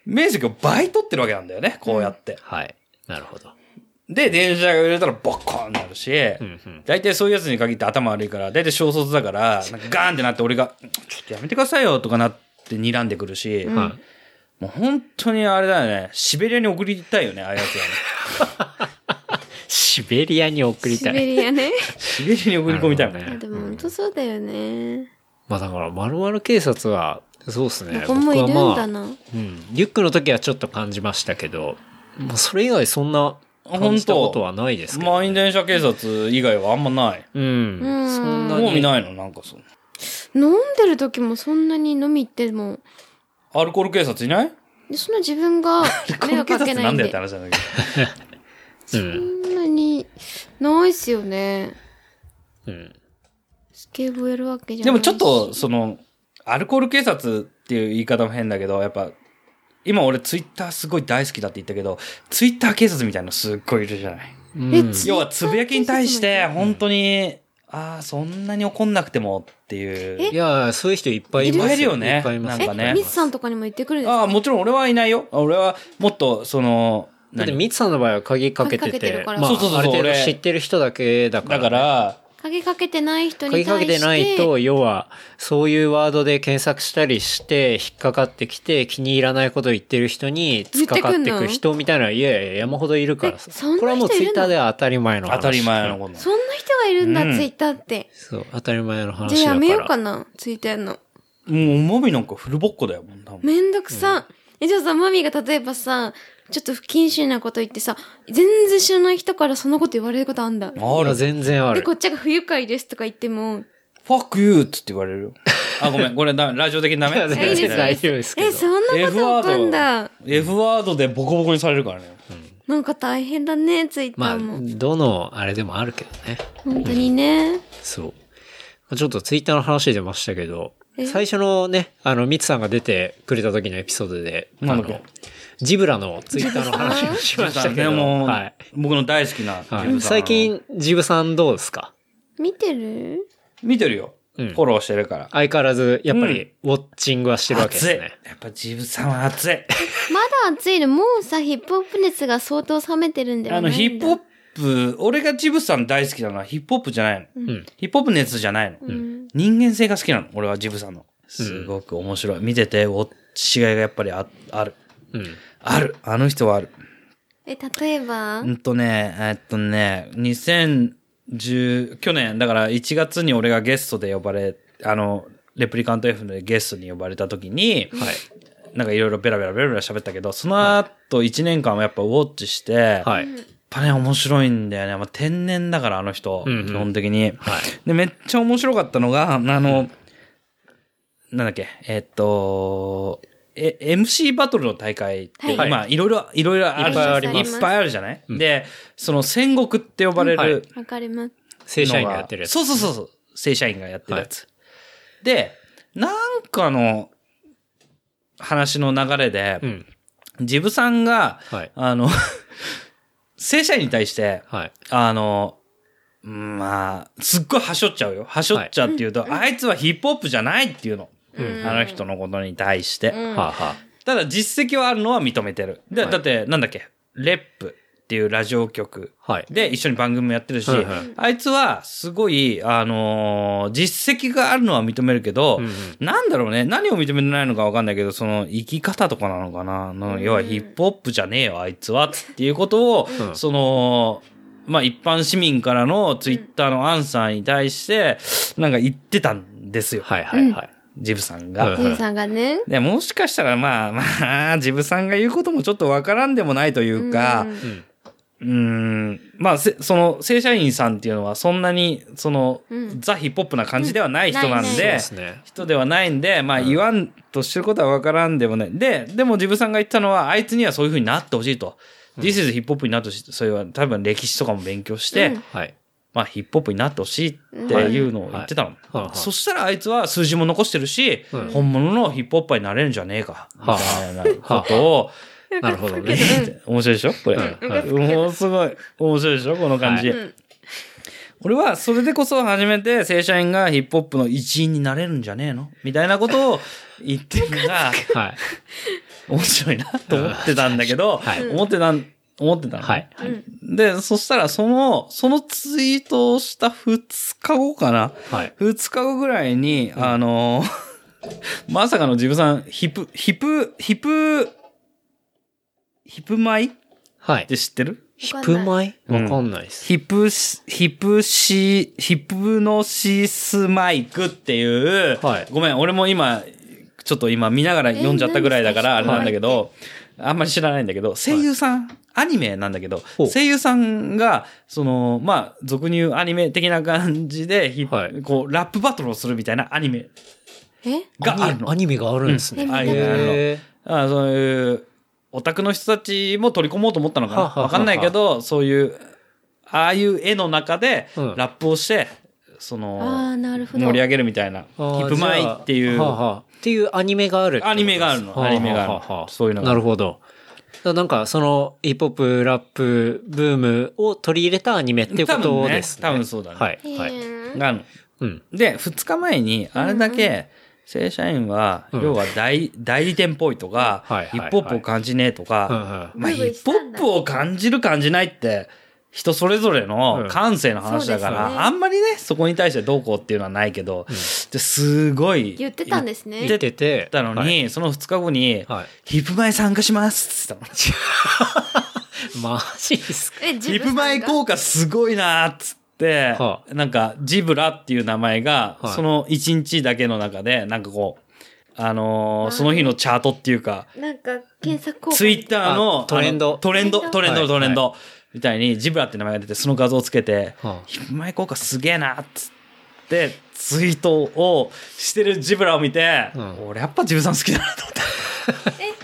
面積を倍取ってるわけなんだよね、こうやって。
はい。なるほど。
で、電車が揺れたらボッコーンなるし、
うんうん。
大体そういうやつに限って頭悪いから、大体小卒だから、なんかガーンってなって俺が、ちょっとやめてくださいよとかなって睨んでくるし、
うん
はい。
もう本当にあれだよね、シベリアに送りたいよね、ああいうやつはね。
シベリアに送りた
シ
い
ベ。リ アね。
シベリアに送り込みたいもん
なるほどね
ね
いやでも本当そうだよね。
まあだから、まるまる警察は、そうですね。
どこもいるん
僕はまあ
だな。
うん。リュックの時はちょっと感じましたけど、まあそれ以外そんな感じたことはないですけど。
満員電車警察以外はあんまない。
うん。
うん
そんな
興味
に。
ないのなんかその。
飲んでる時もそんなに飲み行っても、
アルコール警察いない
でその自分が 迷惑かけな
ないん
ん
だよっ
で
て、話なんだけ
うん。
そんなにないっすよね。
うん。
スケボーやるわけじ
ど。
ゃな
で
い
もちょっと、
し
その、アルコール警察っていう言い方も変だけど、やっぱ、今俺ツイッターすごい大好きだって言ったけど、ツイッター警察みたいなのすっごいいるじゃない。
うん
え
要はつぶやきに対し
ツイッ
て
ター
本当に、ああ、そんなに怒んなくてもってい。
いうやー、そういう人いっぱいいます
いるよ
い
ね
っぱいいます。
なんかね
え、ミツさんとかにも行ってくるんですか
ああ、もちろん俺はいないよ。俺はもっと、その、
だって、
何
ミツさんの場合は鍵かけて
鍵かけて
て、
るから
まあ、あ
そうそうそう
る程度
俺
知ってる人だけだから
だ
ね。
から、
鍵かけてない人に対
鍵
して。
かけてないと、要は、そういうワードで検索したりして、引っかかってきて、気に入らないことを言ってる人に、突っかかってく人みたいな、いやいや、山ほどいるから
えそんな人いるの
これはもうツイッターでは当たり前の話。
当たり前のこと。
そんな人がいるんだ、
うん
ツイッターって。
そう、当たり前の話だから。
じゃあやめようかな、ツイッターやんの。
もう、マミなんかフルボッコだよ、もう多分
めんどくさ。え、じゃあさ、マミが例えばさ、ちょっと不謹慎なこと言ってさ、全然知らない人からそんなこと言われることあんだ。
あ
いや
る。
全然あ
で、
る
こ。っちが不愉快ですとか言っても、
ファックユーっつって言われるよ。あ、ごめん、これダメ、ラジオ的に ダメ。
いや全然
えいいです
大丈夫ですけど
え、そんなこ
F
と
ワ
起こん
ー
だ。
ド、F ワードでボコボコにされるからね。
なんか大変だね、ツイッ
ま
タ
あ
ーも。、
どの、あれでもあるけどね。
本当にね。
そう。まあちょっとツイッターの話出ましたけど
え、
最初のね、あの、ミツさんが出てくれた時のエピソードで、あ
なんだっ
の
け、
ジブラのツイッターの話をしましたけど、
ねもう
はい。
僕の大好きな、
は
ジ
い、
ブさん
最。近、ジブさんどうですか
見てる
見てるよ。フ
うん
ォローしてるから。
相変わらず、やっぱり、ウォッチングはしてるわけです
熱い。
ね。
やっぱジブさんは熱い。
まだ暑いの、もうさ、ヒップホップ熱が相当冷めてるんだよ
あの、ヒップホップ、俺がジブさん大好きなのはヒップホップじゃないの。
ん
ヒップホップ熱じゃないの。
うん
人間性が好きなの、俺はジブさんの。すごく面白い。見てて、お、違いがやっぱりあある。
うん。
ある。あの人はある。
え、例えば
うんとね、えっとね、2010、去年、だから1月に俺がゲストで呼ばれ、あの、レプリカント F でゲストに呼ばれた時に、なんかいろいろベラベラベラベラ喋ったけど、その後1年間はやっぱウォッチして、やっ
はい。
ぱね、面白いんだよね。まあ、天然だから、あの人、
うんうん
基本的
は
に。
い。
で、めっちゃ面白かったのが、あの、なんだっけ、えっと、え、MC バトルの大会って、
はい
今、いろいろ、いろいろあるじゃない
いっぱいあります
いっぱいあるじゃない、で、その戦国って呼ばれ
うんはい
る
わかります。
正社員がやってるやつ。
そうそうそうそう。正社員がやってるやつ。で、なんかの話の流れで、
うん。
ジブさんが、
はい
あの、 正社員に対して、
はい。
あの、まあ、すっごいはしょっちゃうよ。はしょっちゃうっていうと、あいつはヒップホップじゃないっていうの。
ん
あの人のことに対して。
うん
はあ、は
ただ実績はあるのは認めてる。で
はい
だって、なんだっけ、レップっていうラジオ局
あ、はい。
で一緒に番組もやってるし、
はいはい
あいつはすごい、あのー実績があるのは認めるけど、
うんうん
なんだろうね、何を認めてないのかわかんないけど、その生き方とかなのかな、の要はヒップホップじゃねえよ、あいつはっていうことを、
うん
その、まあ一般市民からのツイッターのアンサーに対して、なんか言ってたんですよ。
はいはいはい。
ジブさんが。
うん
ジンさんがね。
で、もしかしたらまあまあ、ジブさんが言うこともちょっとわからんでもないというか、うーん、まあ、せその、正社員さんっていうのはそんなに、その、
うん
ザ・ヒップホップな感じではない人なん
うんない
そう
で
で、すね。
人ではないんで、まあ言わんとしてることはわからんでもない。で、でもジブさんが言ったのは、あいつにはそういう風になってほしいと。This is ヒップホップになってほしい。それは多分歴史とかも勉強して、
うん
はい。
まあ、ヒップホップになってほしいっていうのを言ってたの。
はいはい
そしたらあいつは数字も残してるし、
うん
本物のヒップホッパーになれるんじゃねえか、み
は
たいなことを、
なるほどね。
面白いでしょこれ。
うん
もうすごい面白いでしょこの感じ。
はいうん
俺はそれでこそ初めて正社員がヒップホップの一員になれるんじゃねえのみたいなことを言ってるのが
はい。
面白いなと思ってたんだけど、
はい
思ってたん、思ってたの。
はい。
で、そしたらその、そのツイートをした2日後かな。
はい。
2日後ぐらいに、あの ーまさかのジブさん、ヒプ、ヒプ、ヒプ、ヒプマイっ
はい。
て知ってる
ヒップマイ
う
わ
ん
かんないです。
ヒプシ、ヒプシ、ヒプノシスマイクっていう、
はい
ごめん、俺も今、ちょっと今見ながら読んじゃったぐらいだから、あ
え
れ
何ですか
なんだけど、あんまり知らないんだけど、声優さん、アニメなんだけど
ほう、
声優さんが、その、まあ、俗に言うアニメ的な感じで、ヒップ
はい
こう、ラップバトルをするみたいなアニメ
え
があ
ア
る
ニ
の
メア。ニメがあるんですね。
うん
アニメがあるの。
へ
あそういう、オタクの人たちも取り込もうと思ったのかな
はあはあはあ
わかんないけど、そういう、ああいう絵の中で、
う
ラ
ん
ップをして、そ
あ
の
あ、、なるほど。
盛り上げるみたいな、ヒ
ーあー
ップマイってい
じ
う
ゃあはあはあっていうアニメがあるってことです。
アニメがあるの
ははは
アニメがあるの
はは
そういうのが
なるほど。だからなんか、その、ヒップホップ、ラップ、ブームを取り入れたアニメっていうこ
多
と
分ね
ですね。
多分そうだね
はい。
へー
はい。
があるの
うん。
で、2日前に、あれだけ、正社員は、
うん
要は代代理店っぽいとか
はいはいはい、
ヒップホップを感じねえと
うんう
か、
ん。
まあ、
ブー
ヒ
ブー
ッ
し
プ
た
ホ
ん
ッ
だ
プを感じる感じないって、人それぞれの感性の話だか
うんそう
ら、
ですね
あんまりね、そこに対してどうこうっていうのはないけど、ですごい
言ってたんですね。
出てて
言っ。たのに、
はい
その2日後に、
はい。
ヒップマイ参加しますっつったの。
マジですか
え、自
ヒッ
分
プマイ効果すごいなーっつって、
は
なんかジブラっていう名前が、
はい
その1日だけの中で、なんかこう、あのーその日のチャートっていうか、
なんか、検索効果。
ツイッターの
あトレンド
あのトレンド、トレンド、
ト
ト
レ
レ
ンド
ンド。みたいに、ジブラって名前が出て、その画像をつけて
はあ、
ヒップマイ効果すげえなっつって、ツイートをしてるジブラを見て、
うん
俺やっぱジブさん好きだなと思って。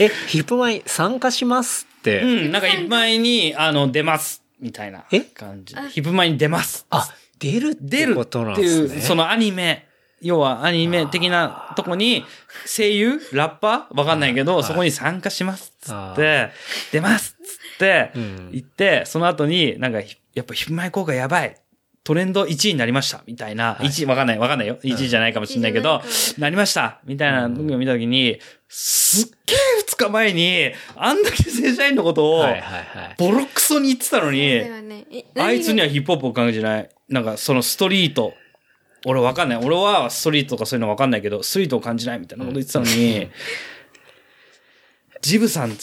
え、ヒップマイ参加しますって。
うん、なんかヒップマイに、あの、出ます、みたいな
え
感じ
あ。
ヒップマイに出ます。
あ、出るって
出る
ことなん
って
で
い
す
う、
ね。
そのアニメ、要はアニメ的なとこに、声優ラッパーわかんないけ
は
ど、
い
そこに参加しますっつ
あ
って、出ますっつって
うん、
行って、その後になんか、やっぱヒップマイ効果やばい。トレンド1位になりました。みたいな。1位わかんない。わかんないよ。1位じゃないかもしれないけど
一位じ、
なりました。みたいなのを見たときに、すっげえ2日前に、あんだけ正社員のことを
は、いはいはい。
ボロクソに言ってたのに、
だよねえ
あいつには
何
ヒップホップを感じない。なんか、そのストリート。俺わかんない。俺はストリートとかそういうのわかんないけど、ストリートを感じないみたいなこと言ってたの に、ジブさん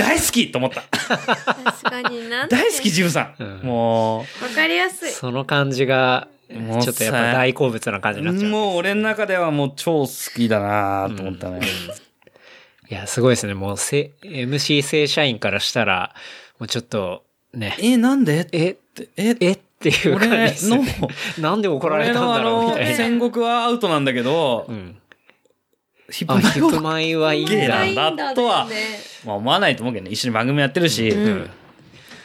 大好きと思った。
が確かになんて
大好きジブさん。
うん
も
わかりやすい。
その感じが、ち
もう
ょっとやっぱ大好物な感じになっちゃ
う、
う。
もう俺の中ではもう超好きだなと思ったね。
いや、すごいですね。もうせ、MC 正社員からしたら、もうちょっと、ね、
え、なんでえ、
え、
え、
えっていう感じです、
俺
ね。
の、
なんで怒られ
俺
たん
のあ
だろうみ
の
たいな。
戦国はアウトなんだけど
う、ん。
ヒップ
あ、
マイ
ヒップマイはいいん
ゲイ
だ。
なんだとは
だよね
まあ思わないと思うけどね。一緒に番組やってるし、
う
うんん。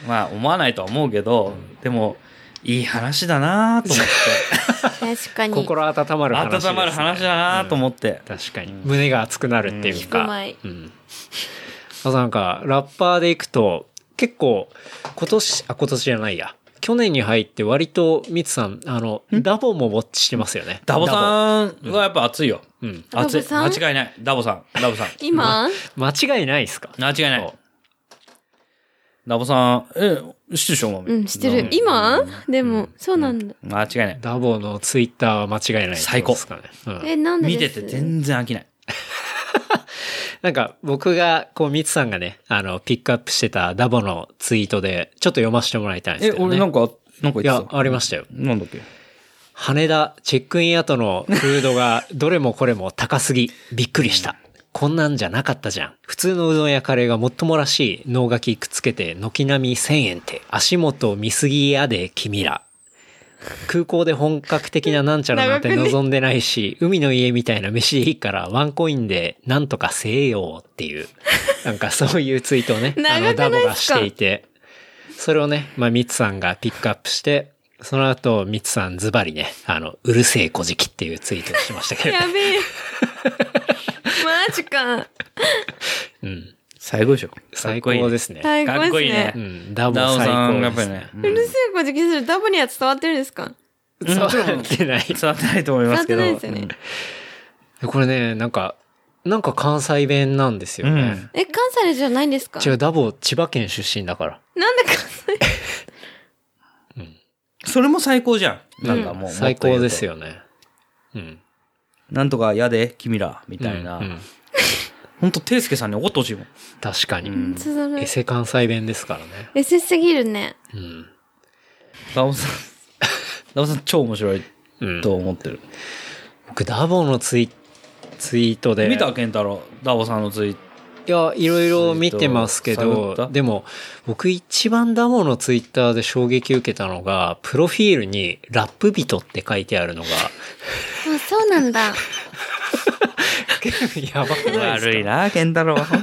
まあ思わないとは思うけど、でも、いい話だなと思って。
確かに。
心温まる話です、ね。
温まる話だなと思って。
確かに。胸が熱くなるっていう
うんヒップ
か
マイ。
うん。あとなんか、ラッパーでいくと、結構、今年、あ、今年じゃないや。去年に入って割と、ミツさん、あの、ダボもウォッチしてますよね。
ダボさんはやっぱ熱いよ。
ボうん。
ダボ
熱い。
さん
間違いない。ダボさん。ダボさん。
今
間違いないですか
間違いな
そう
い。ダボさん、え、知ってるでしょ、お前
うん、知ってる。今でも、そうなんだ。
間違いない。
ダボのツイッターは間違いないってことですかね。うん
え、なんで
見て
です
て全然飽きない。
なんか僕が、こう、ミツさんがね、あの、ピックアップしてたダボのツイートで、ちょっと読ませてもらいたいんです
え、
けど、ね。
俺なんか、なんか
い
言っ
や
て、た。
ありましたよ。
なんだっけ
羽田チェックイン後のフードがどれもこれも高すぎ、びっくりした。こんなんじゃなかったじゃん。普通のうどんやカレーがもっともらしい脳書きくっつけて軒並み1000円って足元見すぎやで君ら。空港で本格的ななんちゃ らなんて望んでないし、海の家みたいな飯でいいからワンコインでなんとかせえよっていう、なんかそういうツイートをね、あの
長くな
ダ
いっすか
ボがしていて、それをね、まあ、ミツさんがピックアップして、その後、ミツさんズバリね、あの、うるせえこじきっていうツイートをしましたけど
や、べ え。マジか。
うん。
最高でしょ。
最高ですね。
最
かっこ
高
い
で
い
す
ね
ね
う。ん、ダボ
ダオ
最
さん、
高
やっ
で
ぱ
す
り
ね
ね。。
うるせえこじきする。ダボには伝わってるんですか
うんもちろん
触ってない。
伝わってないと思いますけど。
伝わってないです
これね、なんか、なんか関西弁なんですよね。
え、関西じゃないんですか
違う、ダボ千葉県出身だから。
なんで関西
うんそれも最高じゃん。なんかもう。
最高です
よ。
よね。うん。
なんとかやで、君ら、みたい
うんう
な。
ん
ほんと、ていすけさんに怒ってほしいもん。
確かに。
つづ
エ
る
セ関西弁ですからね。
エセすぎるね。
うん。
ダオさん、ダオさん超面白い
うん
と思ってる。
僕、ダボのツイツイートで。
見た健太郎、ダオさんのツイート。
いや、いろいろ見てますけ
えっと探
ど
っ、た
でも、僕一番ダモのツイッターで衝撃受けたのが、プロフィールにラップ人って書いてあるの が、
あ、そうなんだ。
やばくないですか
悪いな、健太郎 は。ほん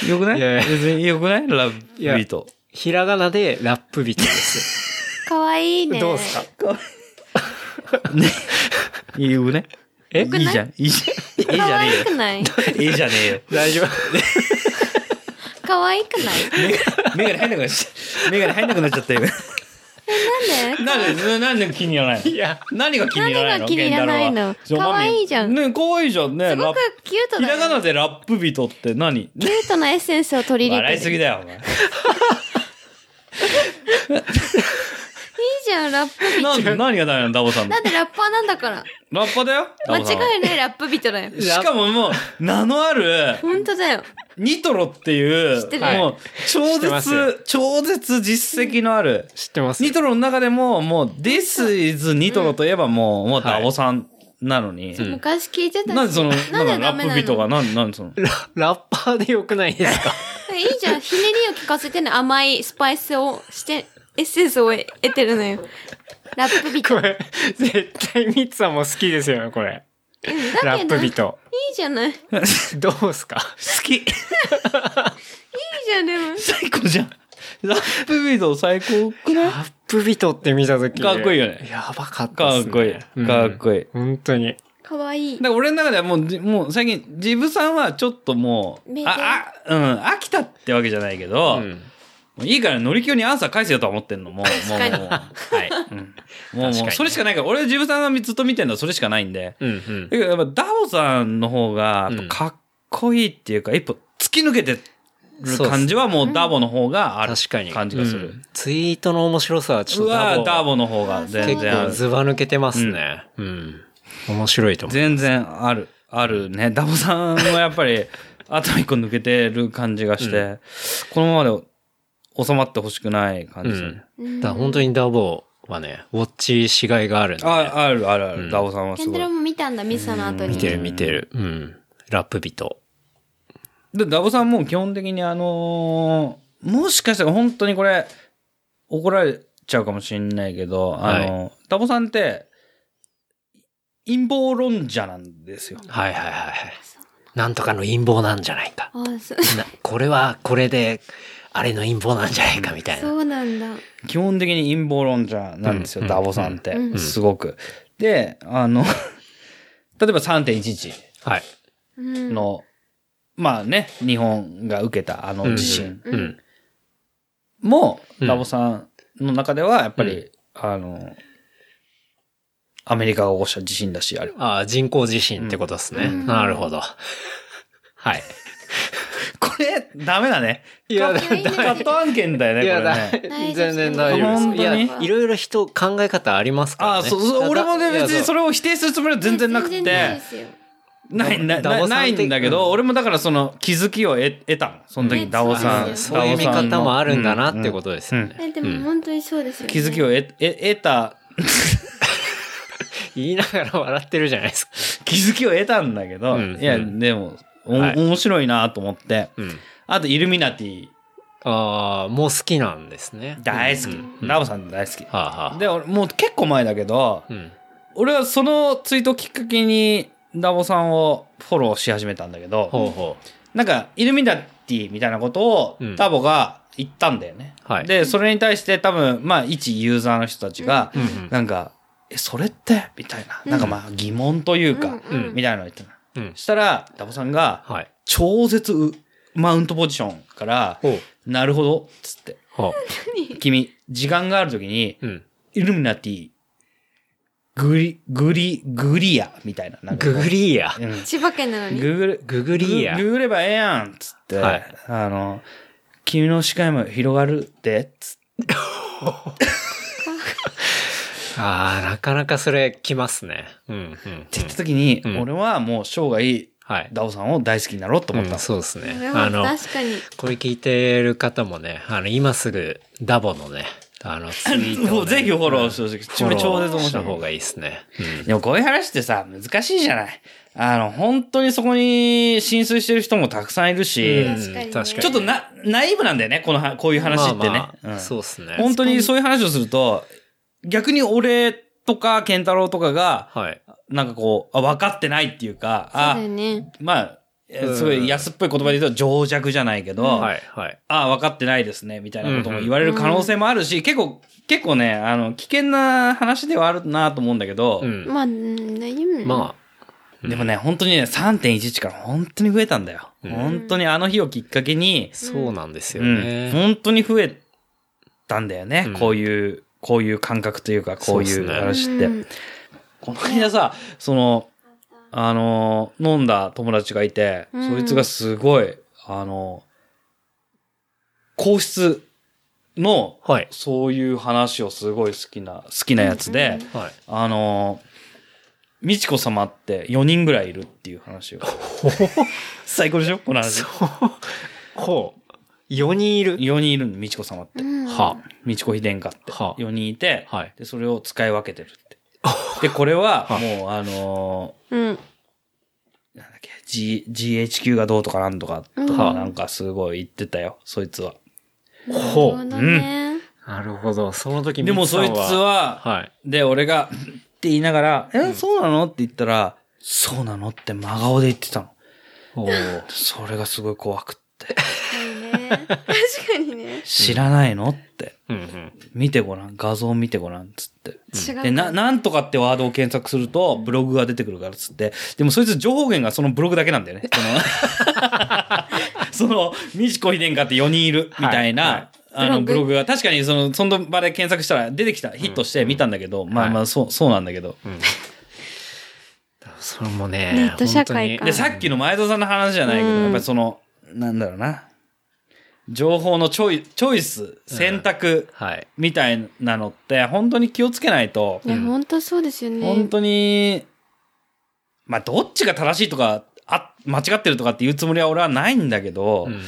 とよくない
いやいや
別によくないラブビート。
ひらがなでラップ人です
かわいい
よ。
ね。
どうですか
言うね。
え
いいじゃん。いいじゃん。いいじ
か
ゃ
わ
ね
いくない
えよ。いいじゃねえよ。
大丈夫
かわいくない
メガネ入んなくなっちゃった。メガネ入んなくなっちゃった よ。
なんで
なんで、なんで気に入らないの
いや、
何が気に入らないの
何が気に入らないの
源太郎は
可愛いじゃん
ね、可愛いじゃんね。
すごくキュー
ラッ
ト
プひ
だ
らが
よ
な
ね。
でラップ人って何
キュートなエッセンスを取り入
笑
れ
い
て
す
る。い
ぎ
い
だよ、お前。
じゃん、ラップ。
なんで、何がダメなの、ダボさんの
だっ。てラッパーなんだから。
ラッパだよ。ダ
間
ボさんは
違いないラップ人だよ。
しかももう、名のある、
本当だよ。
ニトロっていう
知って、る
もう、超
知ってますよ
絶、超絶実績のある、
知ってます
ニトロの中でも、もう、This is ニトロといえばもう、もう
はい
ダボさんなのに、
ん
昔聞いてたし
なんでその、なん
な
か
んでダ
ラ
メ
ッ
な
プ
の
人が、なん、なんでその、
ララッパーでよくないですか
いいじゃん。ひねりを聞かせてね、甘いスパイスをして、エッセンスを得てるのよ。ラップ人。
これ、絶対ミッツさんも好きですよね、これ。ラ
だけ
ッ
ど、
プ
いい
人。
じゃない。いい
どうすか
好き
じゃん、でも。
最高じゃん。ラップ人最高くない
ラップ人って見たとき。
かっこいいよね
やばかった
か
っ
っ
すね。
こい
うん
い。かっこいい。だか
本当に。
かわいい。
ら俺の中ではもうじ、もう最近、ジブさんはちょっともう
名、店
あ、あ、うん、飽きたってわけじゃないけど、
うん
もういいから乗り気にアンサー返せよとは思ってんの、もう。
確かに
もうも
はい。
ううんもう、
確かに
もう
ね
それしかないから、俺、ジブさんがずっと見てんのはそれしかないんで。
うんうん
だ。けどやっぱダオさんの方がやっぱかっこいいっていうか、一歩突き抜けてる感じはもうダボの方がある
確かに。
感じがする。
うんツイートの面白さはち
う
ょっと
わ
ダ
ー
ボ。
ダボの方が全
結
然あ
構
る。
ずば抜けてますね。うん。面白いと思う。
全然ある。あるね。ダボさんはやっぱ り頭一個抜けてる感じがして、このままで収まってほしくない感じですよね。
うん
だから本当にダボはね、ウォッチしがいがあるんでね、
あ、あるあるある。ダボさんは
ケ
す
ン
ご
タ
い
ロウ。も見たんだ、ミサの後
見て
に。
る見てる。うん。ラップ人。
で、ダボさんも基本的にあのーもしかしたら本当にこれ、怒られちゃうかもしれないけど、あのーダボさんって、陰謀論者なんですよ。
はいはいはいはい。なんとかの陰謀なんじゃないか。
あ、そ
なこれはこれで、あれの陰謀なんじゃないかみたいな。
そうなんだ。
基本的に陰謀論者なんですよ、
うん
ダボさんって、
うん
すごく。で、あの、 例えば3.11
はい。
うん。
の、まあね、日本が受けたあの地震
うん。うん
も、
うん
ダボさんの中ではやっぱり、
う
あの、アメリカが起こした地震だし、あれ
ああ、人工地震ってことですね。
うん
なるほど。はい。
これ、ダメ だね。
いや
カットカット案件だよね、
いや、
これ
だ
ね。
大丈夫
全然大丈夫です。い
本当
や、
に
いろいろ人、考え方ありますからね。
あそうそう、俺もね、別にそ
れ。
れを否定するつもりは全然なくて、
全然ないですよ
ない、ない、
ダボさん
ない
的
んだけ
う
ど、
ん
俺もだからその気づきを得得たの。その時、
ね
ダオさ
あ
ん。
ー
そ
そういう見
ダオさんの
方もあるんだなってことですよ
うん
ね。
えでも本当にそうですよね。
気づきを得、得得た。
言いながら笑ってるじゃないですか。
気づきを得たんだけど、
うん
いや、
うん
でも、お
はい
面白いなと思って。
うん。
あと、イルミナティ、
ああ、もう好きなんですね。
大好き。
うんうん
ラボさん大好き。
はあ、はあ、
で、俺もう結構前だけど、
うん。
俺はそのツイートをきっかけに、ラボさんをフォローし始めたんだけど、
ほうほう。
なんか、イルミナティみたいなことを
うん
タボが言ったんだよね。
はい
で、それに対して多分、まあ、一ユーザーの人たちが、
うんうん
なんか、え、それってみたいな。なんかまあ、疑問というか、
うん
うん
みたいなのを言ってたの。
うん
そしたら、タボさんが、
はい。
超絶うマウントポジションから、
ほう。
なるほど、つって。
ほ
君、時間があるときに、
う。うん。
イルミナティ、グリ、グリ、グリア、みたいな。なんか
グ
こう
グリーや。
うん
千葉県なのに。
ググル、
ググリーや
グ。グればええやんっつって、
はい
あの、君の視界も広がるでっつって
ああ、なかなかそれ来ますね。うんうん、うん。
言 った時に、
うん
俺はもう生涯、
はい。
ダオさんを大好きになろうと思った
うん
の、
そうですね
それ。は
あの、
確かに。
これ聞いてる方もね、あの、今すぐダボのね、あ の、ツイートをね、
もうぜひフォローしてほしい
フォロー
超絶面白い
した方がいいですね。
でもこういう話ってさ、難しいじゃない。あの、本当にそこに浸水してる人もたくさんいるし、
うん。
確かにね
うん確かに。
ちょっとな、ナイーブなんだよね、このは、こういう話ってね。
まあまあ
ん
そうですね。
本当にそういう話をすると、逆に俺とか健太郎とかが、
はい。
なんかこう、あ分かってないっていうか、
そう
あ
だよね。
まあ、えー
うん
すごい安っぽい言葉で言うと情弱じゃないけど、
はい、はい。
ああ、分かってないですね、みたいなことも言われる可能性もあるし、結構、結構ね、あの、危険な話ではあるなと思うんだけど、
うん。
まあ、うん大丈夫。
ま
でもね、本当にね、3.11から本当に増えたんだよ。
うん
本当にあの日をきっかけに
あ、、そうなんですよ
うん
ね。
本当に増えたんだよね、
うん
こういう、こういう感覚というか、こうい
そうっ
う
すね
話って。
うん
この間さ、その、あの、飲んだ友達がいて、
うん
そいつがすごい、あの、皇室の、
はい。
そういう話をすごい好きな、好きなやつで、
はい。
あの、美智子様って4人ぐらいいるっていう話を。最高でしょこの話。
ほう。4人いる。
4人いるの、美智子様って。
うん
は。
美智子妃殿下って。
は
4人いて、
はい
で、それを使い分けてるって。で、これは、
は
もう、あの
うん。
なんだっけ、G、GHQ がどうとかなんとかと
う
か、
ん
なんかすごい言ってたよ、そいつは。
ほ
そう
う。
だね。
なるほど。その時
でもそいつ、は、
はい。
で、俺が、うんって言いながら、え、そうなのって言ったら、そうなのって真顔で言ってたの。
おー
それがすごい怖くって。
そうね 確かにね。
知らないのって。
うんうん。
見てごらん。画像見てごらん。つって。
違う。
で、な、なんとかってワードを検索すると、ブログが出てくるからっつって。でもそいつ情報源がそのブログだけなんだよね。 その、その、美智子妃殿下って4人いる、みたいな、
い
あの、
ブ
ブ
ロ
ロ
グ
グが、確かにその、その場で検索したら出てきた、ヒットして見たんだけど、まあまあ、そう、そうなんだけど。
それもね、
ネット社会か
本当
で、
に
さっきの前田さんの話じゃないけど、
うん
やっぱりその、なんだろうな。情報のチョイチョイス、選択、
はい。
みたいなのって、本当に気をつけないと、
いや、本当そうですよね。
本当に、まあ、どっちが正しいとか、あ、間違ってるとかっていうつもりは俺はないんだけど、
うん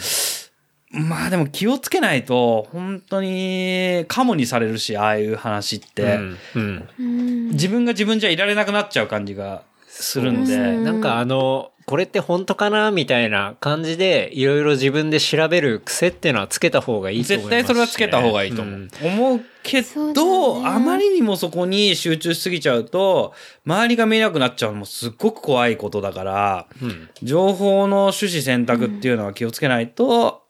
まあでも気をつけないと、本当に、カモにされるし、ああいう話って、
うんうん
うん。
自分が自分じゃいられなくなっちゃう感じがするんで、
うん
なんかあの、これって本当かなみたいな感じで、いろいろ自分で調べる癖っていうのはつけた方がいいと思い
絶
ます、
対それはつけた方がいいと思う。
ん
思うけ
そうだ
ど、
ね
あまりにもそこに集中しすぎちゃうと、周りが見えなくなっちゃうのもすっごく怖いことだから、
うん
情報の趣旨選択っていうのは気をつけないと、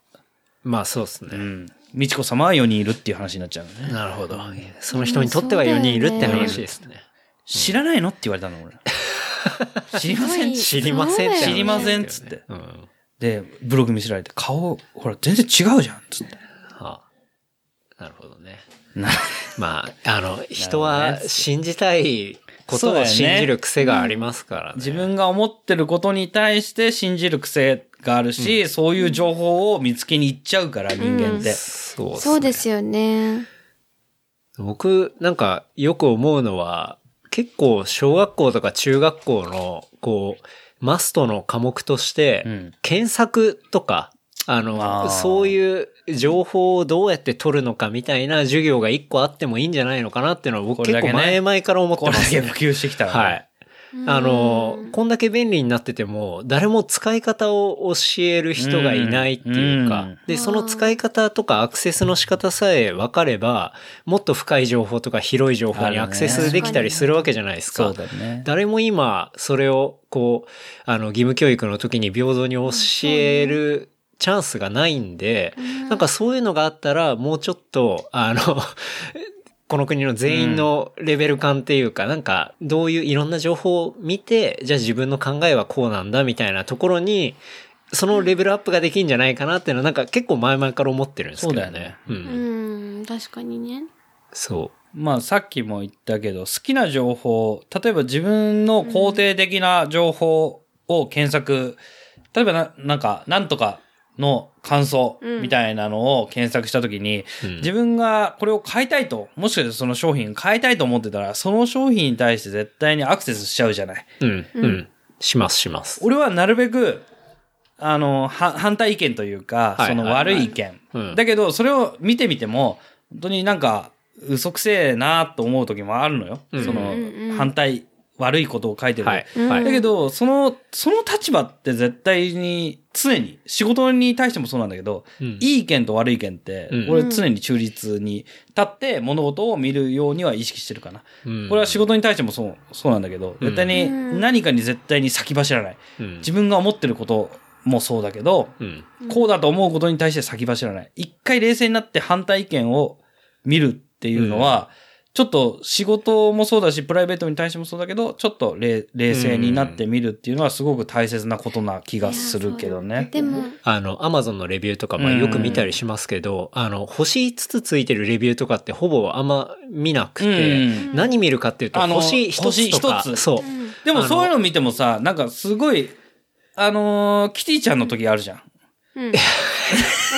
まあそうですね。
うん。美智子様は4人いるっていう話になっちゃうのね。
なるほど。その人にとっては4人いるって話ですね。
知らないのって言われたの、俺。 知りません
す
知りませんって話
知りませんっつって
うん。
で、ブログ見せられて、顔、ほら、全然違うじゃん、つって。
はあ、なるほどね。
な
まあ、あの、人
なる
は
ほどね
信じたいこ
そう
と
だ
を
よね
信じる癖がありますからね。
自分が思ってることに対して信じる癖があるし、そういう情報を見つけに行っちゃうから、人間って。
そうっすね
そうですよね。
僕、なんか、よく思うのは、結構、小学校とか中学校の、こう、マストの科目として、
うん
検索とか、あの、
あー
そういう情報をどうやって取るのかみたいな授業が一個あってもいいんじゃないのかなっていうのは僕
こ
結
れだけ
構
ね
前々から思って
こ
ま
れだ
す、
け
ね。
普及してきたらね。
はい。あの、こんだけ便利になってても、誰も使い方を教える人がいないっていう
う
か
ん、
で、その使い方とかアクセスの仕方さえ分かれば、もっと深い情報とか広い情報にアクセスできたりするわけじゃないです
そ
か
う。だよね。
誰も今、それを、こう、あの、義務教育の時に平等に教えるチャンスがないんで、なんかそういうのがあったら、もうちょっと、あの、 この国の全員のレベル感っていうか、なんか、どういういろんな情報を見て、じゃあ自分の考えはこうなんだ、みたいなところに、そのレベルアップができんじゃないかなっていうのは、なんか結構前々から思ってるんですけどね。
そうだよね
う。
うんん、確かにね。
そう。
まあさっきも言ったけど、好きな情報、例えば自分の肯定的な情報を検索、例えばな、なんか、なんとかの感想
うん
みたいなのを検索したときに、
うん
自分がこれを買いたいと、もしかしてその商品買いたいと思ってたら、その商品に対して絶対にアクセスしちゃうじゃない。
うん。うん。します、します。
俺はなるべく、あの、は反対意見というか、
はい
その
はい
悪
はい
い意見。
うん
だけど、それを見てみても、本当になんか、嘘くせえなと思う時もあるのよ。
うん
その
うんうんう、ん
反対、悪いことを書いてる。
はい。はい。
だけど、その、その立場って絶対に、常に、仕事に対してもそうなんだけど、
うん
いい意見と悪い意見って、
うん
俺常に中立に立って物事を見るようには意識してるかな。
うん
これは仕事に対してもそう、そうなんだけど、絶対
う
に
ん
何かに絶対に先走らない。
うん
自分が思ってることもそうだけど、
うん。
こうだと思うことに対して先走らない。一回冷静になって反対意見を見るっていうのは、ちょっと仕事もそうだし、プライベートに対してもそうだけど、ちょっと冷冷静になってみるっていうのはすごく大切なことな気がするけどね。
でも、
あの、アマゾンのレビューとか、まあよく見たりしますけど、あの、星5つついてるレビューとかってほぼあんま見なくて、
うん
何見るかっていうと、
あの
星1つとか、
星一つ
そう
う。ん
でも
あの
そういうの見てもさ、なんかすごい、あのーキティちゃんの時あるじゃん。
うん。わ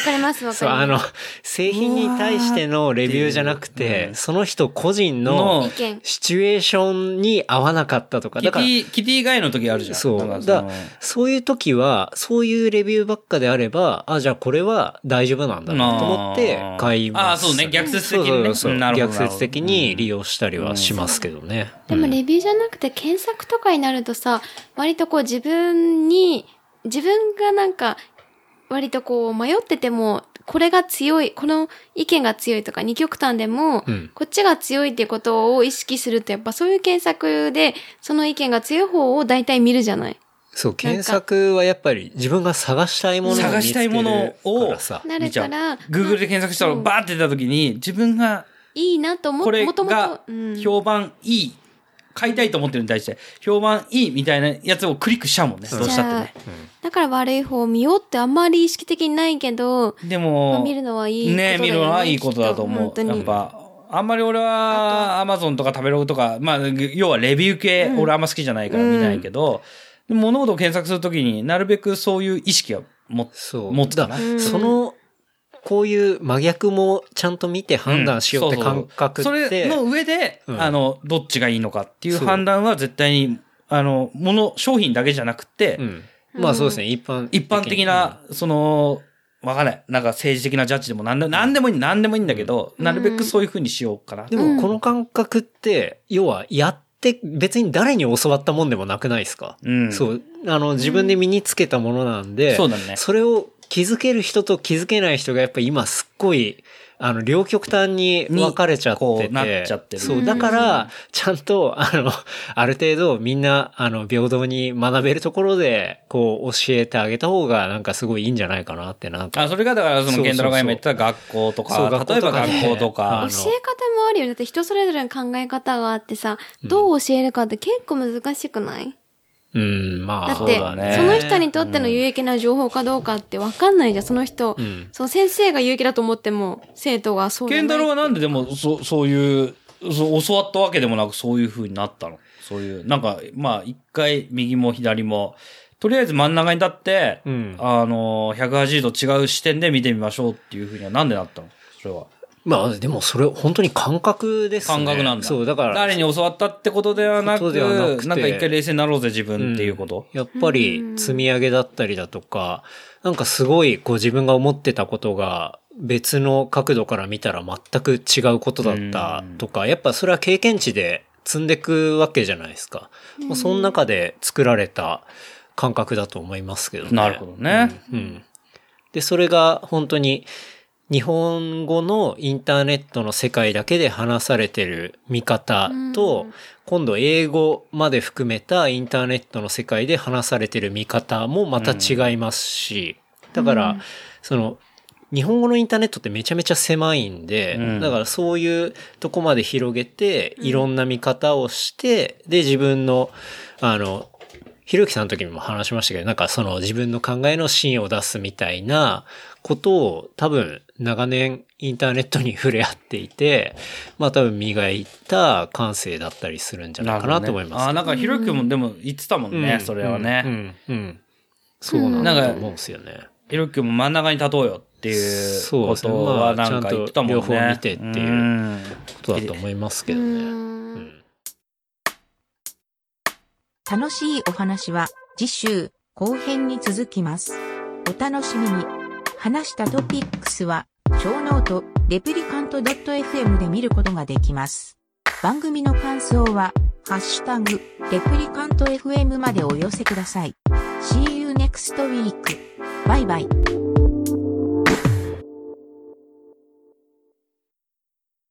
かります、わ
そう、
か
あ
りま
の、製品に対してのレビューじゃなくて、
うん
その人個人
の
の
す。意見。
シチュエーションに合わなかったとか、
キ
だ
テ
から、
ィ、キティ以外の時あるじゃん。
そう。
なんか
だ
そ
か
の
らそういう時は、そういうレビューばっかであれば、あ、じゃあこれは大丈夫なんだなと思って買います。
あーそうね逆説的にね
そうそうそう
なるほど
逆説的に利用したりはしますけどね。
でも
うん
レビューじゃなくて検索とかになるとさ、割とこう自分に、自分がなんか、割とこう迷ってても、これが強い、この意見が強いとか、二極端でも、
うん
こっちが強いってことを意識すると、やっぱそういう検索で、その意見が強い方を大体見るじゃない
そう、検索はやっぱり自分が探したいものを見
探
つ
し
け
たい
る
ものを
からさ。
なるから、
Google で検索したら
うん
バーって出た時に、自分が
いいなと思っ
これ
もとも
が
と、うん
評判いい、買いたいと思ってるに対して、評判いいみたいなやつをクリックしちゃうもんね。
そ
ど
う
うしたって
じだから悪い方を見ようってあんまり意識的にないけど、
ね。で
ま
も、
あ見るのはいいことだよ
ね
ね。
見るのはいいことだと
き
思う。
っ本当
や
に
っぱ、あんまり俺は Amazon とか食べログとか、まあ、要はレビュー系、俺あんま好きじゃないから見ないけど、でも物事を検索するときになるべくそういう意識は持って、
そう。
持ってたな
だからその、こういう真逆もちゃんと見て判断しようって感覚って。
そうそうそれの上で、
うん
あの、どっちがいいのかっていう
そう
判断は絶対に、あの、もの、商品だけじゃなくて、
うん。まあそうですね、一般。
一般的な、その、わかんない。なんか政治的なジャッジでも何でも、何でもいい、何でもいいんだけど、なるべくそういうふうにしようかな。
で
う
も
ん
この感覚って、要はやって、別に誰に教わったもんでもなくないですか、
うん。。
そうう。あの、自分で身につけたものなんで、
そうだね。
それを気づける人と気づけない人がやっぱ今すっごい、あの、両極端に分かれちゃって
に
て。
こうなっちゃってる
そう、だから、ちゃんと、あの、ある程度みんな、あの、平等に学べるところで、こう、教えてあげた方が、なんかすごいいいんじゃないかなってなんか。
あ、それがだから、
そ
そ
うそうそ
の、
う
ケンドラが今言ってた学校と
そう
か
学、校
例え
と
ば
かね
学校と
あ
か
の、
教え方もあるよね。だって人それぞれの考え方があってさ、どう教えるかって結構難しくない、
うん、まあ、
だって
そう
そ,、
だね
の人にとっての有益な情報かどうかって分かんないじゃん。その人、
ん
その先生が有益だと思っても、生徒がそうじ
ケ
ゃ
ン
な
ド
い
ラはなんででも、そう、そういう、そう教わったわけでもなく、そういうふうになったの。そういう、なんか、まあ、一回、右も左も、とりあえず真ん中に立って、
うん
あの、180度違う視点で見てみましょうっていうふうには、なんでなったのそれは。
まあ、でもそれ本当に感覚ですね。
感覚なんだ。
そう、だから。
誰に教わったってことではな
こと
く、
ではな
な
くて
んか一回冷静になろうぜ、自分っていうこと。
やっぱり積み上げだったりだとか、なんかすごいこう自分が思ってたことが別の角度から見たら全く違うことだったとか、やっぱそれは経験値で積んでいくわけじゃないですか。まあその中で作られた感覚だと思いますけどね。
なるほどね。
うん。で、それが本当に日本語のインターネットの世界だけで話されてる見方と、
うん
今度英語まで含めたインターネットの世界で話されてる見方もまた違いますし、だから、その、日本語のインターネットってめちゃめちゃ狭いんで、
うん
だからそういうとこまで広げて、いろんな見方をして、で、自分の、あの、ひろゆきさんの時にも話しましたけど、なんかその自分の考えの芯を出すみたいなことを多分長年インターネットに触れ合っていて、まあ多分磨いた感性だったりするんじゃないかなと思います
あ。ーなんかひろゆきくんもでも言ってたもんね、
うん
それはね。
うん。うんうんそうなんだと思うんですよね。
ひろゆきくんも真ん中に立とうよっていう
そう
こ
ですね
とはなんか言ってたもんね。
まあちゃんと両方見てっていうんことだと思いますけど
う
ね。
ん
うん
楽しいお話は次週後編に続きます。お楽しみに。話したトピックスは、超ノート、レプリカント .fm で見ることができます。番組の感想は、ハッシュタグ、レプリカント fm までお寄せください。See you next week. バイバイ。